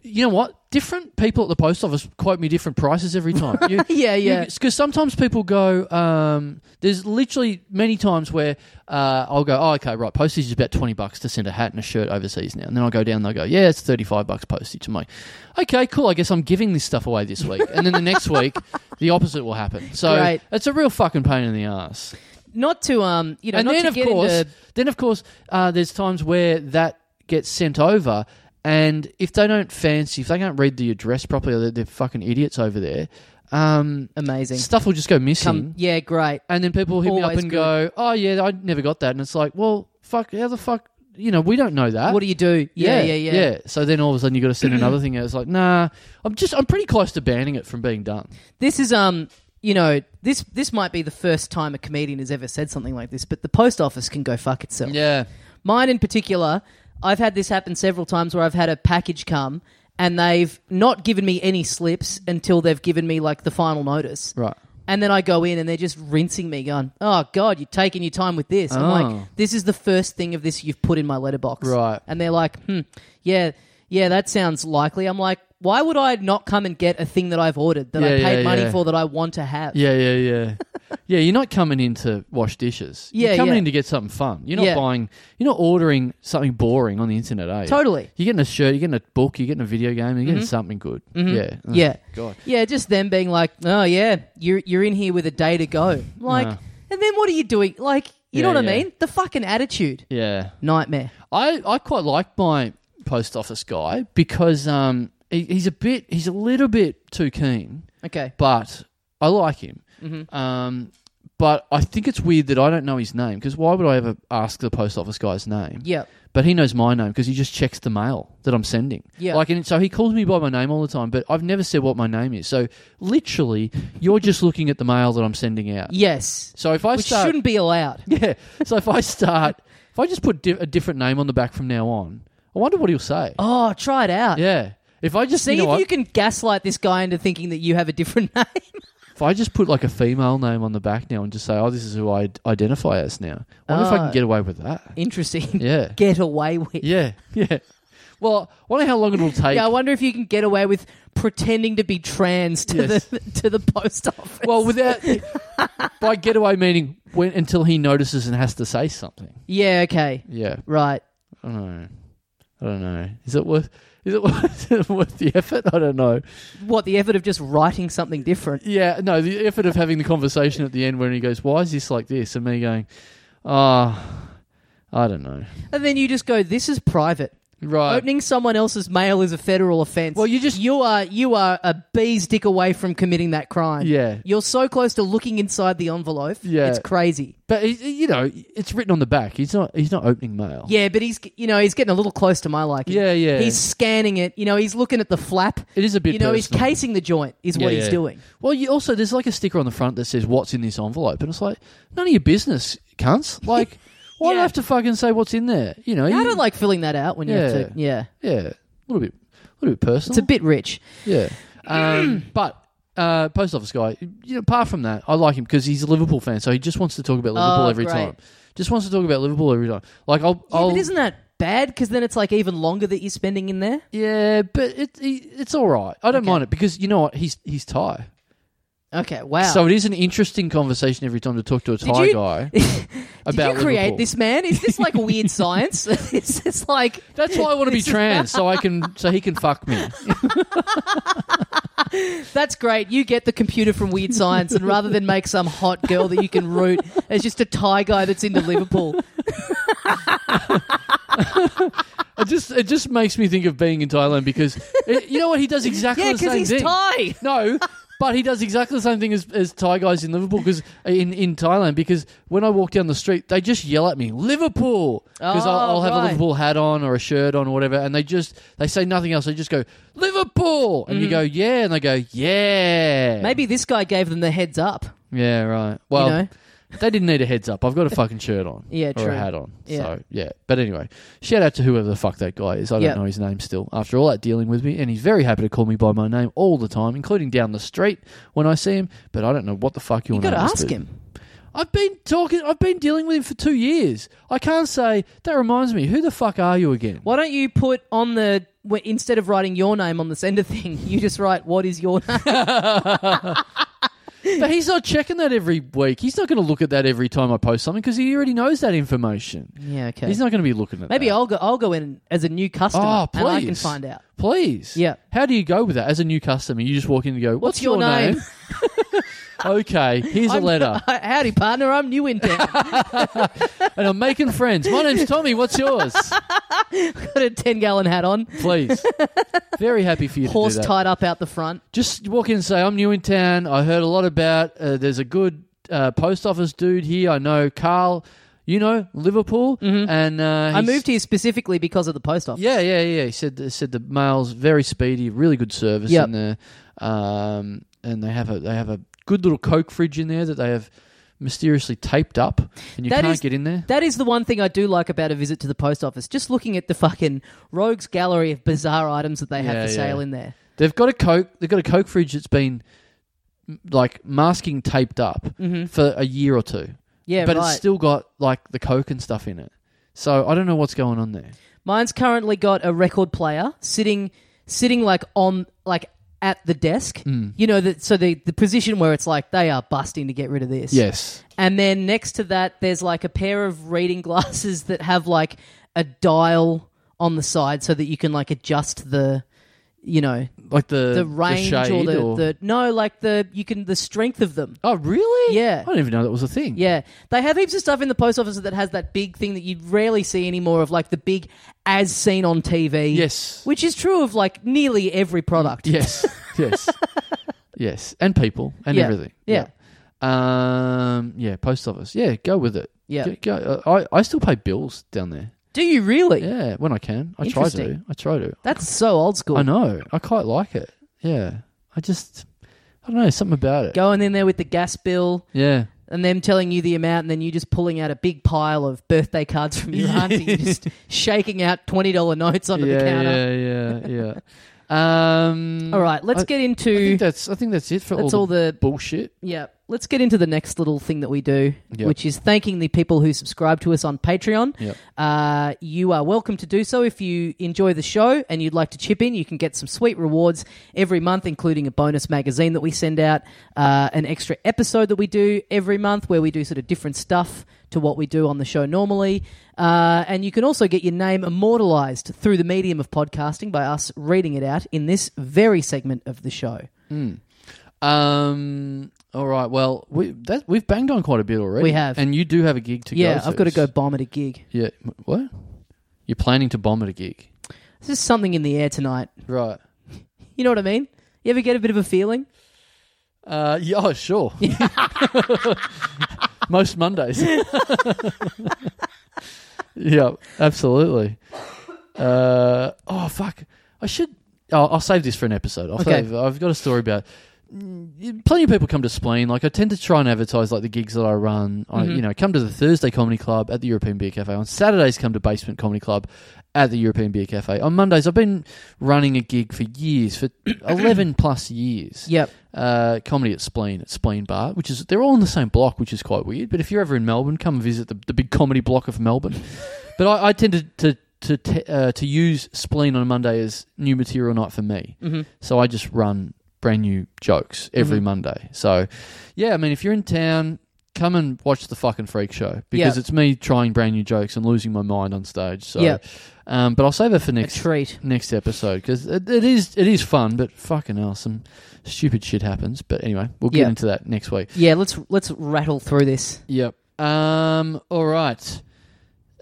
S2: you know what, different people at the post office quote me different prices every time. You,
S1: yeah yeah
S2: Because sometimes people go, um, there's literally many times where uh, I'll go, oh, okay, right, postage is about 20 bucks to send a hat and a shirt overseas now. And then I'll go down and they'll go, yeah, it's 35 bucks postage. I'm like, okay, cool, I guess I'm giving this stuff away this week. And then the next week, the opposite will happen. So
S1: Great.
S2: it's a real fucking pain in the ass
S1: not to um you know not to get
S2: course,
S1: into-
S2: then of course, uh, there's times where that gets sent over, and if they don't fancy, if they can't read the address properly, they're, they're fucking idiots over there. Um,
S1: amazing
S2: stuff will just go missing,
S1: Come- yeah great
S2: and then people hit me up
S1: Always
S2: and
S1: good.
S2: go, "Oh yeah, I never got that," and it's like, "Well, fuck, how the fuck." You know, we don't know that.
S1: what do you do yeah yeah yeah,
S2: So then all of a sudden you got to send another thing out. It's like, nah, I'm just, I'm pretty close to banning it from being done.
S1: this is um you know this this might be the first time a comedian has ever said something like this but the post office can go fuck itself
S2: Yeah.
S1: Mine in particular, I've had this happen several times where I've had a package come and they've not given me any slips until they've given me like the final notice.
S2: Right.
S1: And then I go in and they're just rinsing me, going, "Oh God, you're taking your time with this." I'm
S2: Oh.
S1: like, "This is the first thing of this you've put in my letterbox."
S2: Right.
S1: And they're like, "Hmm, yeah, yeah, that sounds likely." I'm like, "Why would I not come and get a thing that I've ordered that I
S2: Yeah,
S1: paid
S2: yeah,
S1: money
S2: yeah.
S1: for that I want to have?"
S2: Yeah, yeah, yeah. yeah, you're not coming in to wash dishes.
S1: Yeah,
S2: you're coming
S1: yeah.
S2: in to get something fun. You're not
S1: Yeah.
S2: buying. You're not ordering something boring on the internet, are you?
S1: Totally.
S2: You're getting a shirt. You're getting a book. You're getting a video game. You're getting something good. Yeah. Ugh.
S1: Mm-hmm. Yeah.
S2: Oh, God.
S1: Yeah, just them being like, oh, yeah, you're, you're in here with a day to go. Like,
S2: Yeah.
S1: and then what are you doing? Like, you know
S2: Yeah,
S1: what I
S2: yeah.
S1: mean? The fucking attitude.
S2: Yeah.
S1: Nightmare.
S2: I, I quite like my post office guy because um he, he's a bit he's a little bit too keen,
S1: Okay.
S2: but I like him.
S1: Mm-hmm.
S2: Um, but I think it's weird that I don't know his name because why would I ever ask the post office guy's name?
S1: Yeah.
S2: but he knows my name because he just checks the mail that I'm sending.
S1: Yeah.
S2: Like, and so he calls me by my name all the time, but I've never said what my name is. So literally, you're just looking at the mail that I'm sending out.
S1: Yes.
S2: So if I
S1: Which
S2: start,
S1: shouldn't be allowed.
S2: yeah. So if I start, if I just put di- a different name on the back from now on, I wonder what he'll say.
S1: Oh, try it out.
S2: Yeah. If I just
S1: See
S2: you know
S1: if
S2: what?
S1: you can gaslight this guy into thinking that you have a different name.
S2: if I just put like a female name on the back now and just say, oh, this is who I d- identify as now. I wonder if I
S1: Ah.
S2: can get away with that.
S1: Interesting.
S2: Yeah.
S1: Get away with.
S2: Yeah. Yeah. Well, I wonder how long it'll take.
S1: Yeah, I wonder if you can get away with pretending to be trans to
S2: Yes.
S1: the to the post office.
S2: Well, without by getaway meaning when until he notices and has to say something.
S1: yeah, okay,
S2: Yeah,
S1: right.
S2: I don't know. I don't know. Is it worth? Is it worth, is it worth the effort? I don't know.
S1: What the effort of just writing something different?
S2: Yeah, no. The effort of having the conversation at the end when he goes, "Why is this like this?" and me going, "Ah, I don't know."
S1: And then you just go, this is private.
S2: Right.
S1: Opening someone else's mail is a federal offence.
S2: Well, you just-
S1: you are you are a bee's dick away from committing that crime.
S2: Yeah.
S1: you're so close to looking inside the envelope.
S2: Yeah.
S1: it's crazy.
S2: But he- he- you know, it's written on the back. He's not. He's not opening mail.
S1: Yeah, but he's you know he's getting a little close to my liking.
S2: Yeah, yeah.
S1: He's scanning it. You know, he's looking at the flap.
S2: It is a bit
S1: You know,
S2: personal.
S1: he's casing the joint. Is
S2: Yeah,
S1: what he's
S2: yeah.
S1: doing.
S2: Well, you also there's like a sticker on the front that says what's in this envelope, and it's like none of your business, cunts. Like, why do
S1: Yeah.
S2: I have to fucking say what's in there? You know,
S1: I
S2: you-
S1: don't like filling that out when you
S2: Mm. Yeah.
S1: have to. Yeah,
S2: Yeah, a little bit, a little bit personal.
S1: it's a bit rich.
S2: Yeah. Um, but uh, post office guy, you know, apart from that, I like him because he's a Liverpool fan, so he just wants to talk about Liverpool every
S1: Oh, great.
S2: time. Just wants to talk about Liverpool every time. Like I'll,
S1: Yeah,
S2: I'll
S1: but isn't that bad? Because then it's like even longer that you're spending in there.
S2: yeah, but it, he- it's all right. I don't
S1: Okay.
S2: mind it because you know what? He's he's Thai,
S1: Okay, wow.
S2: so it is an interesting conversation every time to talk to a Thai
S1: you-
S2: guy
S1: Did
S2: about
S1: you create
S2: Liverpool.
S1: this man? Is this like weird science? is this like
S2: That's why I want to be trans, so I can, so he can fuck me.
S1: that's great? You get the computer from Weird Science, and rather than make some hot girl that you can root, it's just a Thai guy that's into Liverpool.
S2: It just, it just makes me think of being in Thailand because it, you know what? He does exactly
S1: yeah,
S2: the same
S1: because he's
S2: thing.
S1: Thai.
S2: No, but he does exactly the same thing as, as Thai guys in Liverpool because in, in Thailand because when I walk down the street they just yell at me Liverpool because I'll,
S1: Oh,
S2: I'll have
S1: right.
S2: a Liverpool hat on or a shirt on or whatever and they just they say nothing else they just go Liverpool and you go yeah and they go yeah
S1: Mm. Maybe this guy gave them the heads up.
S2: yeah right well
S1: you know,
S2: they didn't need a heads up I've got a fucking shirt on
S1: Yeah,
S2: or
S1: true.
S2: a hat on
S1: Yeah.
S2: so yeah but anyway shout out to whoever the fuck that guy is I don't
S1: Yeah.
S2: know his name still after all that dealing with me and he's very happy to call me by my name all the time including down the street when I see him but I don't know what the fuck you
S1: you
S2: want
S1: got
S2: to
S1: to ask him.
S2: I've been talking I've been dealing with him for two years I can't say that reminds me who the fuck are you again
S1: Why don't you put on the wh- instead of writing your name on the sender thing, you just write what is your name?
S2: but he's not checking that every week he's not going to look at that every time I post something because he already knows that information
S1: Yeah, okay.
S2: he's not going to be looking at
S1: Maybe
S2: that.
S1: I'll go. I'll go in as a new customer,
S2: Oh, please.
S1: and I can find out.
S2: Please.
S1: Yeah.
S2: How do you go with that as a new customer? You just walk in and go, What's,
S1: What's your name?"
S2: okay, here's a
S1: I'm-
S2: letter.
S1: Howdy, partner. I'm new in town.
S2: And I'm making friends. My name's Tommy. What's yours?
S1: Got a ten gallon hat on.
S2: Please. Very happy for you
S1: horse
S2: to do that.
S1: tied up out the front.
S2: Just walk in and say, I'm new in town. I heard a lot about, uh, there's a good uh, post office dude here. I know Carl, you know, Liverpool. And uh,
S1: Mm-hmm. I
S2: he's-
S1: moved here specifically because of the post office.
S2: Yeah, yeah, yeah. He said he said the mail's very speedy, really good service
S1: Yep.
S2: in there, um, and they have a they have a good little Coke fridge in there that they have mysteriously taped up, and you
S1: That
S2: can't
S1: is-
S2: get in there.
S1: That is the one thing I do like about a visit to the post office. Just looking at the fucking rogues gallery of bizarre items that they
S2: Yeah,
S1: have for
S2: yeah.
S1: sale in there.
S2: They've got a Coke. They've got a Coke fridge that's been m- like masking taped up for a year or two,
S1: Mm-hmm. Yeah,
S2: but
S1: right.
S2: it's still got like the Coke and stuff in it. So I don't know what's going on there.
S1: Mine's currently got a record player sitting sitting like on like at the desk.
S2: Mm.
S1: You know that so the the position where it's like they are busting to get rid of this.
S2: Yes.
S1: And then next to that, there's like a pair of reading glasses that have like a dial on the side so that you can like adjust the, you know,
S2: Like the
S1: the range
S2: shade
S1: or, the, the no, like the you can the strength of them.
S2: oh really?
S1: Yeah.
S2: I didn't even know that was a thing.
S1: Yeah, they have heaps of stuff in the post office that has that big thing that you rarely see anymore of like the big as seen on TV.
S2: Yes.
S1: which is true of like nearly every product.
S2: Yes, yes, yes, and people and
S1: Yeah.
S2: everything.
S1: Yeah.
S2: yeah, um, yeah. Post office. Yeah, go with it.
S1: Yeah.
S2: Go- go- uh, I I still pay bills down there.
S1: Do you really?
S2: Yeah, when I can, I try to.
S1: Interesting.
S2: I try to.
S1: That's so old school.
S2: I know. I quite like it. Yeah, I just I don't know something about it.
S1: Going in there with the gas bill.
S2: Yeah,
S1: and them telling you the amount, and then you just pulling out a big pile of birthday cards from your auntie, and just shaking out twenty dollar notes onto
S2: yeah,
S1: the counter.
S2: yeah, yeah, yeah. Um,
S1: All right, let's
S2: I-
S1: get
S2: I
S1: into
S2: think that's I think that's it for
S1: that's
S2: all,
S1: all the,
S2: bullshit.
S1: yeah. Let's get into the next little thing that we do,
S2: Yep.
S1: which is thanking the people who subscribe to us on Patreon.
S2: Yep.
S1: Uh, you are welcome to do so if you enjoy the show and you'd like to chip in. You can get some sweet rewards every month, including a bonus magazine that we send out, uh, an extra episode that we do every month where we do sort of different stuff to what we do on the show normally. Uh, and you can also get your name immortalized through the medium of podcasting by us reading it out in this very segment of the show.
S2: Um. All right. Well, we that we've banged on quite a bit already.
S1: We have.
S2: and you do have a gig to go.
S1: Yeah, I've got to
S2: to
S1: go bomb at a gig.
S2: Yeah. m- What? You're planning to bomb at a gig.
S1: there's just something in the air tonight.
S2: Right.
S1: You know what I mean? You ever get a bit of a feeling?
S2: Uh, yeah, oh, sure. Most Mondays. yeah, absolutely. Uh, oh, fuck. I should. Oh, I'll save this for an episode. I'll
S1: Okay.
S2: save- I've got a story about. Mm, Plenty of people come to Spleen. Like I tend to try and advertise like the gigs that I run. I, You know, come to the Thursday Comedy Club at the European Beer Cafe. On Saturdays, come to Basement Comedy Club at the European Beer Cafe. On Mondays, I've been running a gig for years, for eleven plus years
S1: Yep.
S2: uh, comedy at Spleen at Spleen Bar, which is they're all in the same block, which is quite weird. But if you're ever in Melbourne, come visit the, the big comedy block of Melbourne. but I, I tend to to to, te- uh, to use Spleen on a Monday as new material night for me.
S1: Mhm.
S2: So I just run brand new jokes every
S1: Mhm.
S2: Monday. So yeah, I mean, if you're in town. Come and watch the fucking freak show because
S1: Yeah.
S2: it's me trying brand new jokes and losing my mind on stage. So,
S1: Yeah.
S2: um, but I'll save it for
S1: A
S2: next
S1: treat.
S2: next episode because it, it is it is fun, but fucking hell, some stupid shit happens. But anyway, we'll get
S1: Yeah.
S2: into that next week.
S1: Yeah, let's let's rattle through this.
S2: Yep. Um. All right.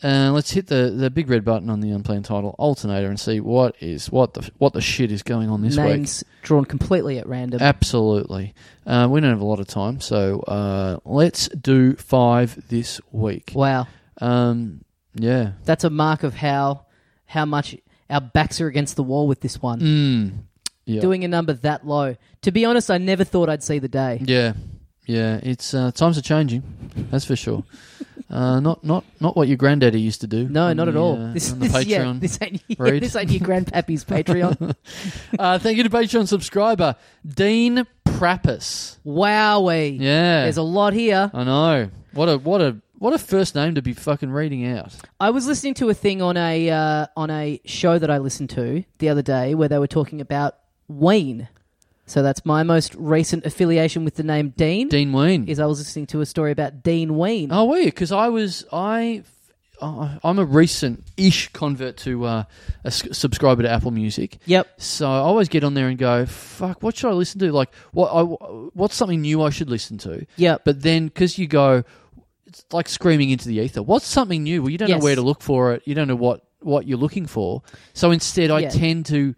S2: Uh, let's hit the, the big red button on the unplanned title alternator and see what is what the what the shit is going on this week.
S1: Names drawn completely at random.
S2: Absolutely. Uh, we don't have a lot of time, so uh, let's do five this week.
S1: wow.
S2: Um. Yeah.
S1: That's a mark of how how much our backs are against the wall with this one.
S2: Mm. Yeah.
S1: Doing a number that low. To be honest, I never thought I'd see the day.
S2: Yeah, yeah. It's uh, times are changing. That's for sure. Uh, not not not what your granddaddy used to do.
S1: No,
S2: on
S1: not at
S2: the,
S1: all.
S2: uh,
S1: this,
S2: on the
S1: this, yeah,
S2: Patreon.
S1: this ain't, yeah,
S2: read.
S1: this ain't your grandpappy's Patreon.
S2: uh, thank you to Patreon subscriber Dean Prappis.
S1: Wowee.
S2: Yeah,
S1: There's a lot here.
S2: I know. What a what a what a first name to be fucking reading out.
S1: I was listening to a thing on a uh, on a show that I listened to the other day where they were talking about Wayne. So that's my most recent affiliation with the name Dean.
S2: Dean Ween.
S1: Is I was listening to a story about Dean Wayne.
S2: Oh, were you? Because I was I. I- I'm a recent-ish convert to uh, a s- subscriber to Apple Music.
S1: Yep.
S2: So I always get on there and go, "Fuck, what should I listen to? Like, what I, what's something new I should listen to?"
S1: Yep.
S2: But then, because you go, it's like screaming into the ether. What's something new? Well, you don't
S1: Yes.
S2: know where to look for it. You don't know what what you're looking for. So instead, I
S1: Yeah.
S2: tend to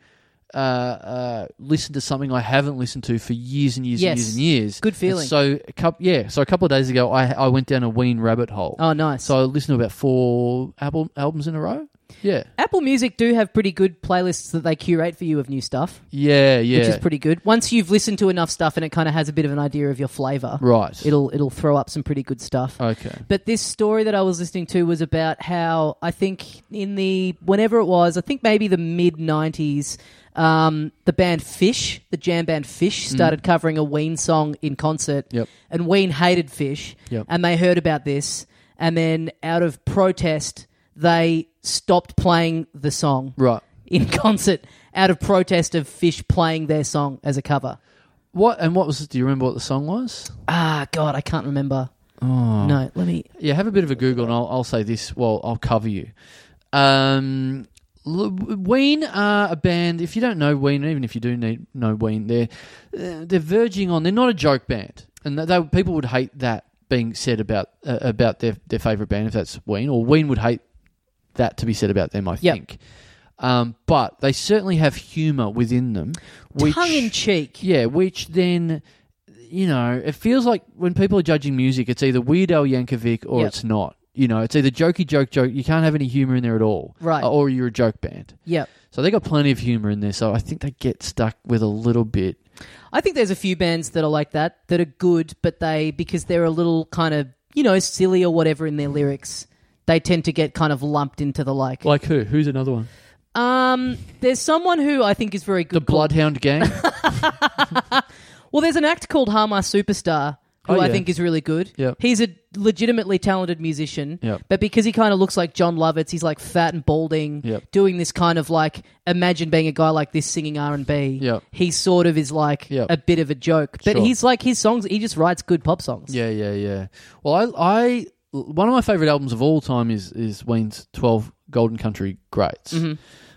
S2: uh, uh, listen to something I haven't listened to for years and years and
S1: Yes.
S2: years and years.
S1: Good
S2: And
S1: feeling.
S2: so, a couple, yeah. So a couple of days ago, I I went down a Ween rabbit hole.
S1: oh, nice.
S2: So I listened to about four album albums in a row. Yeah,
S1: Apple Music do have pretty good playlists that they curate for you of new stuff,
S2: yeah, yeah.
S1: which is pretty good. Once you've listened to enough stuff and it kind of has a bit of an idea of your flavor,
S2: right. Oh,
S1: it'll it'll throw up some pretty good stuff.
S2: okay.
S1: But this story that I was listening to was about how I think in the whenever it was, I think maybe the mid '90s, um, the band Fish, the jam band Fish,
S2: Mm.
S1: started covering a Ween song in concert,
S2: Yep.
S1: and Ween hated Fish,
S2: Yep.
S1: and they heard about this, and then out of protest, they stopped playing the song
S2: Right.
S1: in concert out of protest of Fish playing their song as a cover.
S2: What and what was? Do you remember what the song was?
S1: Ah, God, I can't remember.
S2: Oh.
S1: No, let me.
S2: Yeah, have a bit of a Google, and I'll, I'll say this. Well, I'll cover you. Um, L- Ween are a band. If you don't know Ween, even if you do need, know Ween, they're uh, they're verging on. They're not a joke band, and th- they, people would hate that being said about uh, about their their favorite band if that's Ween, or Ween would hate that to be said about them. I
S1: Yep.
S2: think. Um, but they certainly have humor within them, which
S1: Tongue in cheek.
S2: yeah, which then, you know, it feels like when people are judging music, it's either Weird Al Yankovic or
S1: Yep.
S2: it's not. You know, it's either jokey joke joke. You can't have any humor in there at all,
S1: Right.
S2: Or you're a joke band.
S1: Yep.
S2: So they got plenty of humor in there. So I think they get stuck with a little bit.
S1: I think there's a few bands that are like that that are good, but they because they're a little kind of you know silly or whatever in their lyrics, they tend to get kind of lumped into the like.
S2: Like who? Who's another one?
S1: Um, there's someone who I think is very
S2: The
S1: good. called-
S2: Bloodhound Gang.
S1: Well, there's an act called Harmar Superstar who
S2: Oh,
S1: I
S2: yeah.
S1: think is really good.
S2: Yep.
S1: He's a legitimately talented musician,
S2: Yep.
S1: but because he kind of looks like John Lovitz, he's like fat and balding,
S2: Yep.
S1: doing this kind of like imagine being a guy like this singing R and B.
S2: Yep.
S1: He sort of is like
S2: Yep.
S1: a bit of a joke, but
S2: Sure.
S1: he's like his songs. He just writes good pop songs.
S2: Yeah, yeah, yeah. Well, I, I
S1: Mm-hmm.
S2: one of my favorite albums of all time is is Ween's Twelve Golden Country Greats,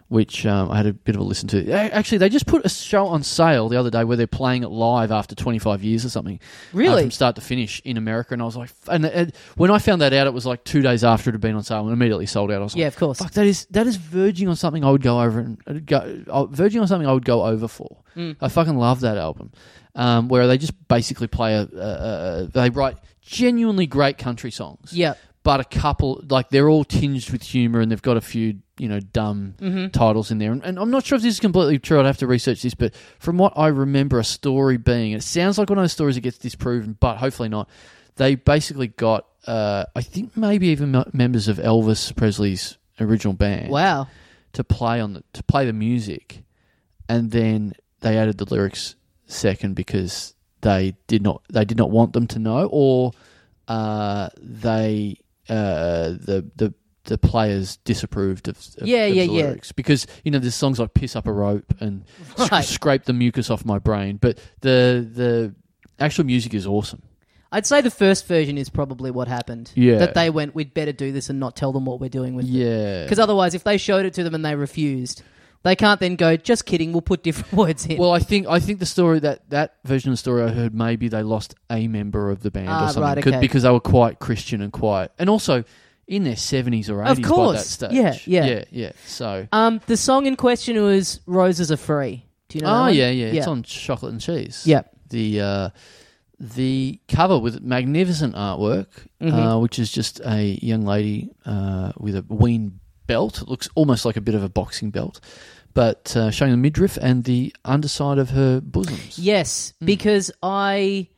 S2: which um, I had a bit of a listen to. A- Actually, they just put a show on sale the other day where they're playing it live after 25 years or something. uh,
S1: Really?
S2: from start to finish in America. And I was like, f- and, and when I found that out, it was like two days after it had been on sale and immediately sold out. I was like,
S1: Yeah, of course.
S2: Fuck, that is that is verging on something I would go over and I'd go uh, verging on something I would go over for. I fucking love that album, um, where they just basically play a, a, a they write genuinely great country songs.
S1: Yep.
S2: But a couple, like they're all tinged with humor, and they've got a few, you know, dumb titles in there. And, and I'm not sure if this is completely true. I'd have to research this, but from what I remember, a story being, it sounds like one of those stories that gets disproven, but hopefully not. They basically got, uh, I think, maybe even m- members of Elvis Presley's original band
S1: Wow.
S2: to play on the, to play the music, and then they added the lyrics second because they did not they did not want them to know, or uh, they uh, the the the players disapproved of, of
S1: Yeah,
S2: of
S1: yeah,
S2: the
S1: yeah.
S2: lyrics because you know there's songs like "Piss Up a Rope" and sc-
S1: Right.
S2: "Scrape the Mucus Off My Brain," but the the actual music is awesome.
S1: I'd say the first version is probably what happened.
S2: Yeah.
S1: That they went, we'd better do this and not tell them what we're doing with it.
S2: Yeah,
S1: Because otherwise, if they showed it to them and they refused, they can't then go, just kidding, we'll put different words in.
S2: Well, I think I think the story that that version of the story I heard maybe they lost a member of the band
S1: Ah,
S2: or something
S1: right,
S2: 'cause-
S1: okay.
S2: because they were quite Christian and quiet, and also in their seventies or
S1: Of
S2: eighties by that
S1: course.
S2: stage.
S1: Yeah, yeah.
S2: yeah, yeah. So,
S1: um, the song in question was Roses Are Free. Do you know that
S2: oh
S1: one?
S2: yeah, yeah, It's on chocolate and cheese.
S1: Yeah.
S2: the uh, the cover with magnificent artwork,
S1: Mm-hmm.
S2: uh, which is just a young lady uh, with a ween belt. It looks almost like a bit of a boxing belt. But uh, showing the midriff and the underside of her bosoms.
S1: Yes,
S2: Hmm.
S1: because I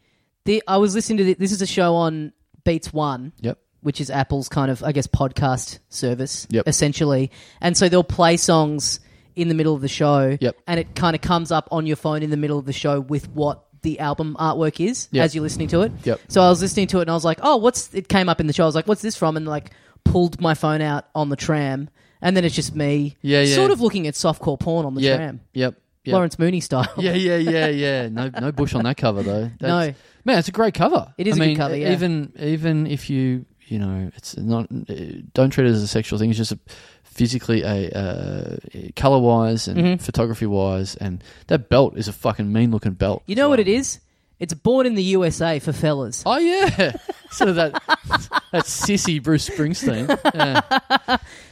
S1: the, I was listening to the, this is a show on Beats One,
S2: Yep.
S1: which is Apple's kind of I guess podcast service
S2: Yep.
S1: essentially, and so they'll play songs in the middle of the show,
S2: Yep.
S1: and it kind of comes up on your phone in the middle of the show with what the album artwork is
S2: Yep.
S1: as you're listening to it.
S2: Yep.
S1: So I was listening to it and I was like, oh, what's it came up in the show? I was like, what's this from? And like pulled my phone out on the tram, and then it's just me,
S2: Yeah, yeah.
S1: sort of looking at softcore porn on the
S2: Yeah.
S1: tram,
S2: Yep. Yep.
S1: Lawrence Mooney style.
S2: Yeah, yeah, yeah, yeah. No, no bush on that cover though. That's,
S1: No.
S2: man, it's a great cover.
S1: It is
S2: I
S1: a good
S2: mean, e-
S1: cover, yeah.
S2: Even even if you you know, it's not. uh, Don't treat it as a sexual thing. It's just a, physically a uh, color wise and
S1: Mm-hmm.
S2: photography wise, and that belt is a fucking mean looking belt.
S1: You know what it is? It's born in the USA for fellas.
S2: Oh yeah, sort of that that sissy Bruce Springsteen. Yeah,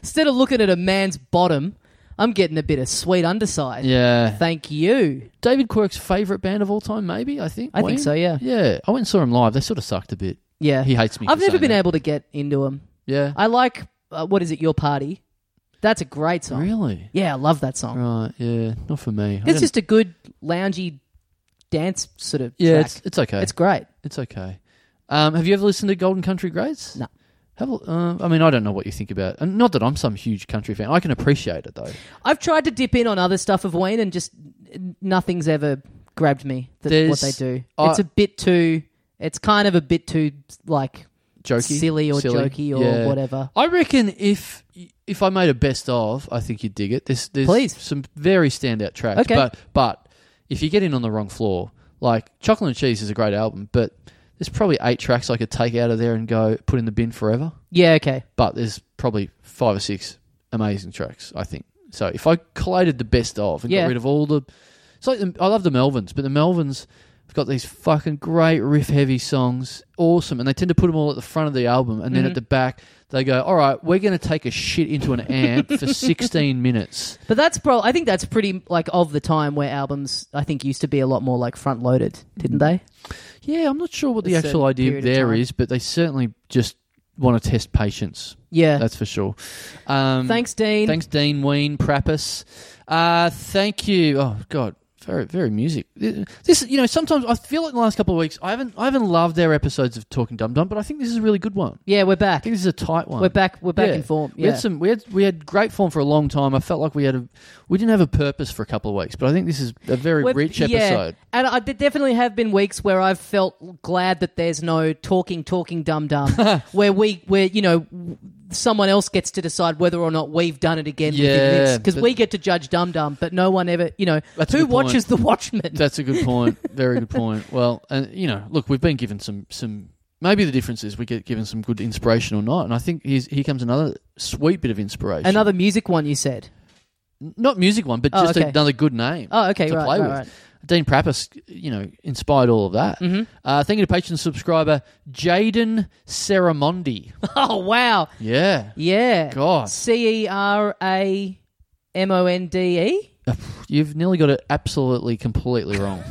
S1: Instead of looking at a man's bottom, I'm getting a bit of sweet underside.
S2: yeah.
S1: Thank you.
S2: David Quirk's favorite band of all time, maybe. I think.
S1: I think
S2: Ween?
S1: so, yeah.
S2: Yeah, I went and saw him live. They sort of sucked a bit.
S1: Yeah.
S2: He hates me.
S1: I've
S2: for
S1: never
S2: saying
S1: been
S2: that.
S1: able to get into him.
S2: Yeah.
S1: I like, uh, what is it, Your Party? That's a great song.
S2: really.
S1: Yeah, I love that song.
S2: Right, yeah, not for me. I
S1: It's
S2: don't-
S1: just a good loungy dance sort of
S2: yeah,
S1: track.
S2: it's, it's okay.
S1: It's
S2: It's,
S1: great.
S2: okay. Um, have you ever listened to Golden Country Greats?
S1: No.
S2: Have a, uh, I mean, I don't know what you think about. And not that I'm some huge country fan. I can appreciate it though.
S1: I've tried to dip in on other stuff of Wayne and just n- nothing's ever grabbed me. That's what
S2: There's-
S1: they do.
S2: I-
S1: it's a bit too, it's kind of a bit too like
S2: Jokey,
S1: silly or jokey or
S2: yeah.
S1: whatever.
S2: I reckon if if I made a best of, I think you'd dig it. There's there's
S1: Please.
S2: some very standout tracks.
S1: Okay.
S2: But but if you get in on the wrong floor, like Chocolate and Cheese is a great album, but there's probably eight tracks I could take out of there and go put in the bin forever.
S1: Yeah, okay.
S2: but there's probably five or six amazing tracks. I think so. If I collated the best of and
S1: Yeah.
S2: got rid of all the, it's like the, I love the Melvins, but the Melvins have got these fucking great riff heavy songs, awesome, and they tend to put them all at the front of the album, and
S1: Mm-hmm.
S2: then at the back they go, all right, we're going to take a shit into an amp for 16 minutes.
S1: But that's pro. I think that's pretty like of the time where albums I think used to be a lot more like front loaded, didn't they?
S2: Mm-hmm. Yeah, I'm not sure what the
S1: A
S2: actual
S1: certain
S2: idea
S1: period of
S2: there
S1: time.
S2: is, but they certainly just want to test patience.
S1: Yeah.
S2: That's for sure. Um,
S1: Thanks, Dean.
S2: Thanks, Dean Ween Prappus. Uh, thank you. Oh God, very very music. This you know sometimes I feel like the last couple of weeks I haven't I haven't loved their episodes of Talking Dum Dum, but I think this is a really good one.
S1: Yeah, we're
S2: I
S1: back.
S2: think this is a tight one.
S1: We're back. We're back
S2: Yeah.
S1: in form.
S2: We
S1: Yeah.
S2: had some we had we had great form for a long time. I felt like we had a we didn't have a purpose for a couple of weeks, but I think this is a very
S1: We're-
S2: rich
S1: yeah.
S2: episode.
S1: and I there definitely have been weeks where I've felt glad that there's no talking, talking, dum dum, where we, where you know, w- someone else gets to decide whether or not we've done it again.
S2: Yeah,
S1: because
S2: but-
S1: we get to judge dum dum, but no one ever, you know,
S2: That's a
S1: who
S2: good point.
S1: watches the Watchmen?
S2: That's a good point. Very good point. Well, and you know, look, we've been given some some. Maybe the difference is we get given some good inspiration or not, and I think here's, here comes another sweet bit of inspiration.
S1: Another music one you said.
S2: not music one, but
S1: Oh,
S2: just
S1: okay.
S2: another good name.
S1: Oh, okay,
S2: to
S1: right,
S2: play
S1: right,
S2: with.
S1: right. Mm-hmm.
S2: Dean Prappas, you know, inspired all of that. Uh, thank you to patron subscriber Jaden Ceramondi.
S1: Oh wow,
S2: Yeah,
S1: yeah.
S2: God.
S1: C E R A M O N D E.
S2: you've nearly got it absolutely completely wrong.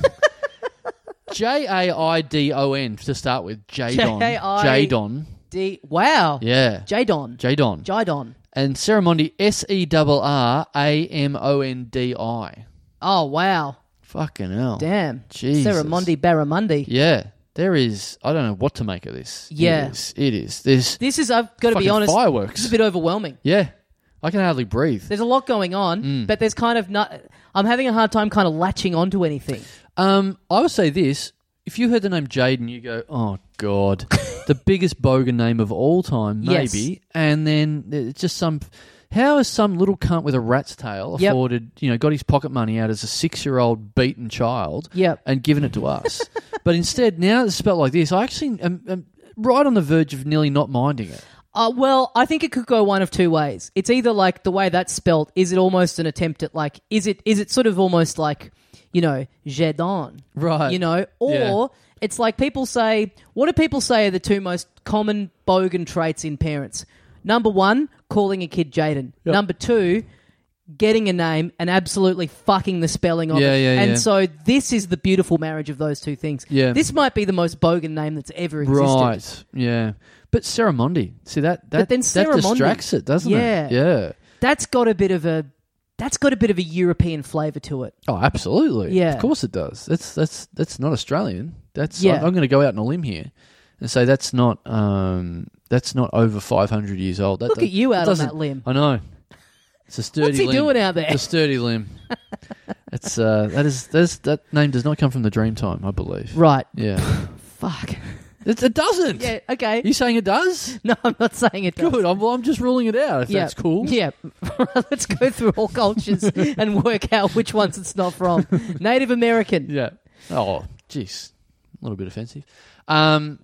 S2: J A I D O N to start with. Jadon.
S1: J.A.I..
S2: Jadon.
S1: D. Wow.
S2: Yeah.
S1: Jadon.
S2: Jadon.
S1: Jidon.
S2: and Ceramondi S E R R A M O N D I.
S1: Oh wow.
S2: Fucking hell.
S1: Damn.
S2: Jesus.
S1: Saramondi Barramundi.
S2: Yeah. There is I don't know what to make of this.
S1: Yeah.
S2: It is. It is. There's
S1: This is I've got to be
S2: Fucking
S1: honest.
S2: fireworks.
S1: This is a bit overwhelming.
S2: Yeah. I can hardly breathe.
S1: There's a lot going on,
S2: Mm.
S1: but there's kind of not. I'm having a hard time kind of latching onto anything.
S2: Um I would say this. If you heard the name Jaden, you go, Oh God. the biggest bogan name of all time,
S1: Yes.
S2: maybe. And then it's just some how is some little cunt with a rat's tail
S1: Yep.
S2: afforded, you know, got his pocket money out as a six year old beaten child
S1: Yep.
S2: and given it to us? but instead, now it's spelt like this, I actually am, am right on the verge of nearly not minding it.
S1: Uh, well, I think it could go one of two ways. It's either like the way that's spelt. Is it almost an attempt at like? Is it is it sort of almost like, you know, Jedon,
S2: Right.
S1: You know, or
S2: Yeah.
S1: it's like people say. What do people say are the two most common bogan traits in parents? Number one, calling a kid Jaden. Number two, getting a name and absolutely fucking the spelling of
S2: Yeah,
S1: it.
S2: yeah,
S1: and
S2: yeah.
S1: so this is the beautiful marriage of those two things.
S2: Yeah.
S1: This might be the most bogan name that's ever existed.
S2: Right. Yeah. But Ceramondi, see that that,
S1: then
S2: that
S1: Ceramondi-
S2: distracts it, doesn't
S1: Yeah.
S2: it? Yeah.
S1: that's got a bit of a that's got a bit of a European flavour to it.
S2: Oh, absolutely.
S1: Yeah.
S2: Of course it does. That's that's that's not Australian. That's
S1: Yeah.
S2: I'm, going to go out on a limb here and say that's not um that's not over 500 years old. That
S1: Look at
S2: doesn't-
S1: you out on
S2: doesn't-
S1: that limb.
S2: I know. It's a sturdy
S1: What's he
S2: limb.
S1: doing out there?
S2: It's a sturdy limb. it's uh that is that is that name does not come from the dream time, I believe.
S1: Right.
S2: Yeah.
S1: Fuck.
S2: it, it doesn't.
S1: Yeah, okay.
S2: You saying it does?
S1: No, I'm not saying it does.
S2: Good. I'm, well, I'm just ruling it out. If
S1: Yeah.
S2: that's cool.
S1: Yeah. Let's go through all cultures and work out which ones it's not from. Native American.
S2: Yeah. Oh, jeez. A little bit offensive. Um,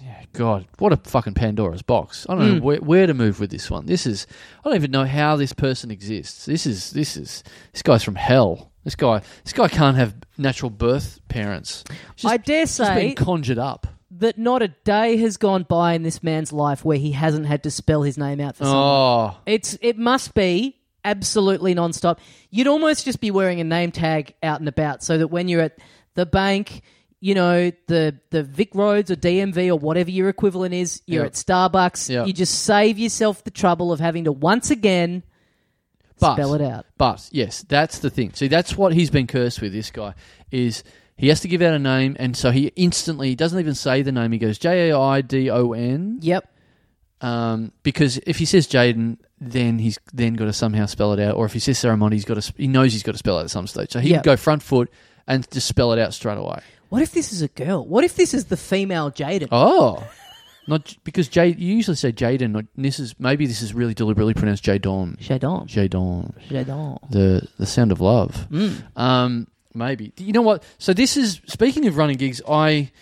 S2: yeah, God, what a fucking Pandora's box. I don't
S1: Mm.
S2: know where, where to move with this one. This is, I don't even know how this person exists. This is, this is, this guy's from hell. This guy, this guy can't have natural birth parents. It's Just,
S1: I dare
S2: just
S1: say
S2: been conjured up.
S1: that not a day has gone by in this man's life where he hasn't had to spell his name out for someone.
S2: Oh,
S1: It's it must be absolutely nonstop. You'd almost just be wearing a name tag out and about, so that when you're at the bank, you know the the Vic Roads or DMV or whatever your equivalent is, you're at
S2: Yep.
S1: Starbucks.
S2: Yep.
S1: You just save yourself the trouble of having to once again
S2: but,
S1: spell it out.
S2: But yes, that's the thing. See, that's what he's been cursed with. This guy is he has to give out a name, and so he instantly he doesn't even say the name. He goes J A I D O N.
S1: Yep.
S2: Um, because if he says Jaden, then he's then got to somehow spell it out. Or if he says Ceremony, he's got to sp- he knows he's got to spell it out at some stage. So he
S1: Yeah.
S2: would go front foot and just spell it out straight away.
S1: What if this is a girl? What if this is the female Jaden?
S2: Oh. Not J- because Jay, you usually say Jaden. Not this is maybe this is really deliberately pronounced Jadon.
S1: Jadon.
S2: Jadon.
S1: Jadon.
S2: the the sound of love. Um, maybe you know what? So this is speaking of running gigs. I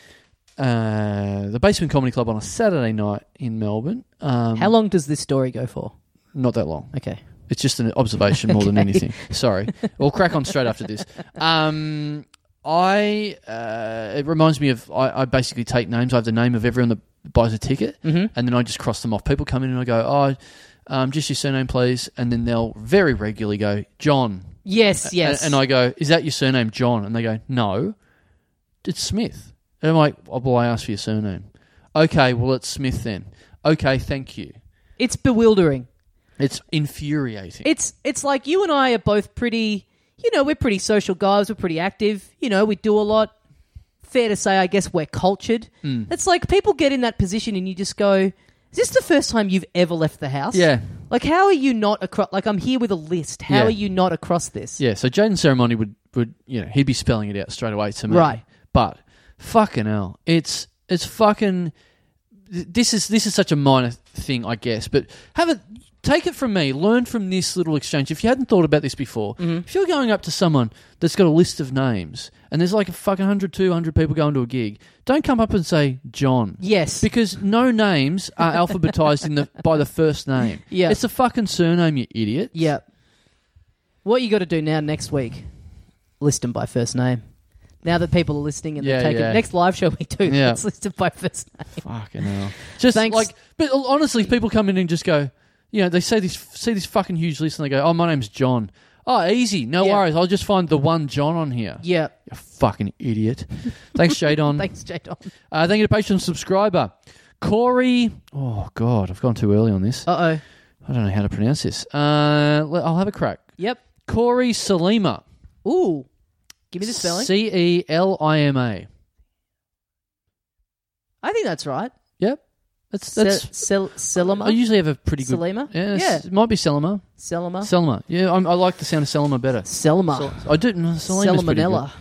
S2: uh, the Basement Comedy Club on a Saturday night in Melbourne. Um,
S1: How long does this story go for?
S2: not that long.
S1: Okay.
S2: It's just an observation more than anything. Sorry. We'll crack on straight after this. Um, I uh, it reminds me of I, I basically take names. I have the name of everyone that buys a ticket,
S1: Mm-hmm.
S2: and then I just cross them off. People come in and I go, "Oh, um, just your surname, please," and then they'll very regularly go, "John."
S1: Yes,
S2: A-
S1: yes.
S2: And, I go, "Is that your surname, John?" And they go, "No, it's Smith." And I'm like, oh, "Well, I asked for your surname." Okay, well, it's Smith then. Okay, thank you.
S1: it's bewildering.
S2: It's infuriating.
S1: it's it's like you and I are both pretty you know we're pretty social guys we're pretty active you know we do a lot fair to say I guess we're cultured
S2: Hmm.
S1: it's like people get in that position and you just go is this the first time you've ever left the house
S2: Yeah.
S1: like how are you not across like I'm here with a list how
S2: Yeah.
S1: are you not across this
S2: Yeah, so Jaden Ceremony would would you know he'd be spelling it out straight away to me,
S1: Right.
S2: But fucking hell, it's it's fucking. th- This is this is such a minor thing, I guess, but have it. Take it from me. Learn from this little exchange. If you hadn't thought about this before,
S1: Mm-hmm.
S2: if you're going up to someone that's got a list of names and there's like a fucking 100, 200 people going to a gig, don't come up and say John.
S1: yes
S2: Because no names are alphabetized in the by the first name.
S1: Yeah.
S2: It's a fucking surname, you idiot.
S1: yeah What you got to do now next week? List them by first name. Now that people are listening and
S2: Yeah,
S1: they're taking
S2: yeah.
S1: next live show we do,
S2: Yeah.
S1: let's list them by first name.
S2: Fucking hell. Just
S1: Thanks.
S2: like, but honestly, people come in and just go, you know, they say this, see this fucking huge list, and they go, "Oh, my name's John." Oh, easy, no
S1: Yeah.
S2: worries. I'll just find the one John on here.
S1: Yeah.
S2: You fucking idiot. Thanks, Jadon.
S1: Thanks, Jadon.
S2: Uh, thank you to Patreon subscriber Corey. Oh God, I've gone too early on this.
S1: Uh oh.
S2: I don't know how to pronounce this. Uh, le- I'll have a crack.
S1: Yep.
S2: Corey Salima.
S1: Ooh. Give me the spelling.
S2: C E L I M A.
S1: I think that's right.
S2: Yep. That's
S1: Sel-
S2: that's.
S1: Sel-
S2: I
S1: Selima.
S2: usually have a pretty good.
S1: Salima?
S2: Yeah,
S1: Yeah.
S2: It might be Selima.
S1: Selima.
S2: Selma. Yeah, I'm, I like the sound of Selma better.
S1: Selima.
S2: I do. No, Selima's pretty
S1: Selimanella.
S2: good.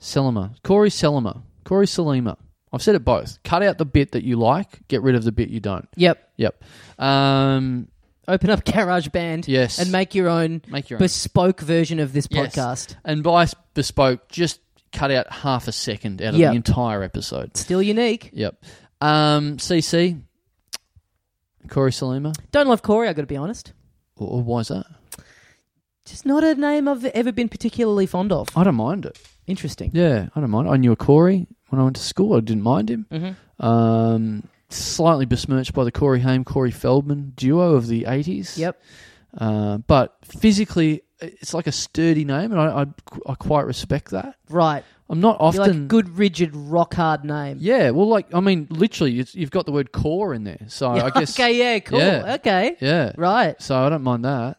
S2: Selma. Corey Selma. Corey Selima. I've said it both. Cut out the bit that you like. Get rid of the bit you don't.
S1: Yep.
S2: Yep. Um,
S1: Open up GarageBand.
S2: Yes.
S1: And make your own
S2: Make your own.
S1: bespoke version of this
S2: yes.
S1: podcast.
S2: And by s- bespoke, just cut out half a second out of
S1: Yep.
S2: the entire episode.
S1: Still unique.
S2: Yep. Um, CC. Corey Selima.
S1: Don't love Corey, I got to be honest.
S2: Or, or why is that?
S1: Just not a name I've ever been particularly fond of.
S2: I don't mind it.
S1: Interesting.
S2: Yeah, I don't mind. I knew a Corey when I went to school. I didn't mind him.
S1: Mm-hmm.
S2: Um, slightly besmirched by the Corey Haim, Corey Feldman duo of the 80s.
S1: Yep.
S2: Uh, but physically, it's like a sturdy name, and I, I, I quite respect that.
S1: Right.
S2: I'm not
S1: You like a
S2: often.
S1: good, rigid, rock hard name.
S2: Yeah, well, like, I mean, literally, it's, you've got the word core in there. So I guess.
S1: okay, yeah, cool.
S2: Yeah.
S1: Okay.
S2: Yeah.
S1: Right.
S2: So I don't mind that.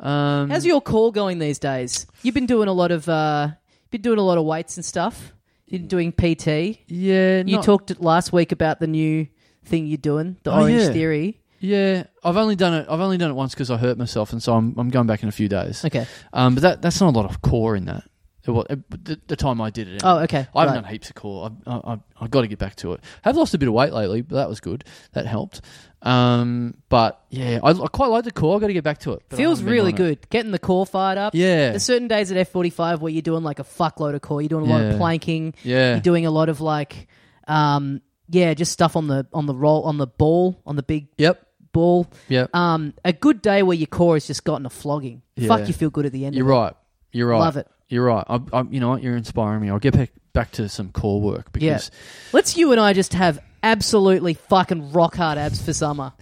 S2: Um,
S1: How's your core going these days? You've been doing a lot of uh, been doing a lot of weights and stuff. You're doing PT.
S2: yeah.
S1: You
S2: not-
S1: talked last week about the new thing you're doing, the
S2: Oh,
S1: Orange
S2: yeah.
S1: Theory.
S2: Yeah, I've only done it. I've only done it once because I hurt myself, and so I'm, I'm going back in a few days.
S1: Okay.
S2: Um, but that that's not a lot of core in that. It was, it, the, the time I did it.
S1: Oh, okay.
S2: I haven't
S1: Right.
S2: done heaps of core. I, I, I, I've got to get back to it. I have lost a bit of weight lately, but that was good. That helped. Um, but yeah, I, I quite like the core. I've got to get back to it. but I
S1: Feels
S2: haven't been
S1: really
S2: on it.
S1: good. Getting the core fired up.
S2: Yeah.
S1: There's certain days at F45 where you're doing like a fuckload of core. You're doing a lot
S2: Yeah.
S1: of planking.
S2: Yeah.
S1: You're doing a lot of like, um, yeah, just stuff on the on the roll on the ball on the big
S2: Yep.
S1: ball.
S2: Yep.
S1: Um, a good day where your core has just gotten a flogging.
S2: Yeah.
S1: Fuck, you feel good at the end.
S2: You're
S1: of
S2: right. You're right.
S1: Love it.
S2: You're right. I, I, you know what? You're inspiring me. I'll get back back to some core work
S1: it. Yeah.
S2: because
S1: Let's you and I just have absolutely fucking rock hard abs for summer.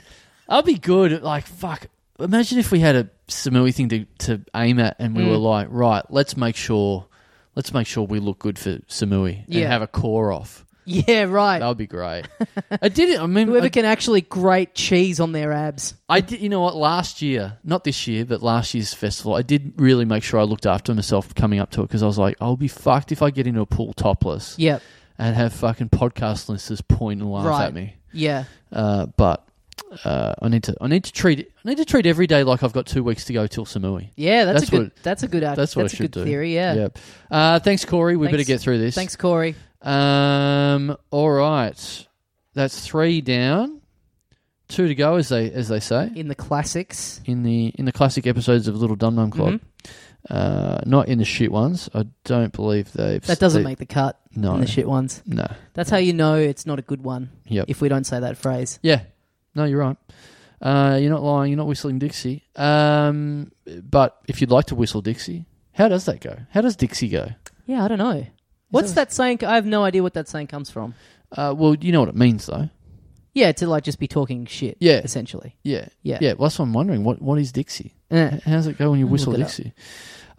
S2: I'll be good. at, Like fuck. Imagine if we had a Samui thing to, to aim at, and we were
S1: Mm.
S2: like, right, let's make sure, let's make sure we look good for Samui
S1: Yeah.
S2: and have a core off.
S1: Yeah, right.
S2: That would be great. I did it. I mean,
S1: Whoever
S2: I,
S1: can actually grate cheese on their abs.
S2: I did. You know what? Last year, not this year, but last year's festival, I did really make sure I looked after myself coming up to it because I was like, I'll be fucked if I get into a pool topless
S1: Yep.
S2: and have fucking podcast listeners point and laugh
S1: Right.
S2: at me.
S1: Yeah.
S2: Uh, but uh, I need to. I need to treat. I need to treat every day like I've got two weeks to go till Samui.
S1: Yeah, that's,
S2: That's
S1: a good.
S2: what-
S1: that's a good. That's,
S2: That's what
S1: that's
S2: I
S1: a
S2: should
S1: good
S2: do.
S1: theory. Yeah.
S2: Yep. Uh, thanks, Corey. We better
S1: Thanks-
S2: get through this.
S1: Thanks, Corey.
S2: Um. All right. That's three down. Two to go, as they as they say
S1: In the classics,
S2: in the in the classic episodes of Little Dum Dum Club.
S1: Mm-hmm.
S2: Uh, not in the shit ones. I don't believe they've.
S1: that doesn't
S2: they-
S1: make the cut.
S2: No.
S1: in the shit ones.
S2: No.
S1: That's how you know it's not a good one.
S2: Yep.
S1: If we don't say that phrase,
S2: Yeah. No, you're right. Uh, you're not lying. You're not whistling Dixie. Um, but if you'd like to whistle Dixie, how does that go? How does Dixie go?
S1: yeah, I don't know. What's that saying? I have no idea what that saying comes from.
S2: Uh, well, you know what it means, though.
S1: Yeah, to like just be talking shit.
S2: Yeah.
S1: essentially.
S2: Yeah,
S1: Yeah.
S2: yeah. Well, that's what I'm wondering. What what is Dixie?
S1: Eh.
S2: How does it go when you whistle
S1: look it up.
S2: Dixie?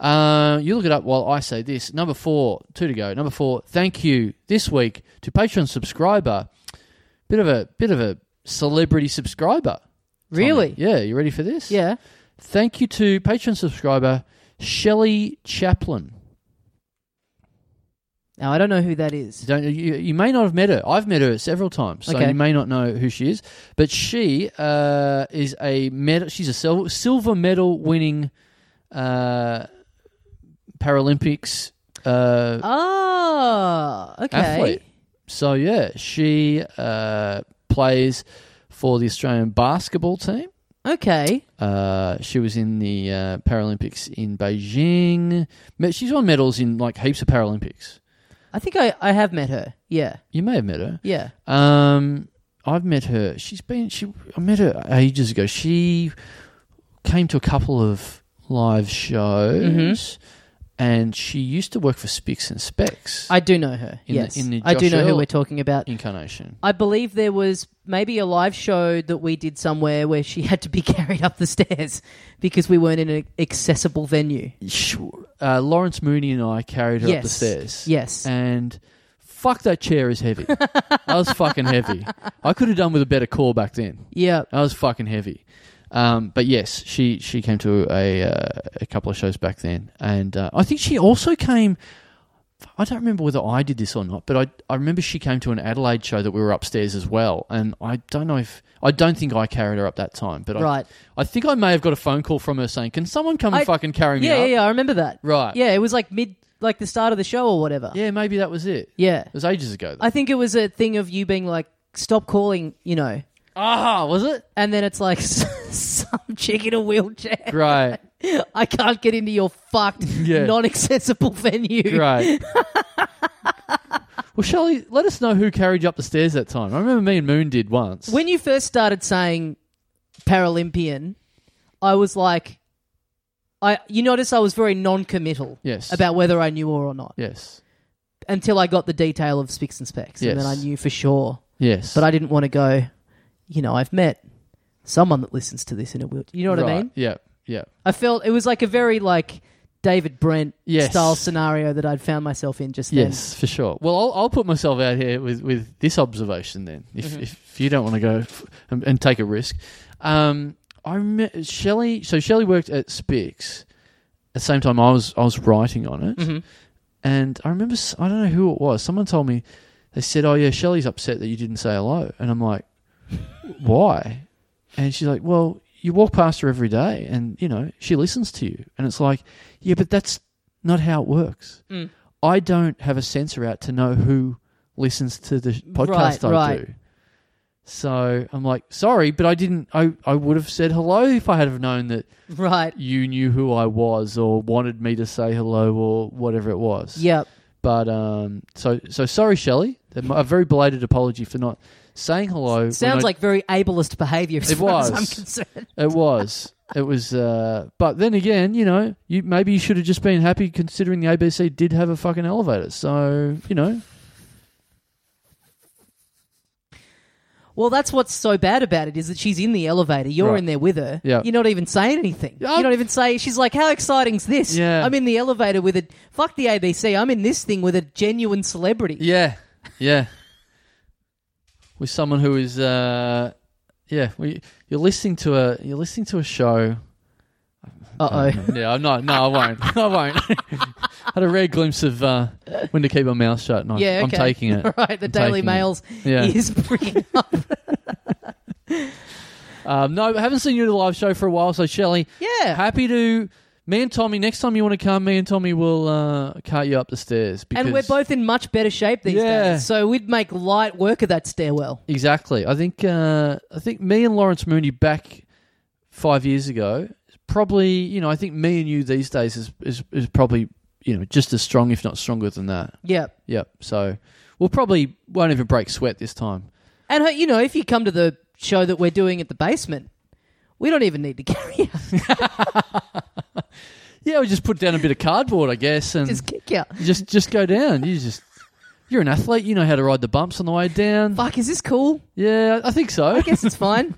S2: Uh, you look it up while I say this. Number four, two to go. Number four. Thank you this week to Patreon subscriber. Bit of a bit of a celebrity subscriber. Tommy.
S1: Really?
S2: Yeah. You ready for this?
S1: Yeah.
S2: Thank you to Patreon subscriber Shelley Chaplin.
S1: Now I don't know who that is.
S2: Don't you, you may not have met her. I've met her several times, so
S1: Okay.
S2: you may not know who she is. But she uh, is a medal. She's a sil- silver medal winning uh, Paralympics uh,
S1: Ah, okay.
S2: athlete. So yeah, she uh, plays for the Australian basketball team.
S1: Okay.
S2: Uh, she was in the uh, Paralympics in Beijing. Me- She's won medals in like heaps of Paralympics.
S1: I think I, I have met her. Yeah.
S2: You may have met her.
S1: Yeah.
S2: Um, I've met her. She's been she. I met her ages ago. She came to a couple of live shows,
S1: Mm-hmm.
S2: and she used to work for Spicks and Specks
S1: I do know her.
S2: In the-
S1: yes,
S2: in the
S1: I do know who
S2: Joshua-
S1: we're talking about.
S2: incarnation.
S1: I believe there was maybe a live show that we did somewhere where she had to be carried up the stairs because we weren't in an accessible venue.
S2: Sure. Uh, Lawrence Mooney and I carried her up the
S1: Yes.
S2: stairs.
S1: Yes.
S2: And fuck, that chair is heavy. I was fucking heavy. I could have done with a better call back then.
S1: Yeah.
S2: I was fucking heavy. Um, but yes, she she came to a uh, a couple of shows back then, and uh, I think she also came. I don't remember whether I did this or not, but I I remember she came to an Adelaide show that we were upstairs as well, and I don't know if I don't think I carried her up that time, but
S1: Right.
S2: I, I think I may have got a phone call from her saying, "Can someone come
S1: I-
S2: and fucking carry me
S1: Yeah,
S2: up?"
S1: yeah, yeah. I remember that.
S2: Right.
S1: Yeah, it was like mid, like the start of the show or whatever.
S2: Yeah, maybe that was it.
S1: Yeah.
S2: It was ages ago. Though.
S1: I think it was a thing of you being like, stop calling, you know.
S2: Ah, was it?
S1: And then it's like, some chick in a wheelchair.
S2: Great.
S1: I can't get into your fucked,
S2: Yeah.
S1: non accessible venue.
S2: Great. well, Shelley, let us know who carried you up the stairs that time. I remember me and Moon did once.
S1: When you first started saying Paralympian, I was like, I you notice I was very non-committal
S2: Yes.
S1: about whether I knew her or not
S2: yes.
S1: until I got the detail of Spicks and Specs, and then I
S2: Yes.
S1: knew for sure.
S2: Yes.
S1: But I didn't want to go. You know, I've met someone that listens to this in a wheelchair. You know what I mean?
S2: Yeah. Yeah.
S1: I felt it was like a very like David Brent
S2: Yes.
S1: style scenario that I'd found myself in just then.
S2: Yes, for sure. Well, I'll, I'll put myself out here with, with this observation then, if,
S1: Mm-hmm.
S2: if you don't want to go f- and, and take a risk. Um, I met Shelley. So Shelley worked at Spix. At the same time, I was I was writing on it,
S1: Mm-hmm.
S2: and I remember s- I don't know who it was. Someone told me they said, "Oh yeah, Shelley's upset that you didn't say hello," and I'm like, "Why?" And she's like, "Well." You walk past her every day, and you know she listens to you, and it's like, yeah, but that's not how it works.
S1: Mm.
S2: I don't have a sensor out to know who listens to the podcast
S1: Right,
S2: I
S1: right.
S2: do. So I'm like, sorry, but I didn't. I, I would have said hello if I had have known that
S1: Right.
S2: you knew who I was or wanted me to say hello or whatever it was.
S1: Yep.
S2: But um, so so sorry, Shelley. A very belated apology for not saying hello.
S1: Sounds
S2: when I-
S1: like very ableist behaviour as
S2: It
S1: far as
S2: was.
S1: I'm concerned.
S2: it was. It was, uh, but then again, you know, you maybe you should have just been happy considering the ABC did have a fucking elevator. So you know,
S1: Well, that's what's so bad about it is that she's in the elevator. You're
S2: Right.
S1: in there with her.
S2: Yeah.
S1: You're not even saying anything.
S2: Yeah.
S1: You don't even say. She's like, "How exciting's this?
S2: Yeah.
S1: I'm in the elevator with a fuck the ABC. I'm in this thing with a genuine celebrity.
S2: Yeah, yeah. With someone who is, uh, yeah, well, you- you're listening to a you're listening to a show.
S1: Uh oh.
S2: Yeah, I'm not. No, I won't. I won't. Had a rare glimpse of uh, when to keep my mouth shut, and I,
S1: Yeah,
S2: I'm
S1: okay.
S2: taking it.
S1: right. The
S2: I'm
S1: Daily
S2: taking it.
S1: Mail's
S2: Yeah.
S1: is bringing up.
S2: Um, no, I haven't seen you at a live show for a while. So Shelley,
S1: Yeah.
S2: happy to. Me and Tommy, next time you want to come, me and Tommy will uh, cart you up the stairs. Because
S1: and we're both in much better shape these
S2: Yeah.
S1: days, so we'd make light work of that stairwell.
S2: Exactly. I think uh, I think me and Lawrence Mooney back five years ago probably you know I think me and you these days is is, is probably you know just as strong if not stronger than that.
S1: Yeah.
S2: Yep. So we'll probably won't even break sweat this time.
S1: And her- you know, if you come to the show that we're doing at the basement, we don't even need to carry her.
S2: Yeah, we just put down a bit of cardboard, I guess, and
S1: Just
S2: just
S1: kick out.
S2: just, go down. You just you're an athlete. You know how to ride the bumps on the way down.
S1: Fuck, is this cool?
S2: Yeah, I think so.
S1: I guess it's fine.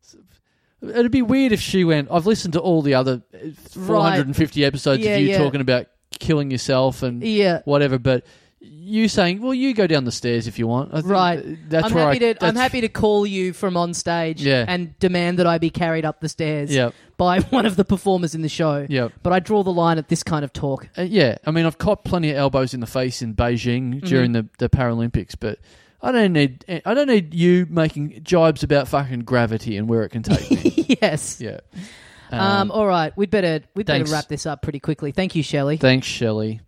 S2: It'd be weird if she went. I've listened to all the other uh, 450 episodes
S1: Yeah,
S2: of you
S1: yeah.
S2: talking about killing yourself and
S1: Yeah.
S2: whatever, but you saying, "Well, you go down the stairs if you want." I think
S1: Right.
S2: th- That's
S1: I'm
S2: where
S1: happy
S2: I,
S1: to I'm
S2: that's-
S1: happy to call you from on stage
S2: Yeah.
S1: and demand that I be carried up the stairs
S2: Yep.
S1: by one of the performers in the show.
S2: Yep.
S1: But I draw the line at this kind of talk.
S2: Uh, yeah, I mean, I've caught plenty of elbows in the face in Beijing
S1: Mm-hmm.
S2: during the, the Paralympics, but I don't need I don't need you making jibes about fucking gravity and where it can take me.
S1: yes.
S2: yeah.
S1: Um, all right, we'd better we'd
S2: thanks.
S1: better wrap this up pretty quickly. Thank you, Shelley.
S2: Thanks, Shelley.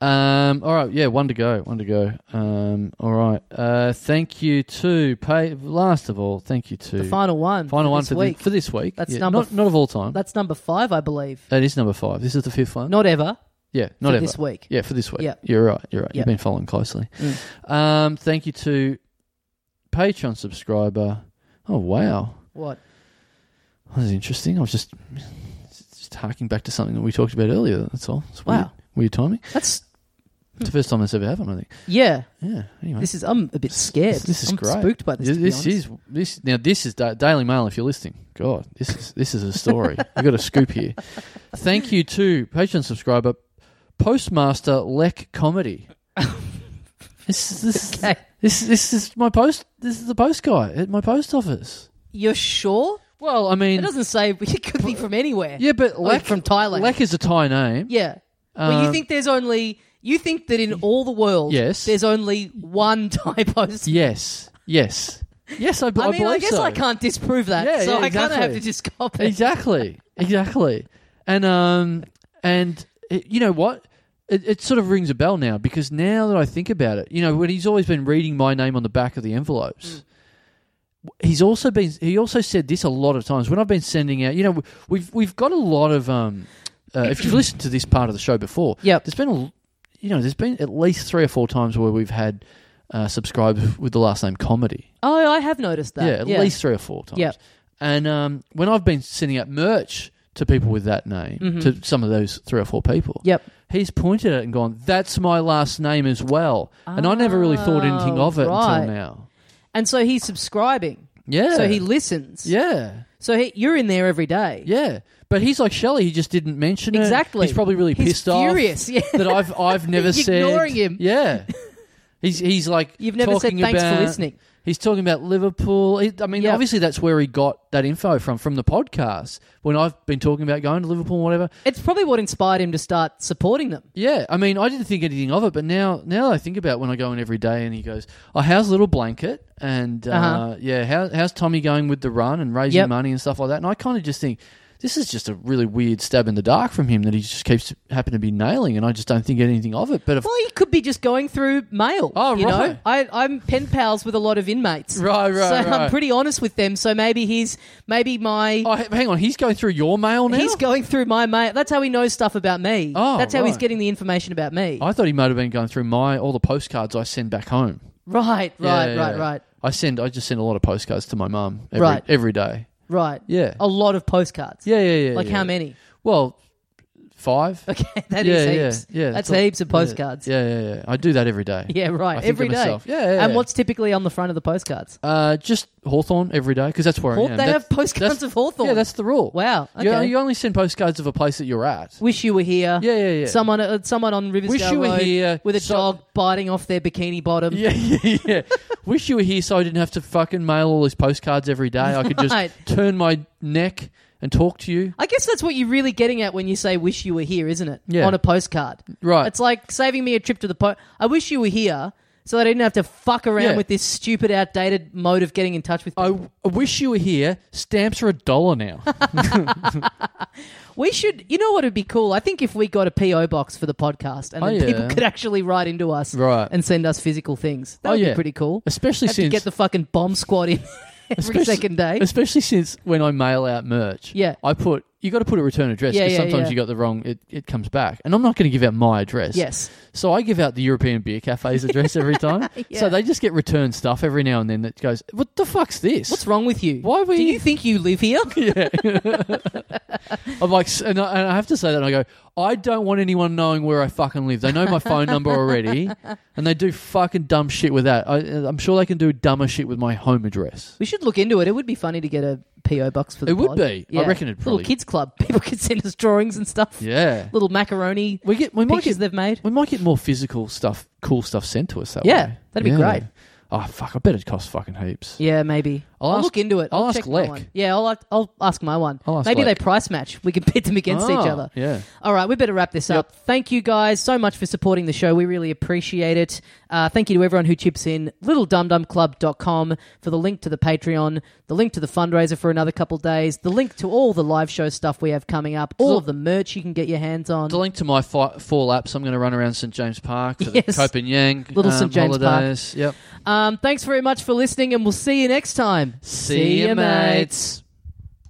S2: Um, all right, yeah, one to go, one to go. Um, all right, uh, thank you to pay. Last of all, thank you to
S1: the final one.
S2: final
S1: for
S2: one
S1: this
S2: for
S1: week.
S2: The, for this week.
S1: That's
S2: Yeah,
S1: number
S2: not, not of all time.
S1: That's number five, I believe.
S2: That is number five. This is the fifth one.
S1: Not ever.
S2: yeah, Uh, not
S1: for
S2: ever.
S1: this week.
S2: Yeah, for this week.
S1: Yeah.
S2: You're right. You're right.
S1: Yeah. Mm.
S2: You've been following closely. Um, thank you to Patreon subscriber. Oh wow,
S1: What?
S2: that was interesting. I was just just harking back to something that we talked about earlier. That's all. It's weird.
S1: Wow. Hmm.
S2: Weird timing.
S1: That's
S2: It's the first time that's ever happened, I think.
S1: yeah.
S2: Yeah. Anyway.
S1: This is I'm a bit scared.
S2: This is
S1: I'm
S2: great.
S1: Spooked by this. to be
S2: This
S1: honest.
S2: is this now. This is da- Daily Mail. If you're listening, God, this is this is a story. we got a scoop here. Thank you to Patreon subscriber Postmaster Lek Comedy. this is this,
S1: Okay.
S2: this this is my post. This is the post guy at my post office.
S1: You're sure?
S2: Well, I
S1: It
S2: mean,
S1: doesn't say it could be from anywhere.
S2: yeah, but
S1: Like
S2: Lek
S1: from Thailand.
S2: Lek is a Thai name.
S1: Yeah. well,
S2: Um,
S1: you think there's only you think that in all the world,
S2: Yes.
S1: there's only one Thai post.
S2: Yes, yes, yes. I, b-
S1: I mean, I,
S2: believe
S1: guess
S2: so.
S1: I can't disprove that,
S2: Yeah,
S1: so
S2: yeah,
S1: I kind of have
S2: exactly.
S1: to just copy.
S2: exactly exactly and um and it, you know what it, it sort of rings a bell now because now that i think about it you know when he's always been reading my name on the back of the envelopes he's also been he also said this a lot of times when i've been sending out you know we've we've got a lot of um uh, if you've listened to this part of the show before
S1: Yep.
S2: there's been a l- you know there's been at least three or four times where we've had uh, subscribers with the last name comedy
S1: Oh, I have noticed that.
S2: yeah, at least three or four times.
S1: Yep.
S2: And um, when I've been sending out merch to people with that name, to some of those three or four people,
S1: Mm-hmm. Yep.
S2: he's pointed at it and gone, that's my last name as well. and I never really thought anything of it
S1: Ah, right.
S2: until now.
S1: And so he's subscribing.
S2: Yeah.
S1: So he listens.
S2: Yeah.
S1: So he, you're in there every day.
S2: Yeah. But he's like Shelley, he just didn't mention it.
S1: Exactly.
S2: He's probably really
S1: He's
S2: pissed
S1: furious,
S2: off
S1: yeah.
S2: that I've I've never
S1: You're
S2: said
S1: ignoring him.
S2: Yeah. He's he's like
S1: You've never said
S2: talking
S1: thanks for
S2: about-
S1: listening.
S2: He's talking about Liverpool. He- I mean,
S1: Yep.
S2: obviously that's where he got that info from from the podcast when I've been talking about going to Liverpool and whatever.
S1: It's probably what inspired him to start supporting them.
S2: Yeah, I mean, I didn't think anything of it, but now now I think about when I go in every day and he goes, "Oh, how's little blanket?" and uh,
S1: Uh-huh.
S2: yeah, how, how's Tommy going with the run and raising
S1: Yep.
S2: money and stuff like that? And I kind of just think this is just a really weird stab in the dark from him that he just keeps happen to be nailing, and I just don't think anything of it. But if,
S1: Well, he could be just going through mail.
S2: Oh,
S1: you
S2: right.
S1: know, I, I'm pen pals with a lot of inmates.
S2: Right, right,
S1: So
S2: right.
S1: I'm pretty honest with them. So maybe he's maybe my
S2: oh, h- hang on, he's going through your mail now.
S1: he's going through my mail. That's how he knows stuff about me.
S2: Oh,
S1: That's how he's
S2: right.
S1: getting the information about me.
S2: I thought he might have been going through my all the postcards I send back home.
S1: right, right,
S2: Yeah, yeah,
S1: right,
S2: yeah.
S1: right,
S2: I send I just send a lot of postcards to my mum every,
S1: Right.
S2: every day.
S1: right.
S2: Yeah.
S1: A lot of postcards.
S2: Yeah, yeah, yeah.
S1: Like
S2: yeah.
S1: how many?
S2: Well, five.
S1: Okay, that is heaps.
S2: Yeah, yeah,
S1: That's
S2: all-
S1: heaps of postcards.
S2: Yeah, yeah, yeah. I do that every day.
S1: Yeah,
S2: I
S1: right.
S2: think
S1: Every
S2: to
S1: day.
S2: myself, yeah, yeah,
S1: And
S2: yeah.
S1: what's typically on the front of the postcards?
S2: Uh, just Hawthorne every day because that's where
S1: Haw-
S2: I am.
S1: they
S2: That's-
S1: have postcards
S2: that's-
S1: of Hawthorne.
S2: Yeah, that's the rule.
S1: Wow,
S2: You,
S1: okay.
S2: you only send postcards of a place that you're at.
S1: Wish you were here.
S2: Yeah, yeah, yeah.
S1: Someone, uh, someone on Riversdale
S2: Wish you were
S1: Road
S2: here.
S1: with a
S2: So-
S1: dog biting off their bikini bottom.
S2: Yeah, yeah, yeah. Wish you were here so I didn't have to fucking mail all these postcards every day. I could just
S1: Right.
S2: turn my neck and talk to you.
S1: I guess that's what you're really getting at when you say "wish you were here," isn't it?
S2: Yeah.
S1: On a postcard,
S2: Right.
S1: It's like saving me a trip to the po I wish you were here, so that I didn't have to fuck around
S2: Yeah. Oh.
S1: with this stupid, outdated mode of getting in touch with.
S2: I,
S1: People.
S2: I wish you were here. Stamps are a dollar now.
S1: We should, you know, what would be cool? I think if we got a PO box for the podcast, and
S2: Oh,
S1: then
S2: yeah.
S1: people could actually write into us,
S2: Right.
S1: and send us physical things. That
S2: Oh,
S1: would
S2: yeah.
S1: be pretty cool.
S2: Especially
S1: have
S2: since
S1: to get the fucking bomb squad in every
S2: Especially-
S1: second day.
S2: Especially since when I mail out merch,
S1: Yeah.
S2: I put you got to put a return address
S1: Yeah,
S2: because
S1: yeah,
S2: sometimes
S1: yeah.
S2: you got the wrong. It, it comes back, and I'm not going to give out my address.
S1: Yes.
S2: So I give out the European Beer Cafe's address every time. So they just get returned stuff every now and then that goes, "What the fuck's this?"
S1: What's wrong with you?
S2: Why were
S1: Do
S2: you-
S1: you think you live here?
S2: I'm like, s- and I, and I have to say that and I go, I don't want anyone knowing where I fucking live. They know my phone number already, and they do fucking dumb shit with that. I, I'm sure they can do dumber shit with my home address.
S1: We should look into it. It would be funny to get a PO box for the
S2: It would
S1: pod.
S2: be. I reckon it'd probably-
S1: little kids club. People could send us drawings and stuff.
S2: Yeah,
S1: Little macaroni
S2: we get we might
S1: pictures
S2: get
S1: they've made.
S2: We might get more physical stuff, cool stuff sent to us that
S1: Yeah,
S2: way.
S1: that'd be great.
S2: Oh fuck! I bet it costs fucking heaps.
S1: Yeah, maybe.
S2: I'll
S1: I'll,
S2: ask-
S1: look into it.
S2: I'll
S1: I'll,
S2: ask
S1: check my
S2: Lek.
S1: one. Yeah, I'll I'll ask my one.
S2: I'll ask
S1: maybe
S2: Lek.
S1: they price match. We can pit them against
S2: Ah,
S1: each other.
S2: Yeah.
S1: All right, we better wrap this
S2: Yep.
S1: up. Thank you guys so much for supporting the show. We really appreciate it. Uh, thank you to everyone who chips in. LittleDumDumClub.com for the link to the Patreon, the link to the fundraiser for another couple days, the link to all the live show stuff we have coming up, all of the merch you can get your hands on.
S2: The link to my fi- four laps. I'm going to run around St James Park for the
S1: Yes.
S2: Cope and Yang
S1: Little
S2: um,
S1: St. James Park.
S2: holidays. Yep.
S1: Um, thanks very much for listening, and we'll see you next time.
S2: See ya, mates.